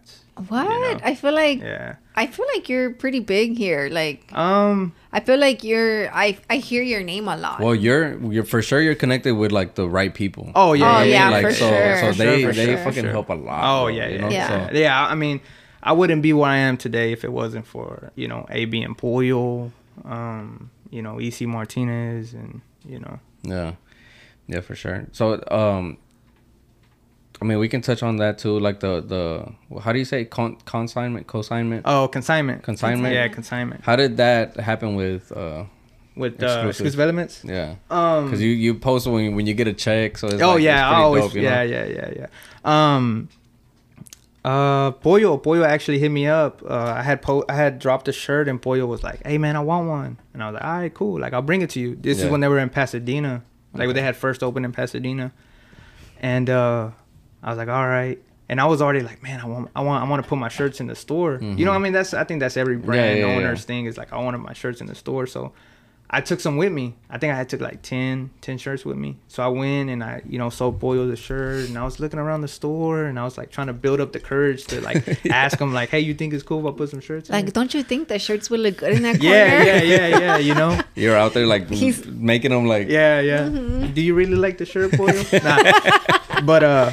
[SPEAKER 1] What?
[SPEAKER 3] know.
[SPEAKER 1] I feel like
[SPEAKER 3] Yeah.
[SPEAKER 1] I feel like you're pretty big here. Like
[SPEAKER 3] Um.
[SPEAKER 1] I feel like you're I I hear your name a lot.
[SPEAKER 2] Well, you're you're for sure you're connected with like the right people.
[SPEAKER 3] Oh yeah.
[SPEAKER 1] Oh,
[SPEAKER 2] I mean,
[SPEAKER 1] yeah,
[SPEAKER 2] like,
[SPEAKER 1] for
[SPEAKER 2] so,
[SPEAKER 1] sure.
[SPEAKER 2] So
[SPEAKER 1] For
[SPEAKER 2] they
[SPEAKER 1] sure, for
[SPEAKER 2] they
[SPEAKER 1] sure.
[SPEAKER 2] fucking
[SPEAKER 3] Sure.
[SPEAKER 2] help a lot.
[SPEAKER 3] Oh
[SPEAKER 2] bro,
[SPEAKER 3] yeah,
[SPEAKER 2] you
[SPEAKER 3] yeah,
[SPEAKER 2] know?
[SPEAKER 3] yeah.
[SPEAKER 2] So-
[SPEAKER 3] yeah. I mean, I wouldn't be where I am today if it wasn't for you know AB and Pollo, um, you know EC Martinez, and you know
[SPEAKER 2] Yeah. Yeah, for sure. So um I mean, we can touch on that too, like the the how do you say con- consignment consignment?
[SPEAKER 3] oh consignment,
[SPEAKER 2] Consignment?
[SPEAKER 3] yeah, consignment
[SPEAKER 2] How did that happen with uh
[SPEAKER 3] with uh,
[SPEAKER 2] Exclusive.
[SPEAKER 3] exclusive elements.
[SPEAKER 2] yeah?
[SPEAKER 3] Um,
[SPEAKER 2] Because you you post when you, when you get a check, so it's
[SPEAKER 3] oh
[SPEAKER 2] like, it's
[SPEAKER 3] yeah, I
[SPEAKER 2] pretty
[SPEAKER 3] always
[SPEAKER 2] dope, you know?
[SPEAKER 3] yeah, yeah, yeah, yeah. Um, uh, Pollo, Pollo actually hit me up. Uh, I had po- I had dropped a shirt, and Pollo was like, "Hey man, I want one," and I was like, "All right, cool. Like I'll bring it to you." This
[SPEAKER 2] Yeah.
[SPEAKER 3] is when they were in Pasadena, like when they had first opened in Pasadena, and uh, I was like, "All right." And I was already like, man, I want, I want, I want to put my shirts in the store. You know, what I mean, that's, I think that's every brand
[SPEAKER 2] Mm-hmm. yeah, yeah.
[SPEAKER 3] owner's thing is like, I wanted my shirts in the store, so I took some with me. I think I had took like 10, 10 shirts with me. So I went and I, you know, sold Boyle the shirt and I was looking around the store and I was like trying to build up the courage to like ask them like, hey, you think it's cool if I put some shirts in?
[SPEAKER 1] like don't you think the shirts would look good in that corner?
[SPEAKER 3] yeah, yeah, yeah, yeah, you know?
[SPEAKER 2] You're out there like
[SPEAKER 1] He's-
[SPEAKER 2] making them like
[SPEAKER 3] Yeah, yeah. Do you really like the shirt, Boyle? nah. But, uh,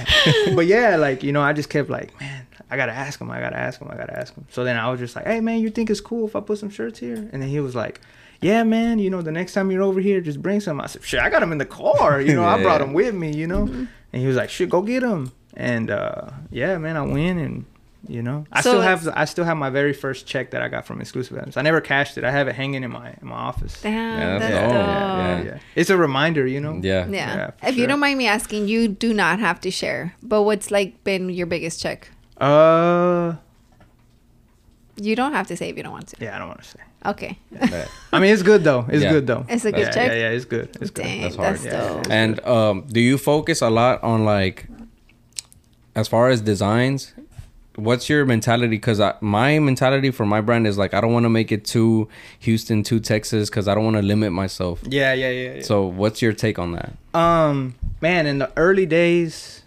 [SPEAKER 3] but yeah, like, you know, I just kept like, man, I gotta ask him, I gotta ask him, I gotta ask him. So then I was just like, hey, man, you think it's cool if I put some shirts here? And then he was like, yeah, man, you know, the next time you're over here, just bring some. I said, shit, I got them in the car. You know, I brought
[SPEAKER 2] Yeah.
[SPEAKER 3] them with me, you know? And he was like, shit, go get them. And, uh, yeah, man, I went and, you know, I
[SPEAKER 1] So
[SPEAKER 3] still
[SPEAKER 1] it's-
[SPEAKER 3] have I still have my very first check that I got from Exclusive Items. I never cashed it. I have it hanging in my in my office.
[SPEAKER 1] Damn,
[SPEAKER 2] Yeah,
[SPEAKER 1] that's
[SPEAKER 2] that's all.
[SPEAKER 1] dope.
[SPEAKER 2] Yeah,
[SPEAKER 1] Yeah.
[SPEAKER 2] yeah.
[SPEAKER 3] Yeah. It's a reminder, you know?
[SPEAKER 2] yeah.
[SPEAKER 3] for
[SPEAKER 1] if you
[SPEAKER 3] sure.
[SPEAKER 1] don't mind me asking, you do not have to share. But what's like been your biggest check?
[SPEAKER 3] Uh,
[SPEAKER 1] You don't have to say if you don't want to.
[SPEAKER 3] yeah, I don't want to say.
[SPEAKER 1] Okay.
[SPEAKER 2] But-
[SPEAKER 3] I mean, it's good though. It's
[SPEAKER 2] Yeah.
[SPEAKER 3] good though.
[SPEAKER 1] It's a good
[SPEAKER 3] yeah,
[SPEAKER 1] check?
[SPEAKER 3] Yeah, yeah, it's good. It's good.
[SPEAKER 1] Dang,
[SPEAKER 2] That's
[SPEAKER 1] that's,
[SPEAKER 2] hard.
[SPEAKER 3] Yeah,
[SPEAKER 1] dope.
[SPEAKER 3] yeah,
[SPEAKER 2] And um, do you focus a lot on like, as far as designs? What's your mentality? Because my mentality for my brand is like, I don't want to make it too Houston, too Texas, because I don't want to limit myself.
[SPEAKER 3] Yeah, yeah, yeah. yeah.
[SPEAKER 2] So, what's your take on that?
[SPEAKER 3] Um, man, in the early days,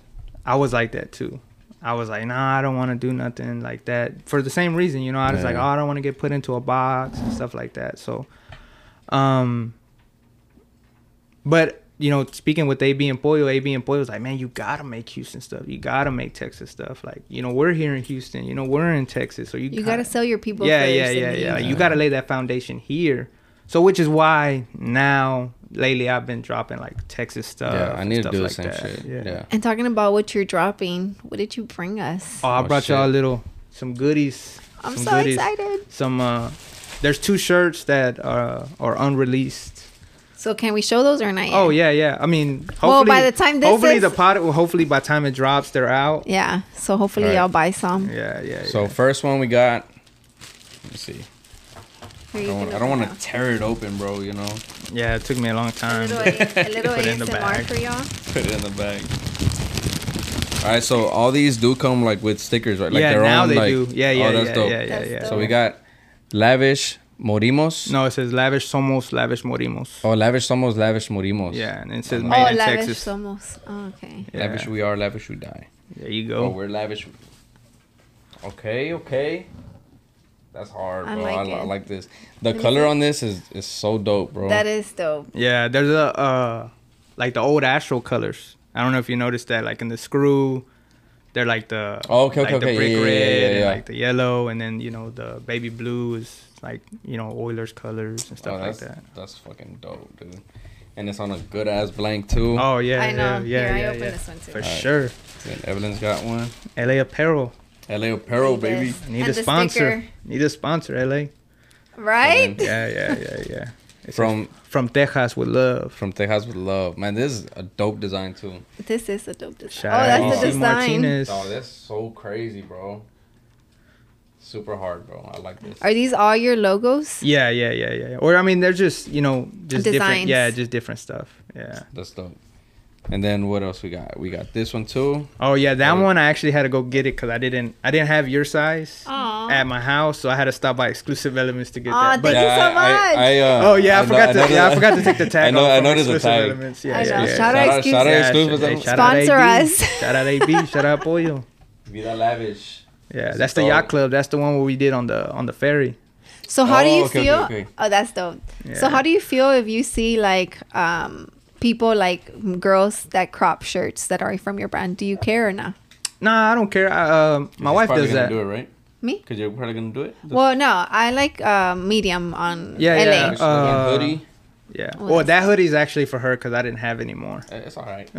[SPEAKER 3] I was like that too. I was like, nah, I don't want to do nothing like that for the same reason, you know. I was like, oh,
[SPEAKER 2] Yeah.
[SPEAKER 3] I don't want to get put into a box and stuff like that. So, um, but you know, speaking with AB and Pollo, AB and Pollo was like, man, you gotta make Houston stuff. You gotta make Texas stuff. Like, you know, we're here in Houston. You know, we're in Texas, so you,
[SPEAKER 1] you
[SPEAKER 3] gotta
[SPEAKER 1] gotta sell your people
[SPEAKER 3] yeah,
[SPEAKER 1] first.
[SPEAKER 3] yeah,
[SPEAKER 1] and
[SPEAKER 3] yeah,
[SPEAKER 1] then
[SPEAKER 3] yeah.
[SPEAKER 1] you-
[SPEAKER 3] Like, you got to lay that foundation here. So, which is why now lately I've been dropping like Texas stuff.
[SPEAKER 2] yeah, I
[SPEAKER 3] and
[SPEAKER 2] need to
[SPEAKER 3] Uh, stuff
[SPEAKER 2] do the
[SPEAKER 3] like
[SPEAKER 2] same
[SPEAKER 3] that.
[SPEAKER 2] shit. Yeah.
[SPEAKER 3] Yeah.
[SPEAKER 1] And talking about what you're dropping, what did you bring us?
[SPEAKER 3] Oh, I
[SPEAKER 2] Oh,
[SPEAKER 3] brought
[SPEAKER 2] shit.
[SPEAKER 3] y'all a little some goodies.
[SPEAKER 1] I'm
[SPEAKER 3] some
[SPEAKER 1] so excited.
[SPEAKER 3] Some uh, there's two shirts that are are unreleased.
[SPEAKER 1] So can we show those or not? Yet?
[SPEAKER 3] Oh yeah, yeah. I mean, hopefully,
[SPEAKER 1] Well, by the time this
[SPEAKER 3] hopefully
[SPEAKER 1] is-
[SPEAKER 3] the pot, well, hopefully by the time it drops, they're out.
[SPEAKER 1] Yeah. So hopefully
[SPEAKER 2] Alright.
[SPEAKER 1] y'all buy some.
[SPEAKER 3] Yeah, yeah.
[SPEAKER 2] So,
[SPEAKER 3] yeah.
[SPEAKER 2] first one we got. Let me see.
[SPEAKER 1] Here,
[SPEAKER 2] I
[SPEAKER 1] you can
[SPEAKER 2] don't, wanna- I
[SPEAKER 1] open
[SPEAKER 2] don't want
[SPEAKER 1] now.
[SPEAKER 2] to tear it open, bro. You know,
[SPEAKER 3] yeah, it took me a long
[SPEAKER 1] A
[SPEAKER 3] time.
[SPEAKER 1] little, A- a little
[SPEAKER 3] Put it in the
[SPEAKER 1] ASMR
[SPEAKER 3] bag.
[SPEAKER 1] for y'all.
[SPEAKER 2] put it in the bag. All right, so all these do come like with stickers, right? Like
[SPEAKER 3] yeah,
[SPEAKER 2] their
[SPEAKER 3] now
[SPEAKER 2] own,
[SPEAKER 3] they
[SPEAKER 2] like-
[SPEAKER 3] do. Yeah, yeah,
[SPEAKER 2] oh, that's
[SPEAKER 3] yeah,
[SPEAKER 2] dope.
[SPEAKER 3] yeah, yeah,
[SPEAKER 1] That's
[SPEAKER 3] yeah.
[SPEAKER 2] So we got lavish morimos.
[SPEAKER 3] No, it says lavish somos, lavish morimos.
[SPEAKER 2] Oh, lavish somos, lavish morimos.
[SPEAKER 3] Yeah, and it says
[SPEAKER 2] Oh,
[SPEAKER 3] made
[SPEAKER 1] oh,
[SPEAKER 3] in
[SPEAKER 1] lavish
[SPEAKER 3] Texas.
[SPEAKER 1] somos. Oh, okay.
[SPEAKER 3] Yeah.
[SPEAKER 2] Lavish we are, lavish we die.
[SPEAKER 3] There you
[SPEAKER 2] Oh,
[SPEAKER 3] go.
[SPEAKER 2] we're lavish. Okay, okay. That's hard,
[SPEAKER 1] I
[SPEAKER 2] bro.
[SPEAKER 1] like
[SPEAKER 2] I, li- I
[SPEAKER 1] it.
[SPEAKER 2] like this. The
[SPEAKER 1] me
[SPEAKER 2] color
[SPEAKER 1] see.
[SPEAKER 2] on this is is so dope, bro.
[SPEAKER 1] That is dope.
[SPEAKER 3] yeah, there's a uh, like the old Astro colors. I don't know if you noticed that, like in the screw, they're like the
[SPEAKER 2] Oh, okay,
[SPEAKER 3] like
[SPEAKER 2] okay, okay.
[SPEAKER 3] the brick
[SPEAKER 2] Yeah, yeah,
[SPEAKER 3] red
[SPEAKER 2] yeah, yeah,
[SPEAKER 3] and
[SPEAKER 2] yeah.
[SPEAKER 3] like the yellow, and then you know the baby blue is like you know Oilers colors and
[SPEAKER 2] Oh,
[SPEAKER 3] stuff like
[SPEAKER 2] that's,
[SPEAKER 3] that.
[SPEAKER 2] That's fucking dope, dude. And it's on a good ass blank too.
[SPEAKER 3] Oh yeah,
[SPEAKER 1] I know.
[SPEAKER 3] yeah, yeah,
[SPEAKER 1] Here, I
[SPEAKER 3] yeah,
[SPEAKER 1] opened
[SPEAKER 3] yeah.
[SPEAKER 1] this one, too.
[SPEAKER 3] for
[SPEAKER 1] Alright.
[SPEAKER 3] sure.
[SPEAKER 2] And Evelyn's got one.
[SPEAKER 3] LA Apparel
[SPEAKER 2] LA Apparel,
[SPEAKER 1] Need
[SPEAKER 2] baby.
[SPEAKER 1] this.
[SPEAKER 3] need
[SPEAKER 1] And
[SPEAKER 3] a
[SPEAKER 1] the
[SPEAKER 3] sponsor.
[SPEAKER 1] sticker.
[SPEAKER 3] Need a sponsor, LA.
[SPEAKER 1] Right?
[SPEAKER 3] Yeah, yeah, yeah, yeah. It says,
[SPEAKER 2] From-
[SPEAKER 3] from Texas with love.
[SPEAKER 2] From Texas with Love. Man, this is a dope design too.
[SPEAKER 1] This is a dope design.
[SPEAKER 3] Shout
[SPEAKER 1] oh,
[SPEAKER 3] out
[SPEAKER 1] that's the
[SPEAKER 3] EC
[SPEAKER 1] design.
[SPEAKER 3] Martinez.
[SPEAKER 2] Oh, that's so crazy, bro. Super hard, bro. I like this.
[SPEAKER 1] Are these all your logos?
[SPEAKER 3] Yeah, yeah, yeah, yeah. yeah. Or I mean, they're just you know just
[SPEAKER 1] Designs.
[SPEAKER 3] different. Yeah, just different stuff. Yeah.
[SPEAKER 2] That's dope. And then what else we got? We got this one too.
[SPEAKER 3] Oh yeah, that
[SPEAKER 2] Oh.
[SPEAKER 3] one I actually had to go get it because I didn't I didn't have your size,
[SPEAKER 1] Aw.
[SPEAKER 3] at my house, so I had to stop by Exclusive Elements to get
[SPEAKER 1] Aw,
[SPEAKER 3] that. But
[SPEAKER 1] thank you so much.
[SPEAKER 2] I, I, uh,
[SPEAKER 3] oh yeah, I,
[SPEAKER 2] know-
[SPEAKER 3] forgot to
[SPEAKER 2] know
[SPEAKER 3] yeah, I
[SPEAKER 2] that-
[SPEAKER 3] forgot to take the tag.
[SPEAKER 2] I know.
[SPEAKER 3] off
[SPEAKER 2] I
[SPEAKER 3] from
[SPEAKER 2] know there's a
[SPEAKER 3] Exclusive
[SPEAKER 2] tag.
[SPEAKER 3] Elements. Yeah,
[SPEAKER 1] I
[SPEAKER 3] yeah,
[SPEAKER 1] know.
[SPEAKER 3] yeah.
[SPEAKER 1] Shout out Exclusive.
[SPEAKER 2] Shout out
[SPEAKER 3] Yeah,
[SPEAKER 2] exclusive.
[SPEAKER 3] hey,
[SPEAKER 2] Shout
[SPEAKER 3] shout out
[SPEAKER 1] Sponsor
[SPEAKER 3] AB,
[SPEAKER 1] us.
[SPEAKER 3] Shout out AB. Shout out Pollo.
[SPEAKER 2] Vida lavish.
[SPEAKER 3] Yeah,
[SPEAKER 2] So-
[SPEAKER 3] that's the yacht club. That's the one where we did on the on the ferry.
[SPEAKER 1] So how do
[SPEAKER 2] Oh,
[SPEAKER 1] you
[SPEAKER 2] okay, okay,
[SPEAKER 1] feel?
[SPEAKER 2] okay.
[SPEAKER 1] Oh, that's dope. So
[SPEAKER 3] Yeah.
[SPEAKER 1] how do you feel if you see like um people like m- girls that crop shirts that are from your brand? Do you care or not?
[SPEAKER 3] Nah, I don't care. I, um my wife does that.
[SPEAKER 2] Do it right
[SPEAKER 1] Me?
[SPEAKER 2] because you're probably gonna do it.
[SPEAKER 1] Well, no, I like uh, medium on
[SPEAKER 3] Yeah,
[SPEAKER 1] LA.
[SPEAKER 3] yeah.
[SPEAKER 2] Actually, the
[SPEAKER 3] Uh,
[SPEAKER 2] hoodie.
[SPEAKER 3] Yeah.
[SPEAKER 1] Oh,
[SPEAKER 3] well,
[SPEAKER 1] that's-
[SPEAKER 3] that hoodie's actually for her because I didn't have any more.
[SPEAKER 2] Eh, It's all right.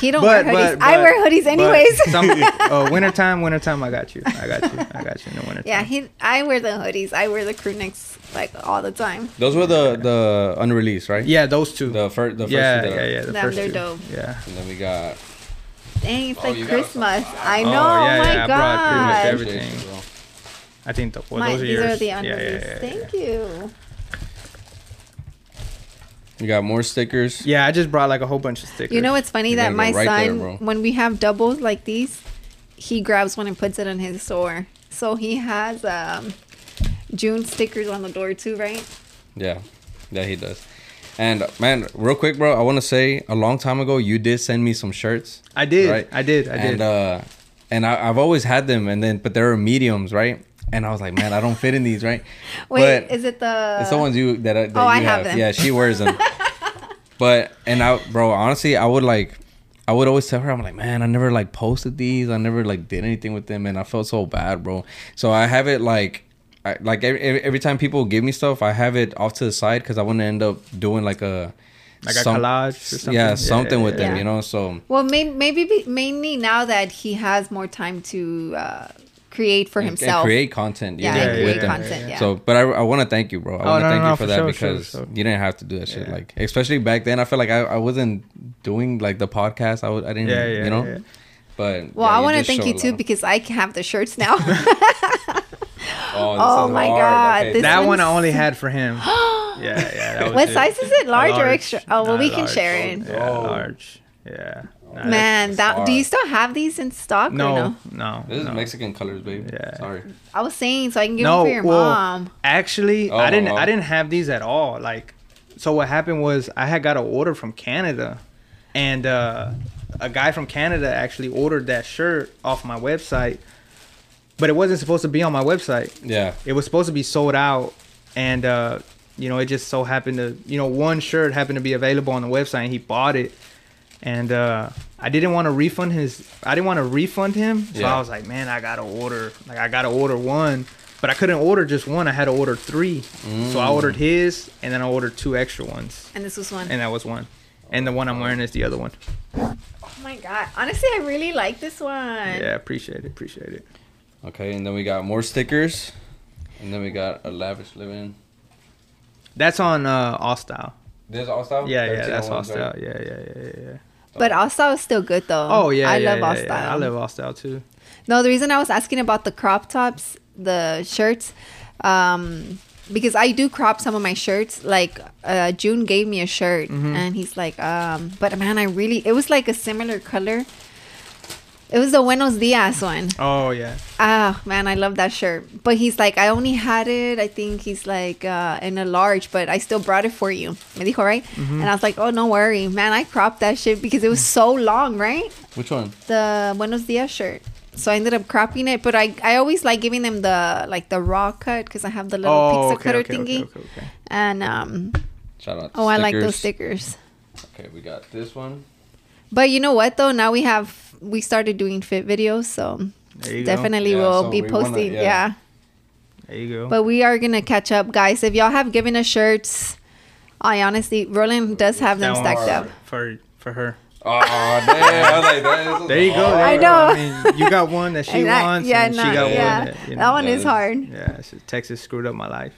[SPEAKER 1] He don't wear hoodies. I wear hoodies
[SPEAKER 3] but
[SPEAKER 1] anyways.
[SPEAKER 3] some, uh, wintertime, wintertime, I got you. I got you. I got you in the wintertime.
[SPEAKER 1] yeah, he. I wear the hoodies. I wear the crew necks like all the time.
[SPEAKER 2] Those were the the unreleased, right?
[SPEAKER 3] Yeah, those two.
[SPEAKER 2] The first, the first.
[SPEAKER 3] yeah,
[SPEAKER 2] two that
[SPEAKER 3] yeah,
[SPEAKER 2] are-
[SPEAKER 3] yeah, the
[SPEAKER 1] Them,
[SPEAKER 3] first
[SPEAKER 1] they're
[SPEAKER 3] two.
[SPEAKER 1] dope.
[SPEAKER 3] Yeah.
[SPEAKER 2] And then we got.
[SPEAKER 1] Dang, it's
[SPEAKER 2] Oh, you
[SPEAKER 1] like
[SPEAKER 2] got
[SPEAKER 1] Christmas.
[SPEAKER 2] some-
[SPEAKER 1] I know.
[SPEAKER 3] Oh,
[SPEAKER 1] Oh,
[SPEAKER 3] yeah,
[SPEAKER 1] my
[SPEAKER 3] yeah, I brought pretty much
[SPEAKER 1] god.
[SPEAKER 3] everything. I think the, well,
[SPEAKER 1] My-
[SPEAKER 3] those are
[SPEAKER 1] these
[SPEAKER 3] yours.
[SPEAKER 1] are the
[SPEAKER 3] Yeah, yeah,
[SPEAKER 1] unreleased.
[SPEAKER 3] yeah, yeah.
[SPEAKER 1] Thank you.
[SPEAKER 2] You got more stickers.
[SPEAKER 3] Yeah, I just brought like a whole bunch of stickers.
[SPEAKER 1] You know what's funny
[SPEAKER 2] You're
[SPEAKER 1] that
[SPEAKER 2] gonna
[SPEAKER 1] my
[SPEAKER 2] go right there,
[SPEAKER 1] son,
[SPEAKER 2] bro.
[SPEAKER 1] when we have doubles like these, he grabs one and puts it on his door. So he has um, June stickers on the door too, right?
[SPEAKER 2] Yeah, yeah, he does. And man, real quick, bro, I want to say a long time ago you did send me some shirts.
[SPEAKER 3] I did. I did. I
[SPEAKER 2] And
[SPEAKER 3] did.
[SPEAKER 2] uh, and I, I've always had them, and then but they were mediums, right? And I was like, man, I don't fit in these, right?
[SPEAKER 1] Wait,
[SPEAKER 2] But-
[SPEAKER 1] is it the?
[SPEAKER 2] it's the ones you that, I- that
[SPEAKER 1] Oh,
[SPEAKER 2] you
[SPEAKER 1] I have them.
[SPEAKER 2] Yeah, she wears them. but and I, bro, honestly, I would like, I would always tell her, I'm like, man, I never like posted these. I never like did anything with them, and I felt so bad, bro. So I have it like. I, like every, every every time people give me stuff, I have it off to the side because I want to end up doing like a
[SPEAKER 3] Like a collage or something?
[SPEAKER 2] Yeah,
[SPEAKER 3] Yeah,
[SPEAKER 2] something
[SPEAKER 3] yeah,
[SPEAKER 2] with them,
[SPEAKER 1] yeah.
[SPEAKER 2] you know. So
[SPEAKER 1] Well, may- maybe be- mainly now that he has more time to uh, create for
[SPEAKER 2] and- and
[SPEAKER 1] himself.
[SPEAKER 2] create content, you
[SPEAKER 1] yeah,
[SPEAKER 2] know,
[SPEAKER 1] and
[SPEAKER 3] yeah,
[SPEAKER 1] create
[SPEAKER 2] with them.
[SPEAKER 1] content. Yeah.
[SPEAKER 2] So, but I, I want to thank you, bro. I
[SPEAKER 3] Oh,
[SPEAKER 2] want to
[SPEAKER 3] no,
[SPEAKER 2] thank
[SPEAKER 3] no,
[SPEAKER 2] you
[SPEAKER 3] no,
[SPEAKER 2] for,
[SPEAKER 3] for
[SPEAKER 2] that
[SPEAKER 3] sure, sure,
[SPEAKER 2] because
[SPEAKER 3] sure.
[SPEAKER 2] you didn't have to do that shit.
[SPEAKER 3] Yeah.
[SPEAKER 2] Like, especially back then, I felt like I, I wasn't doing like the podcast. I, would, I didn't,
[SPEAKER 3] Yeah, yeah,
[SPEAKER 2] you know.
[SPEAKER 3] yeah.
[SPEAKER 2] But
[SPEAKER 1] well,
[SPEAKER 2] yeah,
[SPEAKER 1] I want to
[SPEAKER 2] just
[SPEAKER 1] thank
[SPEAKER 2] showed
[SPEAKER 1] you too
[SPEAKER 2] love.
[SPEAKER 1] because I can have the shirts now.
[SPEAKER 2] oh, this
[SPEAKER 1] Oh
[SPEAKER 2] is
[SPEAKER 1] my
[SPEAKER 2] hard.
[SPEAKER 1] God,
[SPEAKER 2] Okay,
[SPEAKER 1] this
[SPEAKER 2] that
[SPEAKER 3] that one I
[SPEAKER 1] one's-
[SPEAKER 3] only had for him. yeah, yeah. That was
[SPEAKER 1] what
[SPEAKER 3] it.
[SPEAKER 1] size is it? Large, or
[SPEAKER 3] Large.
[SPEAKER 1] extra? Oh, well,
[SPEAKER 3] Nah,
[SPEAKER 1] we can
[SPEAKER 3] large.
[SPEAKER 1] share it.
[SPEAKER 3] Yeah,
[SPEAKER 2] Oh.
[SPEAKER 3] large. Yeah. Nah, that's-
[SPEAKER 1] Man,
[SPEAKER 2] that's
[SPEAKER 1] that do you
[SPEAKER 2] hard.
[SPEAKER 1] still have these in stock? Or
[SPEAKER 3] No,
[SPEAKER 1] no.
[SPEAKER 3] no.
[SPEAKER 2] this is
[SPEAKER 3] no.
[SPEAKER 2] Mexican colors, babe.
[SPEAKER 3] Yeah.
[SPEAKER 2] Sorry.
[SPEAKER 1] I was saying, so I can give
[SPEAKER 3] no,
[SPEAKER 1] them for your
[SPEAKER 3] well,
[SPEAKER 1] mom.
[SPEAKER 3] Actually,
[SPEAKER 2] Oh,
[SPEAKER 3] I didn't.
[SPEAKER 2] wow.
[SPEAKER 3] I didn't have these at all. Like, so what happened was I had got an order from Canada, and uh, a guy from Canada actually ordered that shirt off my website, but it wasn't supposed to be on my website.
[SPEAKER 2] Yeah.
[SPEAKER 3] It was supposed to be sold out, and uh, you know, it just so happened to, you know, one shirt happened to be available on the website, and he bought it. And uh, I didn't want to refund his. I didn't want to refund him, so
[SPEAKER 2] Yeah.
[SPEAKER 3] I was like, man, I gotta order. Like, I gotta order one, but I couldn't order just one. I had to order three. So I
[SPEAKER 2] Mm.
[SPEAKER 3] ordered his, and then I ordered two extra ones,
[SPEAKER 1] And this was one.
[SPEAKER 3] and that was one. And the one I'm wearing is the other one.
[SPEAKER 1] oh my god! Honestly, I really like this one.
[SPEAKER 3] Yeah, appreciate it. Appreciate it.
[SPEAKER 2] Okay, and then we got more stickers, and then we got a lavish living.
[SPEAKER 3] That's on uh, All Style.
[SPEAKER 2] This all style.
[SPEAKER 3] Yeah, yeah,
[SPEAKER 2] 13
[SPEAKER 3] that's All
[SPEAKER 2] ones, right?
[SPEAKER 3] Style. Yeah, yeah, yeah, yeah, yeah.
[SPEAKER 1] But also, is still good though.
[SPEAKER 3] Oh yeah,
[SPEAKER 1] Um, I
[SPEAKER 3] yeah,
[SPEAKER 1] love
[SPEAKER 3] yeah,
[SPEAKER 1] all
[SPEAKER 3] yeah.
[SPEAKER 1] style.
[SPEAKER 3] I love All Style too.
[SPEAKER 1] No, the reason I was asking about the crop tops, the shirts, um, because I do crop some of my shirts. Like uh, June gave me a shirt,
[SPEAKER 3] Mm-hmm.
[SPEAKER 1] and he's like, um, "But man, I really it was like a similar color. It was the Buenos Dias one.
[SPEAKER 3] Oh yeah.
[SPEAKER 1] Ah, man, I love that shirt. But he's like, I only had it. I think he's like uh, in a large, but I still brought it for you. Me dijo, right?
[SPEAKER 3] Mm-hmm.
[SPEAKER 1] And I was like, oh, no worry, man. I cropped that shit because it was so long, right?
[SPEAKER 2] Which one?
[SPEAKER 1] The Buenos Dias shirt. So I ended up cropping it, but I, I always like giving them the like the raw cut because I have the little
[SPEAKER 3] Oh,
[SPEAKER 1] pizza
[SPEAKER 3] okay,
[SPEAKER 1] cutter
[SPEAKER 3] okay, okay,
[SPEAKER 1] thingy.
[SPEAKER 3] okay, okay.
[SPEAKER 1] And um,
[SPEAKER 2] Shout out. to
[SPEAKER 1] oh, I like those
[SPEAKER 2] stickers.
[SPEAKER 1] stickers.
[SPEAKER 2] Okay, we got this one.
[SPEAKER 1] But you know what though? Now we have we started doing fit videos, so
[SPEAKER 3] There you go.
[SPEAKER 1] definitely
[SPEAKER 2] Yeah,
[SPEAKER 1] we'll
[SPEAKER 2] so
[SPEAKER 1] be
[SPEAKER 2] we wanna-
[SPEAKER 1] posting.
[SPEAKER 2] yeah.
[SPEAKER 1] yeah.
[SPEAKER 3] There you go.
[SPEAKER 1] But we are gonna catch up, guys. If y'all have given us shirts, I honestly, Roland does have them
[SPEAKER 3] That
[SPEAKER 1] stacked
[SPEAKER 3] one
[SPEAKER 1] up.
[SPEAKER 3] for for her.
[SPEAKER 2] Oh, damn! I was like, that is oh.
[SPEAKER 3] There you go.
[SPEAKER 2] hard.
[SPEAKER 1] Oh, I
[SPEAKER 3] there you go.
[SPEAKER 1] know.
[SPEAKER 3] I mean, you got one that she
[SPEAKER 1] And I-
[SPEAKER 3] wants,
[SPEAKER 1] yeah,
[SPEAKER 3] and she
[SPEAKER 1] no,
[SPEAKER 3] got
[SPEAKER 1] yeah.
[SPEAKER 3] one that you know.
[SPEAKER 1] that one
[SPEAKER 2] Yeah,
[SPEAKER 1] is
[SPEAKER 2] that's-
[SPEAKER 1] hard.
[SPEAKER 3] Yeah, it's just Texas screwed up my life.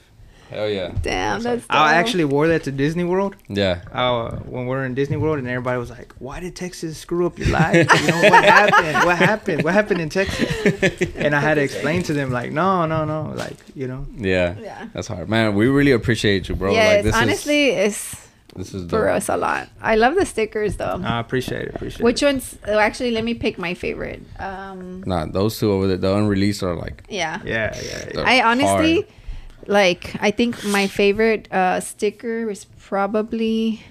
[SPEAKER 2] Hell yeah.
[SPEAKER 1] Damn, that's.
[SPEAKER 3] I
[SPEAKER 1] dope.
[SPEAKER 3] actually wore that to Disney World.
[SPEAKER 2] Yeah.
[SPEAKER 3] Uh, when we were in Disney World, and everybody was like, "Why did Texas screw up your life? You know, what happened? What happened? What happened in Texas?" And I had to explain to them, like, "No, no, no, like, you know."
[SPEAKER 1] Mm-hmm.
[SPEAKER 2] Yeah.
[SPEAKER 1] Yeah.
[SPEAKER 2] That's hard. Man, we really appreciate you, bro.
[SPEAKER 1] yes,
[SPEAKER 2] like this
[SPEAKER 1] honestly, it's.
[SPEAKER 2] This is
[SPEAKER 1] For
[SPEAKER 2] dope.
[SPEAKER 1] us a lot. I love the stickers though.
[SPEAKER 3] I appreciate it. Appreciate
[SPEAKER 1] Which
[SPEAKER 3] it.
[SPEAKER 1] ones? Oh, actually, let me pick my favorite. Um,
[SPEAKER 2] Nah, those two over there, the unreleased are like.
[SPEAKER 1] yeah.
[SPEAKER 3] Yeah, yeah. yeah.
[SPEAKER 2] Dope.
[SPEAKER 1] I honestly
[SPEAKER 2] Hard.
[SPEAKER 1] like. I think my favorite uh, sticker is probably.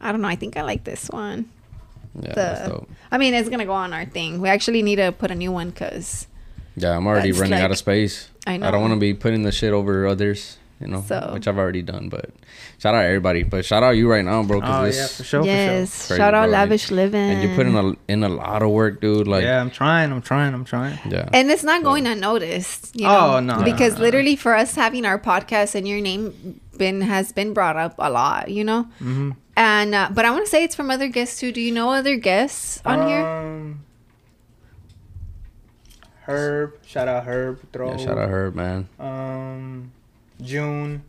[SPEAKER 1] I don't know. I think I like this one.
[SPEAKER 2] Yeah, that's
[SPEAKER 1] The.
[SPEAKER 2] dope.
[SPEAKER 1] I mean, it's gonna go on our thing. We actually need to put a new one because.
[SPEAKER 2] Yeah, I'm already
[SPEAKER 1] That's
[SPEAKER 2] running
[SPEAKER 1] like-
[SPEAKER 2] out of space.
[SPEAKER 1] I
[SPEAKER 2] I
[SPEAKER 1] know.
[SPEAKER 2] don't want to be putting the shit over others, you know,
[SPEAKER 1] So-
[SPEAKER 2] which I've already done. But shout out everybody. But shout out you right now, bro. 'cause
[SPEAKER 3] Oh
[SPEAKER 2] this-
[SPEAKER 3] yeah, for sure. For
[SPEAKER 1] yes.
[SPEAKER 2] Crazy,
[SPEAKER 1] Shout out
[SPEAKER 2] bro.
[SPEAKER 1] lavish living.
[SPEAKER 2] And you're putting a, in a lot of work, dude.
[SPEAKER 3] sure.
[SPEAKER 2] Like,
[SPEAKER 3] yeah,
[SPEAKER 2] yeah.
[SPEAKER 3] I'm trying. I'm trying. I'm trying.
[SPEAKER 1] And it's not going unnoticed. You know?
[SPEAKER 3] Oh, no, no,
[SPEAKER 1] Because
[SPEAKER 3] no, no.
[SPEAKER 1] literally for us having our podcast and your name been has been brought up a lot, you know.
[SPEAKER 3] Mm-hmm.
[SPEAKER 1] And uh, but I want to say it's from other guests too. Do you know other guests on here?
[SPEAKER 3] Um, Herb, shout out Herb. Throw.
[SPEAKER 2] yeah, shout out her, man.
[SPEAKER 3] Um, June.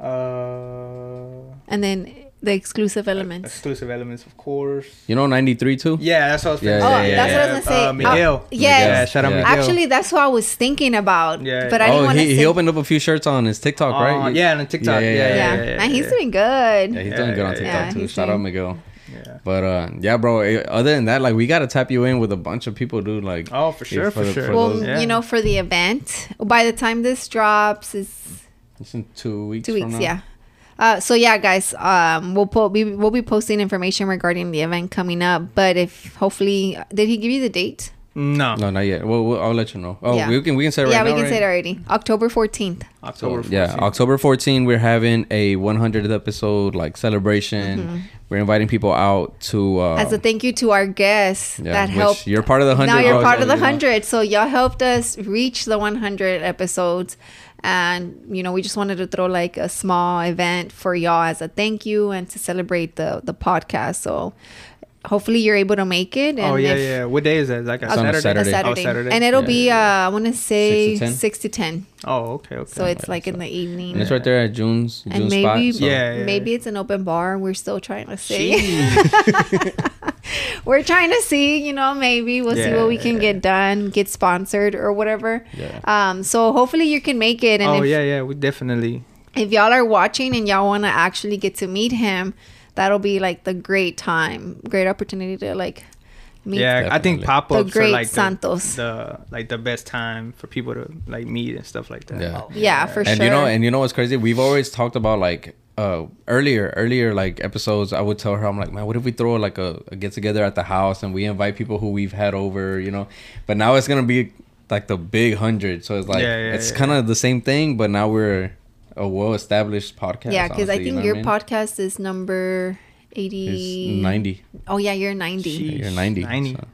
[SPEAKER 3] Uh,
[SPEAKER 1] And then the exclusive elements.
[SPEAKER 3] exclusive elements, of course.
[SPEAKER 2] You know, 93 too?
[SPEAKER 3] Yeah, that's what I was
[SPEAKER 2] Yeah,
[SPEAKER 3] thinking.
[SPEAKER 2] yeah, Oh, yeah, that's what I
[SPEAKER 1] was gonna say.
[SPEAKER 3] Uh, Miguel.
[SPEAKER 1] Oh, yes.
[SPEAKER 3] Yeah, shout out
[SPEAKER 2] Yeah.
[SPEAKER 3] Miguel.
[SPEAKER 1] Actually, that's what I was thinking about.
[SPEAKER 3] Yeah,
[SPEAKER 1] But I didn't
[SPEAKER 2] Oh,
[SPEAKER 1] want to.
[SPEAKER 2] he, he opened up a few shirts on his TikTok,
[SPEAKER 3] Oh,
[SPEAKER 2] right?
[SPEAKER 3] yeah, and on TikTok.
[SPEAKER 2] Yeah, yeah,
[SPEAKER 3] Yeah,
[SPEAKER 2] yeah.
[SPEAKER 1] Yeah,
[SPEAKER 3] yeah,
[SPEAKER 1] Man, he's
[SPEAKER 3] yeah.
[SPEAKER 1] doing good.
[SPEAKER 2] Yeah, he's
[SPEAKER 3] Yeah,
[SPEAKER 2] doing good on
[SPEAKER 3] yeah,
[SPEAKER 2] TikTok
[SPEAKER 1] yeah. Yeah,
[SPEAKER 2] too.
[SPEAKER 1] he's
[SPEAKER 2] Shout out
[SPEAKER 1] doing-
[SPEAKER 2] Miguel.
[SPEAKER 3] Yeah.
[SPEAKER 2] But uh, yeah, bro. eh, Other than that, like we gotta tap you in with a bunch of people, dude. Like,
[SPEAKER 3] Oh, for
[SPEAKER 2] eh,
[SPEAKER 3] sure, for
[SPEAKER 2] the-
[SPEAKER 3] sure.
[SPEAKER 2] for
[SPEAKER 1] well,
[SPEAKER 2] those-
[SPEAKER 3] Yeah.
[SPEAKER 1] you know, for the event. By the time this drops, it's
[SPEAKER 2] it's in two weeks.
[SPEAKER 1] two
[SPEAKER 2] from
[SPEAKER 1] weeks
[SPEAKER 2] now.
[SPEAKER 1] yeah uh, so yeah guys um we'll po- we, we'll be posting information regarding the event coming up but if hopefully did he give you the date
[SPEAKER 3] No,
[SPEAKER 2] No, not yet. Well, well, I'll let you know. Oh,
[SPEAKER 1] Yeah.
[SPEAKER 2] we can we can say it
[SPEAKER 1] yeah
[SPEAKER 2] right
[SPEAKER 1] we
[SPEAKER 2] now,
[SPEAKER 1] can say it
[SPEAKER 2] right?
[SPEAKER 1] already october 14th
[SPEAKER 3] October. 14th.
[SPEAKER 2] Yeah, October 14, we're having a 100th episode like celebration. We're inviting people out to uh,
[SPEAKER 1] Mm-hmm. as a thank you to our guests
[SPEAKER 2] yeah,
[SPEAKER 1] that
[SPEAKER 2] which
[SPEAKER 1] helped
[SPEAKER 2] You're part of the 100.
[SPEAKER 1] now you're
[SPEAKER 2] bro,
[SPEAKER 1] part of
[SPEAKER 2] so,
[SPEAKER 1] the
[SPEAKER 2] you know.
[SPEAKER 1] 100 so y'all helped us reach the 100 episodes and you know we just wanted to throw like a small event for y'all as a thank you and to celebrate the the podcast so hopefully you're able to make it and
[SPEAKER 3] Oh yeah,
[SPEAKER 1] if-
[SPEAKER 3] yeah. What day is that? Is that like a
[SPEAKER 2] It's on a
[SPEAKER 3] Saturday?
[SPEAKER 1] a
[SPEAKER 2] Saturday.
[SPEAKER 1] Saturday.
[SPEAKER 3] Oh, Saturday.
[SPEAKER 1] And it'll
[SPEAKER 2] Yeah,
[SPEAKER 1] be, uh, I want to say
[SPEAKER 2] 10?
[SPEAKER 1] 6 to 10.
[SPEAKER 3] Oh, okay, okay.
[SPEAKER 1] So it's like in the evening.
[SPEAKER 2] And it's right there at June's.
[SPEAKER 1] And
[SPEAKER 2] June's
[SPEAKER 1] maybe,
[SPEAKER 2] spot, so-
[SPEAKER 3] Yeah, yeah,
[SPEAKER 1] maybe it's an open bar. We're still trying to see. We're trying to see, you know, maybe we'll see what we can get done, get sponsored or whatever.
[SPEAKER 2] Yeah.
[SPEAKER 1] Um, so hopefully you can make it. And
[SPEAKER 3] oh
[SPEAKER 1] if,
[SPEAKER 3] yeah, yeah. We definitely.
[SPEAKER 1] if y'all are watching and y'all want to actually get to meet him, that'll be like the great time, great opportunity to like meet.
[SPEAKER 3] Yeah, I
[SPEAKER 2] Definitely.
[SPEAKER 3] think pop ups are
[SPEAKER 1] great
[SPEAKER 3] like
[SPEAKER 1] Santos.
[SPEAKER 3] The, the like the best time for people to like meet and stuff like that.
[SPEAKER 2] Yeah.
[SPEAKER 1] Oh, Yeah, for
[SPEAKER 2] and
[SPEAKER 1] sure.
[SPEAKER 2] you know and you know what's crazy we've always talked about like uh earlier earlier like episodes i would tell her i'm like man what if we throw like a, a get together at the house and we invite people who we've had over you know but now it's gonna be like the big hundred so it's like
[SPEAKER 3] Yeah, yeah,
[SPEAKER 2] it's
[SPEAKER 3] yeah.
[SPEAKER 2] kind of the same thing but now we're a well-established podcast
[SPEAKER 1] yeah, because I
[SPEAKER 2] honestly, you
[SPEAKER 1] think
[SPEAKER 2] know what
[SPEAKER 1] your
[SPEAKER 2] mean?
[SPEAKER 1] podcast is number eighty.
[SPEAKER 2] is 90
[SPEAKER 1] Oh yeah, you're 90.
[SPEAKER 3] She-
[SPEAKER 2] you're 90,
[SPEAKER 3] 90.
[SPEAKER 2] so.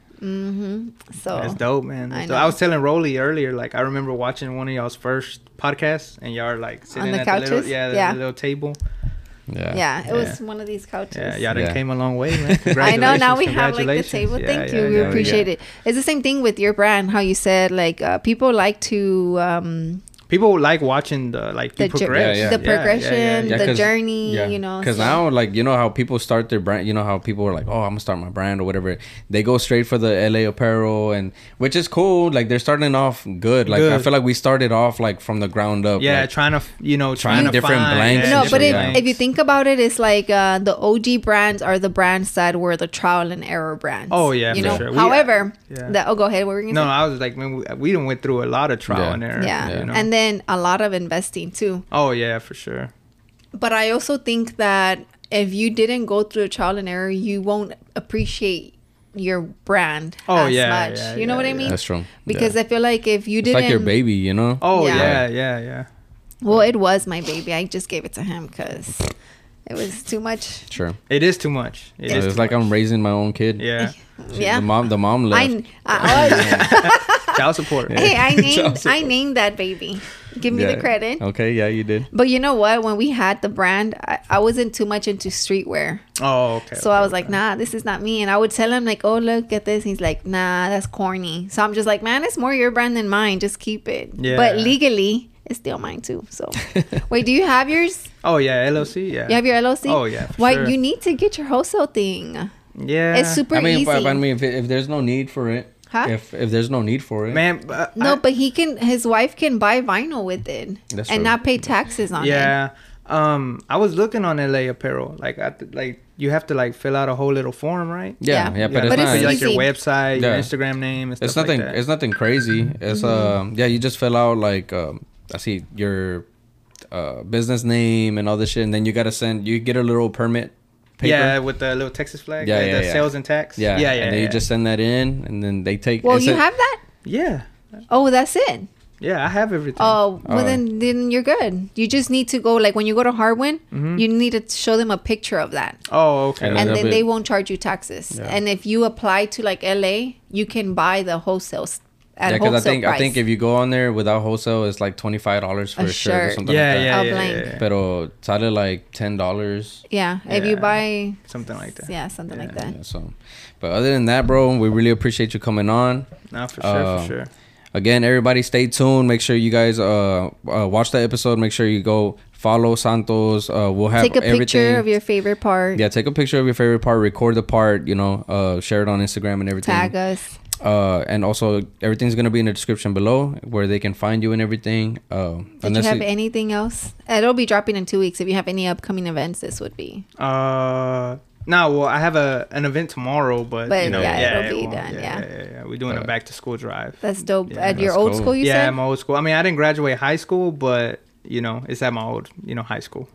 [SPEAKER 1] So
[SPEAKER 3] That's dope, man.
[SPEAKER 1] I
[SPEAKER 3] so I
[SPEAKER 1] know.
[SPEAKER 3] was telling Roly earlier, like I remember watching one of y'all's first podcasts, and y'all are like sitting
[SPEAKER 1] the
[SPEAKER 3] at the
[SPEAKER 1] couches?
[SPEAKER 3] little, yeah, the,
[SPEAKER 1] Yeah.
[SPEAKER 3] the little table.
[SPEAKER 2] yeah
[SPEAKER 1] yeah, it was
[SPEAKER 3] Yeah.
[SPEAKER 1] one of these couches.
[SPEAKER 3] Yeah, y'all done
[SPEAKER 2] Yeah.
[SPEAKER 3] came a long way, man.
[SPEAKER 1] I know now we
[SPEAKER 3] Congratulations,
[SPEAKER 1] have like the
[SPEAKER 3] congratulations.
[SPEAKER 1] table.
[SPEAKER 3] Yeah,
[SPEAKER 1] Thank
[SPEAKER 3] yeah,
[SPEAKER 1] you.
[SPEAKER 3] yeah,
[SPEAKER 1] we appreciate it. It's the same thing with your brand, how you said like uh, people like to um
[SPEAKER 3] People like watching the like
[SPEAKER 1] the
[SPEAKER 3] the
[SPEAKER 1] ju-
[SPEAKER 3] progress,
[SPEAKER 2] Yeah, yeah.
[SPEAKER 1] the
[SPEAKER 3] Yeah, yeah, yeah,
[SPEAKER 1] progression,
[SPEAKER 3] yeah.
[SPEAKER 1] the
[SPEAKER 2] 'cause-
[SPEAKER 1] journey, you know.
[SPEAKER 2] Because
[SPEAKER 1] so-
[SPEAKER 2] now, like, you know how people start their brand, you know how people are like, oh, I'm gonna start my brand or whatever. They go straight for the LA apparel, and which is cool. Like, they're starting off good. Like, I
[SPEAKER 3] Good.
[SPEAKER 2] feel like we started off like from the ground up.
[SPEAKER 3] Yeah,
[SPEAKER 2] like,
[SPEAKER 3] trying to f- you know
[SPEAKER 2] Trying
[SPEAKER 3] trying, to
[SPEAKER 2] different
[SPEAKER 3] find,
[SPEAKER 2] blanks
[SPEAKER 3] yeah,
[SPEAKER 2] and
[SPEAKER 1] no,
[SPEAKER 2] shit
[SPEAKER 1] but
[SPEAKER 2] like
[SPEAKER 1] if,
[SPEAKER 3] different
[SPEAKER 2] that.
[SPEAKER 1] if you think about it, it's like uh, the OG brands are the brands that were the trial and error brands.
[SPEAKER 3] Oh, yeah,
[SPEAKER 1] you
[SPEAKER 3] for
[SPEAKER 1] know.
[SPEAKER 3] sure. We-
[SPEAKER 1] However,
[SPEAKER 3] Yeah.
[SPEAKER 1] the, oh, go ahead. What were you gonna
[SPEAKER 3] no,
[SPEAKER 1] say?
[SPEAKER 3] I was like, man, we, we done went through a lot of trial
[SPEAKER 2] Yeah.
[SPEAKER 3] and error.
[SPEAKER 1] yeah,
[SPEAKER 3] you know?
[SPEAKER 1] and then a lot of investing too.
[SPEAKER 3] oh yeah, for sure.
[SPEAKER 1] but I also think that if you didn't go through the trial and error, you won't appreciate your brand
[SPEAKER 3] Oh,
[SPEAKER 1] as
[SPEAKER 3] yeah,
[SPEAKER 1] much.
[SPEAKER 3] yeah,
[SPEAKER 1] you know
[SPEAKER 3] yeah,
[SPEAKER 1] what I
[SPEAKER 3] yeah.
[SPEAKER 1] mean?
[SPEAKER 2] that's true.
[SPEAKER 1] Because
[SPEAKER 2] yeah.
[SPEAKER 1] I feel like if you
[SPEAKER 2] it's
[SPEAKER 1] didn't,
[SPEAKER 2] like your baby, you know.
[SPEAKER 3] Oh
[SPEAKER 1] Yeah.
[SPEAKER 3] yeah, yeah, yeah.
[SPEAKER 1] well, it was my baby. I just gave it to him because it was too much.
[SPEAKER 2] sure.
[SPEAKER 3] It is too much. It is
[SPEAKER 2] it's
[SPEAKER 3] too
[SPEAKER 2] like
[SPEAKER 3] much.
[SPEAKER 2] I'm raising my own kid.
[SPEAKER 3] Yeah,
[SPEAKER 2] She-
[SPEAKER 1] Yeah,
[SPEAKER 2] The mom, the mom left.
[SPEAKER 1] I, I
[SPEAKER 3] child support.
[SPEAKER 1] hey, I named I named that baby. Give me
[SPEAKER 2] Yeah.
[SPEAKER 1] the
[SPEAKER 3] Oh.
[SPEAKER 1] credit.
[SPEAKER 2] Okay, yeah, you did.
[SPEAKER 1] But you know what? When we had the brand, I, I wasn't too much into streetwear.
[SPEAKER 3] Oh okay.
[SPEAKER 1] So uh, I was like, nah, this is not me. And I would tell him, like, oh, look at this. He's like, nah, that's corny. So I'm just like, man, it's more your brand than mine. Just keep it.
[SPEAKER 3] Yeah.
[SPEAKER 1] But legally, it's still mine too. So wait, do you have yours?
[SPEAKER 3] oh yeah, LLC. Yeah,
[SPEAKER 1] You have your LLC?
[SPEAKER 3] Oh, yeah, for
[SPEAKER 1] Why
[SPEAKER 3] sure.
[SPEAKER 1] you need to get your wholesale thing.
[SPEAKER 3] yeah.
[SPEAKER 1] It's super
[SPEAKER 2] I mean,
[SPEAKER 1] easy.
[SPEAKER 2] but, but I mean, if, if there's no need for it,
[SPEAKER 1] Huh?
[SPEAKER 2] if if there's no need for it,
[SPEAKER 3] man. but I-
[SPEAKER 1] no, but he can his wife can buy vinyl with it
[SPEAKER 2] That's
[SPEAKER 1] and
[SPEAKER 2] true.
[SPEAKER 1] not pay taxes on it.
[SPEAKER 3] yeah. Um, I was looking on LA Apparel. Like, I th- like you have to like fill out a whole little form, right?
[SPEAKER 2] Yeah,
[SPEAKER 1] Yeah.
[SPEAKER 2] yeah,
[SPEAKER 1] Yeah,
[SPEAKER 2] but, it's
[SPEAKER 1] but
[SPEAKER 2] not.
[SPEAKER 1] it's
[SPEAKER 3] like
[SPEAKER 1] easy.
[SPEAKER 3] your website, your
[SPEAKER 2] Yeah.
[SPEAKER 3] Instagram name. And
[SPEAKER 2] it's
[SPEAKER 3] stuff
[SPEAKER 2] nothing.
[SPEAKER 3] Like that. Mm-hmm.
[SPEAKER 2] it's nothing crazy. It's um yeah, you just fill out like um I see your uh business name and all this shit, and then you gotta send. You get a little permit paper.
[SPEAKER 3] Yeah, with the little Texas flag.
[SPEAKER 2] Yeah,
[SPEAKER 3] like
[SPEAKER 2] yeah,
[SPEAKER 3] the
[SPEAKER 2] yeah.
[SPEAKER 3] sales and tax.
[SPEAKER 2] yeah,
[SPEAKER 3] yeah, yeah.
[SPEAKER 2] And then you
[SPEAKER 3] yeah.
[SPEAKER 2] just send that in, and then they take.
[SPEAKER 1] Well,
[SPEAKER 2] it's
[SPEAKER 1] you
[SPEAKER 2] a-
[SPEAKER 1] have that.
[SPEAKER 3] yeah,
[SPEAKER 1] Oh, that's it.
[SPEAKER 3] yeah. I have everything.
[SPEAKER 1] Oh, well
[SPEAKER 2] Alright.
[SPEAKER 1] then, then you're good. You just need to go like when you go to Hardwin, you need to show them a picture of that,
[SPEAKER 3] oh,
[SPEAKER 2] Mm-hmm.
[SPEAKER 3] okay.
[SPEAKER 2] And
[SPEAKER 1] and
[SPEAKER 2] that'll
[SPEAKER 1] then
[SPEAKER 2] be-
[SPEAKER 1] they won't charge you taxes. And if you apply to like LA, you can buy the wholesale s- at
[SPEAKER 2] Yeah, because
[SPEAKER 1] wholesale
[SPEAKER 2] I think
[SPEAKER 1] price.
[SPEAKER 2] I think if you go on there without wholesale, it's like twenty five dollars for
[SPEAKER 1] A
[SPEAKER 2] a, shirt or
[SPEAKER 1] shirt.
[SPEAKER 2] something
[SPEAKER 3] yeah,
[SPEAKER 2] like
[SPEAKER 3] yeah,
[SPEAKER 1] I'll
[SPEAKER 3] yeah,
[SPEAKER 1] blank.
[SPEAKER 3] yeah, yeah.
[SPEAKER 2] Pero sale like ten dollars.
[SPEAKER 1] yeah, if you
[SPEAKER 3] Yeah.
[SPEAKER 1] buy
[SPEAKER 3] Something like that.
[SPEAKER 1] yeah, something like that.
[SPEAKER 2] Yeah, so, but other than that, bro, we really appreciate you coming on.
[SPEAKER 3] No, for sure,
[SPEAKER 2] Uh,
[SPEAKER 3] for sure.
[SPEAKER 2] Again, everybody, stay tuned. Make sure you guys uh, uh watch that episode. Make sure you go follow Santos. Uh, we'll have
[SPEAKER 1] Take a
[SPEAKER 2] everything.
[SPEAKER 1] picture of your favorite part.
[SPEAKER 2] yeah, take a picture of your favorite part. Record the part. You know, uh, share it on Instagram and everything.
[SPEAKER 1] Tag us.
[SPEAKER 2] Uh, and also everything's gonna be in the description below where they can find you and everything. Uh,
[SPEAKER 1] Did you have anything else? It'll be dropping in two weeks. If you have any upcoming events, this would be.
[SPEAKER 3] Uh, no, well, I have a an event tomorrow, but,
[SPEAKER 1] But
[SPEAKER 3] you know,
[SPEAKER 1] yeah,
[SPEAKER 3] yeah,
[SPEAKER 1] it'll
[SPEAKER 3] it
[SPEAKER 1] be
[SPEAKER 3] won't-
[SPEAKER 1] done, yeah.
[SPEAKER 3] Yeah, yeah, yeah. We're doing a back to school drive.
[SPEAKER 1] That's dope.
[SPEAKER 3] Yeah,
[SPEAKER 1] at your
[SPEAKER 2] that's
[SPEAKER 1] old
[SPEAKER 2] cool.
[SPEAKER 1] school, you
[SPEAKER 3] yeah,
[SPEAKER 1] said.
[SPEAKER 3] I'm old school. I mean, I didn't graduate high school, but you know, it's at my old, you know, high school.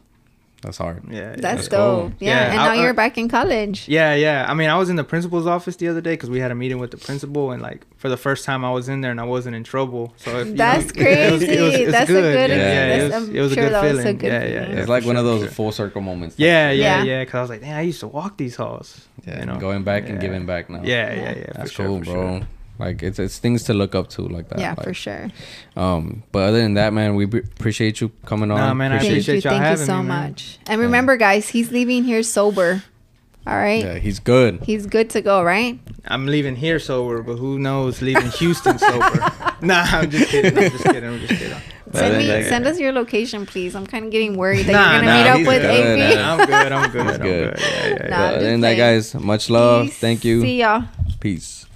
[SPEAKER 2] That's hard.
[SPEAKER 3] Yeah, yeah.
[SPEAKER 1] That's
[SPEAKER 2] That's cool.
[SPEAKER 1] dope. Yeah,
[SPEAKER 3] Yeah,
[SPEAKER 1] and
[SPEAKER 3] I-
[SPEAKER 1] now
[SPEAKER 3] I-
[SPEAKER 1] you're back in college.
[SPEAKER 3] Yeah, yeah. I mean, I was in the principal's office the other day because we had a meeting with the principal, and like for the first time, I was in there and I wasn't in trouble. So if, you
[SPEAKER 1] That's
[SPEAKER 3] know, it was- it was-
[SPEAKER 1] crazy.
[SPEAKER 3] it's
[SPEAKER 1] That's a good-
[SPEAKER 3] Yeah, yeah, it
[SPEAKER 1] that's-
[SPEAKER 3] was,
[SPEAKER 1] I'm
[SPEAKER 3] it was a
[SPEAKER 1] sure
[SPEAKER 3] good
[SPEAKER 1] that was a
[SPEAKER 3] feeling.
[SPEAKER 1] good
[SPEAKER 3] yeah, yeah,
[SPEAKER 1] feeling.
[SPEAKER 3] yeah.
[SPEAKER 2] it's like
[SPEAKER 3] for
[SPEAKER 2] one of
[SPEAKER 3] sure,
[SPEAKER 2] those
[SPEAKER 3] for sure.
[SPEAKER 2] full circle moments.
[SPEAKER 3] Yeah,
[SPEAKER 1] Yeah.
[SPEAKER 3] yeah, yeah. Because I was like, man, I used to walk these halls.
[SPEAKER 2] Yeah,
[SPEAKER 3] you know,
[SPEAKER 2] going back and
[SPEAKER 3] Yeah.
[SPEAKER 2] giving back now.
[SPEAKER 3] Yeah, yeah, yeah. for
[SPEAKER 2] that's
[SPEAKER 3] sure,
[SPEAKER 2] cool,
[SPEAKER 3] for
[SPEAKER 2] bro.
[SPEAKER 3] sure.
[SPEAKER 2] Like it's it's things to look up to like that.
[SPEAKER 1] Yeah,
[SPEAKER 2] like,
[SPEAKER 1] for sure.
[SPEAKER 2] Um, but other than that, man, we pre- appreciate you coming on.
[SPEAKER 3] Nah, man, I
[SPEAKER 1] Thank
[SPEAKER 2] appreciate
[SPEAKER 1] you.
[SPEAKER 3] appreciate y'all
[SPEAKER 1] Thank you
[SPEAKER 3] having
[SPEAKER 1] so
[SPEAKER 3] me, man.
[SPEAKER 1] much. And remember, guys, he's leaving here sober. All right.
[SPEAKER 2] Yeah, he's good.
[SPEAKER 1] He's good to go, right?
[SPEAKER 3] I'm leaving here sober, but who knows leaving Houston sober? Nah, I'm just kidding. I'm just kidding. I'm just kidding.
[SPEAKER 1] Send
[SPEAKER 2] that-
[SPEAKER 1] me,
[SPEAKER 2] that-
[SPEAKER 1] send us your location, please. I'm kind of getting worried that
[SPEAKER 3] Nah,
[SPEAKER 1] you're gonna
[SPEAKER 3] nah,
[SPEAKER 1] meet up
[SPEAKER 2] he's
[SPEAKER 1] with
[SPEAKER 2] good.
[SPEAKER 1] AP.
[SPEAKER 2] Nah,
[SPEAKER 3] I'm good. I'm good.
[SPEAKER 2] good.
[SPEAKER 3] I'm good. Yeah, yeah, yeah.
[SPEAKER 1] Nah,
[SPEAKER 2] But other
[SPEAKER 1] just
[SPEAKER 2] than that,
[SPEAKER 1] saying.
[SPEAKER 2] guys, much love.
[SPEAKER 1] Peace.
[SPEAKER 2] Thank you.
[SPEAKER 1] See y'all.
[SPEAKER 2] Peace.